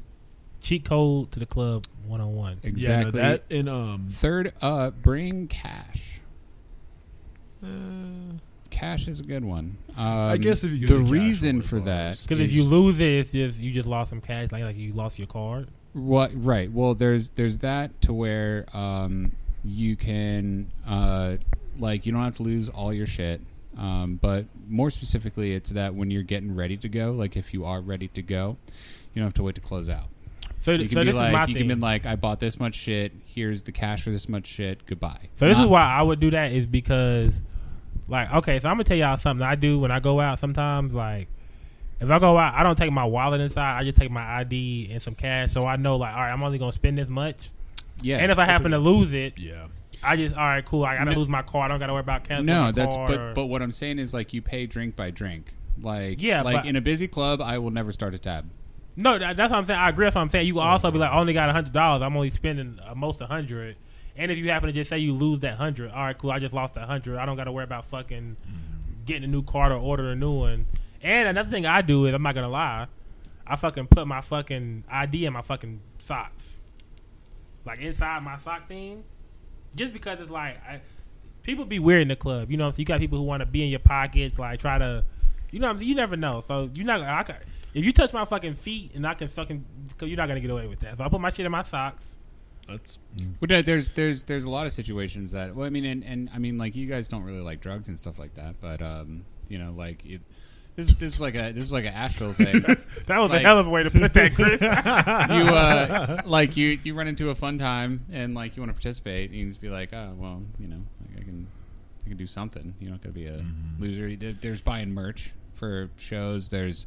Cheat code to the club one on one. exactly. Yeah, no, that and um. Third up, bring cash. Cash is a good one. Um, I guess if you go the to cash reason only for that bars. Because if is- you lose it, it's just you just lost some cash. Like like you lost your card. What right? Well, there's there's that to where um, you can uh, like you don't have to lose all your shit. Um, but more specifically, it's that when you're getting ready to go, like if you are ready to go, you don't have to wait to close out. So, You th- can so be this is my like, you thing. can be like, I bought this much shit. Here's the cash for this much shit. Goodbye. So this Not- is why I would do that is because, like, okay, so I'm gonna tell y'all something I do when I go out. Sometimes, like, if I go out, I don't take my wallet inside. I just take my ID and some cash, so I know, like, all right, I'm only gonna spend this much. yeah. and if I happen to lose it, Yeah. I just, all right, cool. I gotta No. lose my car. I don't gotta worry about canceling. no, my that's car but or- but what I'm saying is like you pay drink by drink. Like Yeah, like but- in a busy club, I will never start a tab. no, that, that's what I'm saying. I agree. That's what I'm saying. You can also be like, I only got hundred dollars. I'm only spending uh, most a hundred. And if you happen to just say you lose that hundred, all right, cool. I just lost a hundred. I don't got to worry about fucking getting a new card or ordering a new one. And another thing I do is I'm not gonna lie, I fucking put my fucking ID in my fucking socks, like inside my sock thing, just because it's like I, people be weird in the club. You know, what I'm saying? you got people who want to be in your pockets, like try to, you know, what I'm saying? you never know. So you're not. I could, if you touch my fucking feet, and I can fucking, you you're not gonna get away with that. So I put my shit in my socks. That's But no, there's there's there's a lot of situations that well, I mean, and, and I mean, like you guys don't really like drugs and stuff like that, but um, you know, like it, this this is like a this is like an astral thing. That was Like- a hell of a way to put that, Chris. you uh, like you you run into a fun time and like you want to participate, and you can just be like, oh well, you know, like I can I can do something. You're not gonna be a Mm-hmm. loser. There- There's buying merch for shows. There's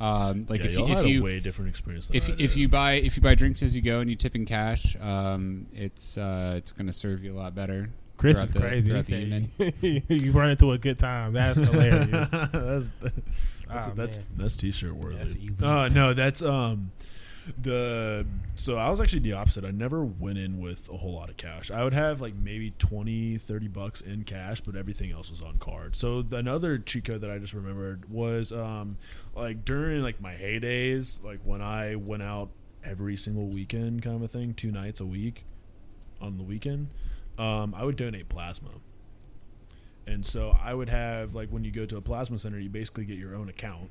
um, like yeah, if y'all you if had you a way different experience. Than if, I if did. you buy if you buy drinks as you go and you tip in cash, um, it's uh, it's going to serve you a lot better. Chris throughout is the, crazy. Throughout the He evening. said you run into a good time. That's hilarious. that's that's Oh, that's, man. that's t-shirt worthy. That's elite. Uh, no, that's um, the so I was actually the opposite. I never went in with a whole lot of cash. I would have like maybe 20, 30 bucks in cash, but everything else was on card. So th- another cheat code that I just remembered was um like during like my heydays, like when I went out every single weekend kind of a thing, two nights a week on the weekend, um, I would donate plasma. And so I would have like when you go to a plasma center, you basically get your own account.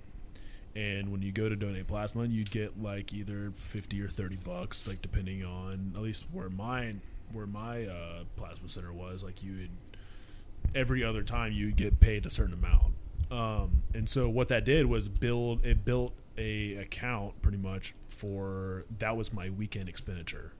And when you go to donate plasma, you'd get like either fifty or thirty bucks, like depending on at least where mine, where my uh, plasma center was. Like you would every other time you would get paid a certain amount. Um, and so what that did was build it built a account pretty much for that was my weekend expenditure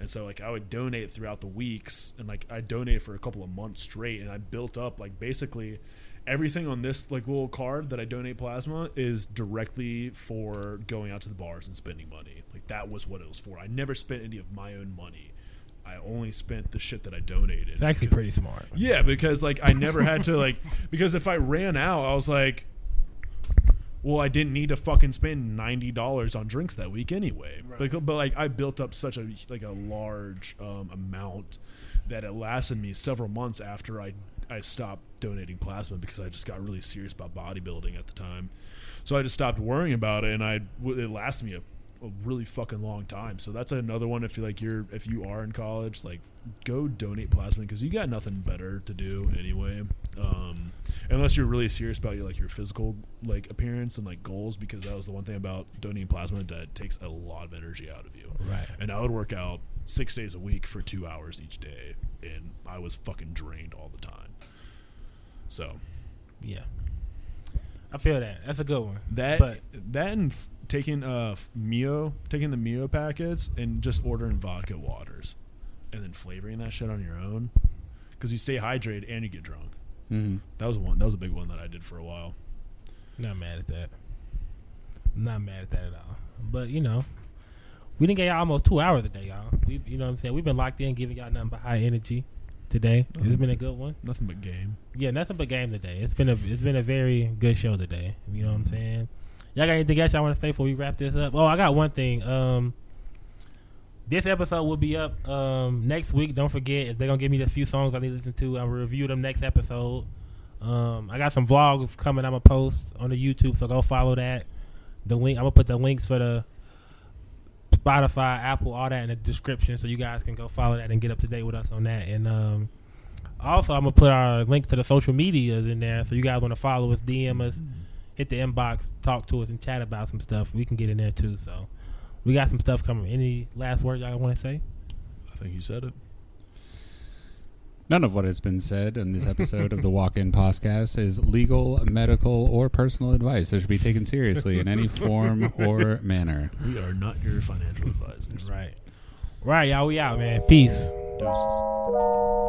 and so like I would donate throughout the weeks and like I donated for a couple of months straight and I built up like basically everything on this like little card that I donate plasma is directly for going out to the bars and spending money. Like that was what it was for. I never spent any of my own money. I only spent the shit that I donated. It's actually pretty smart. Yeah, because like I never had to like because if I ran out, I was like, well, I didn't need to fucking spend ninety dollars on drinks that week anyway. Becau- But, like I built up such a like a large um, amount that it lasted me several months after I I stopped donating plasma because I just got really serious about bodybuilding at the time. So I just stopped worrying about it, and I it lasted me a a really fucking long time. So that's another one. If you like, you're if you are in college, like go donate plasma because you got nothing better to do anyway. Um, unless you're really serious about your like your physical like appearance and like goals, because that was the one thing about donating plasma that takes a lot of energy out of you. Right. And I would work out six days a week for two hours each day, and I was fucking drained all the time. So Yeah. I feel that. That's a good one. that but that and f- taking uh f- Mio, taking the Mio packets and just ordering vodka waters, and then flavoring that shit on your own, because you stay hydrated and you get drunk. Mm-hmm. That was one. That was a big one that I did for a while. not mad at that. Not mad at that at all. But you know, we didn't get y'all almost two hours a day, y'all. We you know what I'm saying? We've been locked in giving y'all nothing but high energy today. It's been a good one. Nothing but game. Yeah, nothing but game today. It's been a it's been a very good show today. You know what I'm saying? Y'all got anything else y'all want to say before we wrap this up? Oh, I got one thing. Um, this episode will be up um next week. Don't forget if they're gonna give me the few songs I need to listen to. I'll review them next episode. Um, I got some vlogs coming. I'm gonna post on the YouTube, so go follow that. The link I'm gonna put the links for the Spotify, Apple, all that in the description, so you guys can go follow that and get up to date with us on that. And um, also, I'm gonna put our links to the social medias in there, so you guys want to follow us, DM us, hit the inbox, talk to us, and chat about some stuff. We can get in there too. So we got some stuff coming. Any last words y'all want to say? I think you said it. None of what has been said in this episode of the Walk In Podcast is legal, medical, or personal advice that should be taken seriously in any form or manner. We are not your financial advisors. Right, right, y'all. We out, man. Peace. Deuces.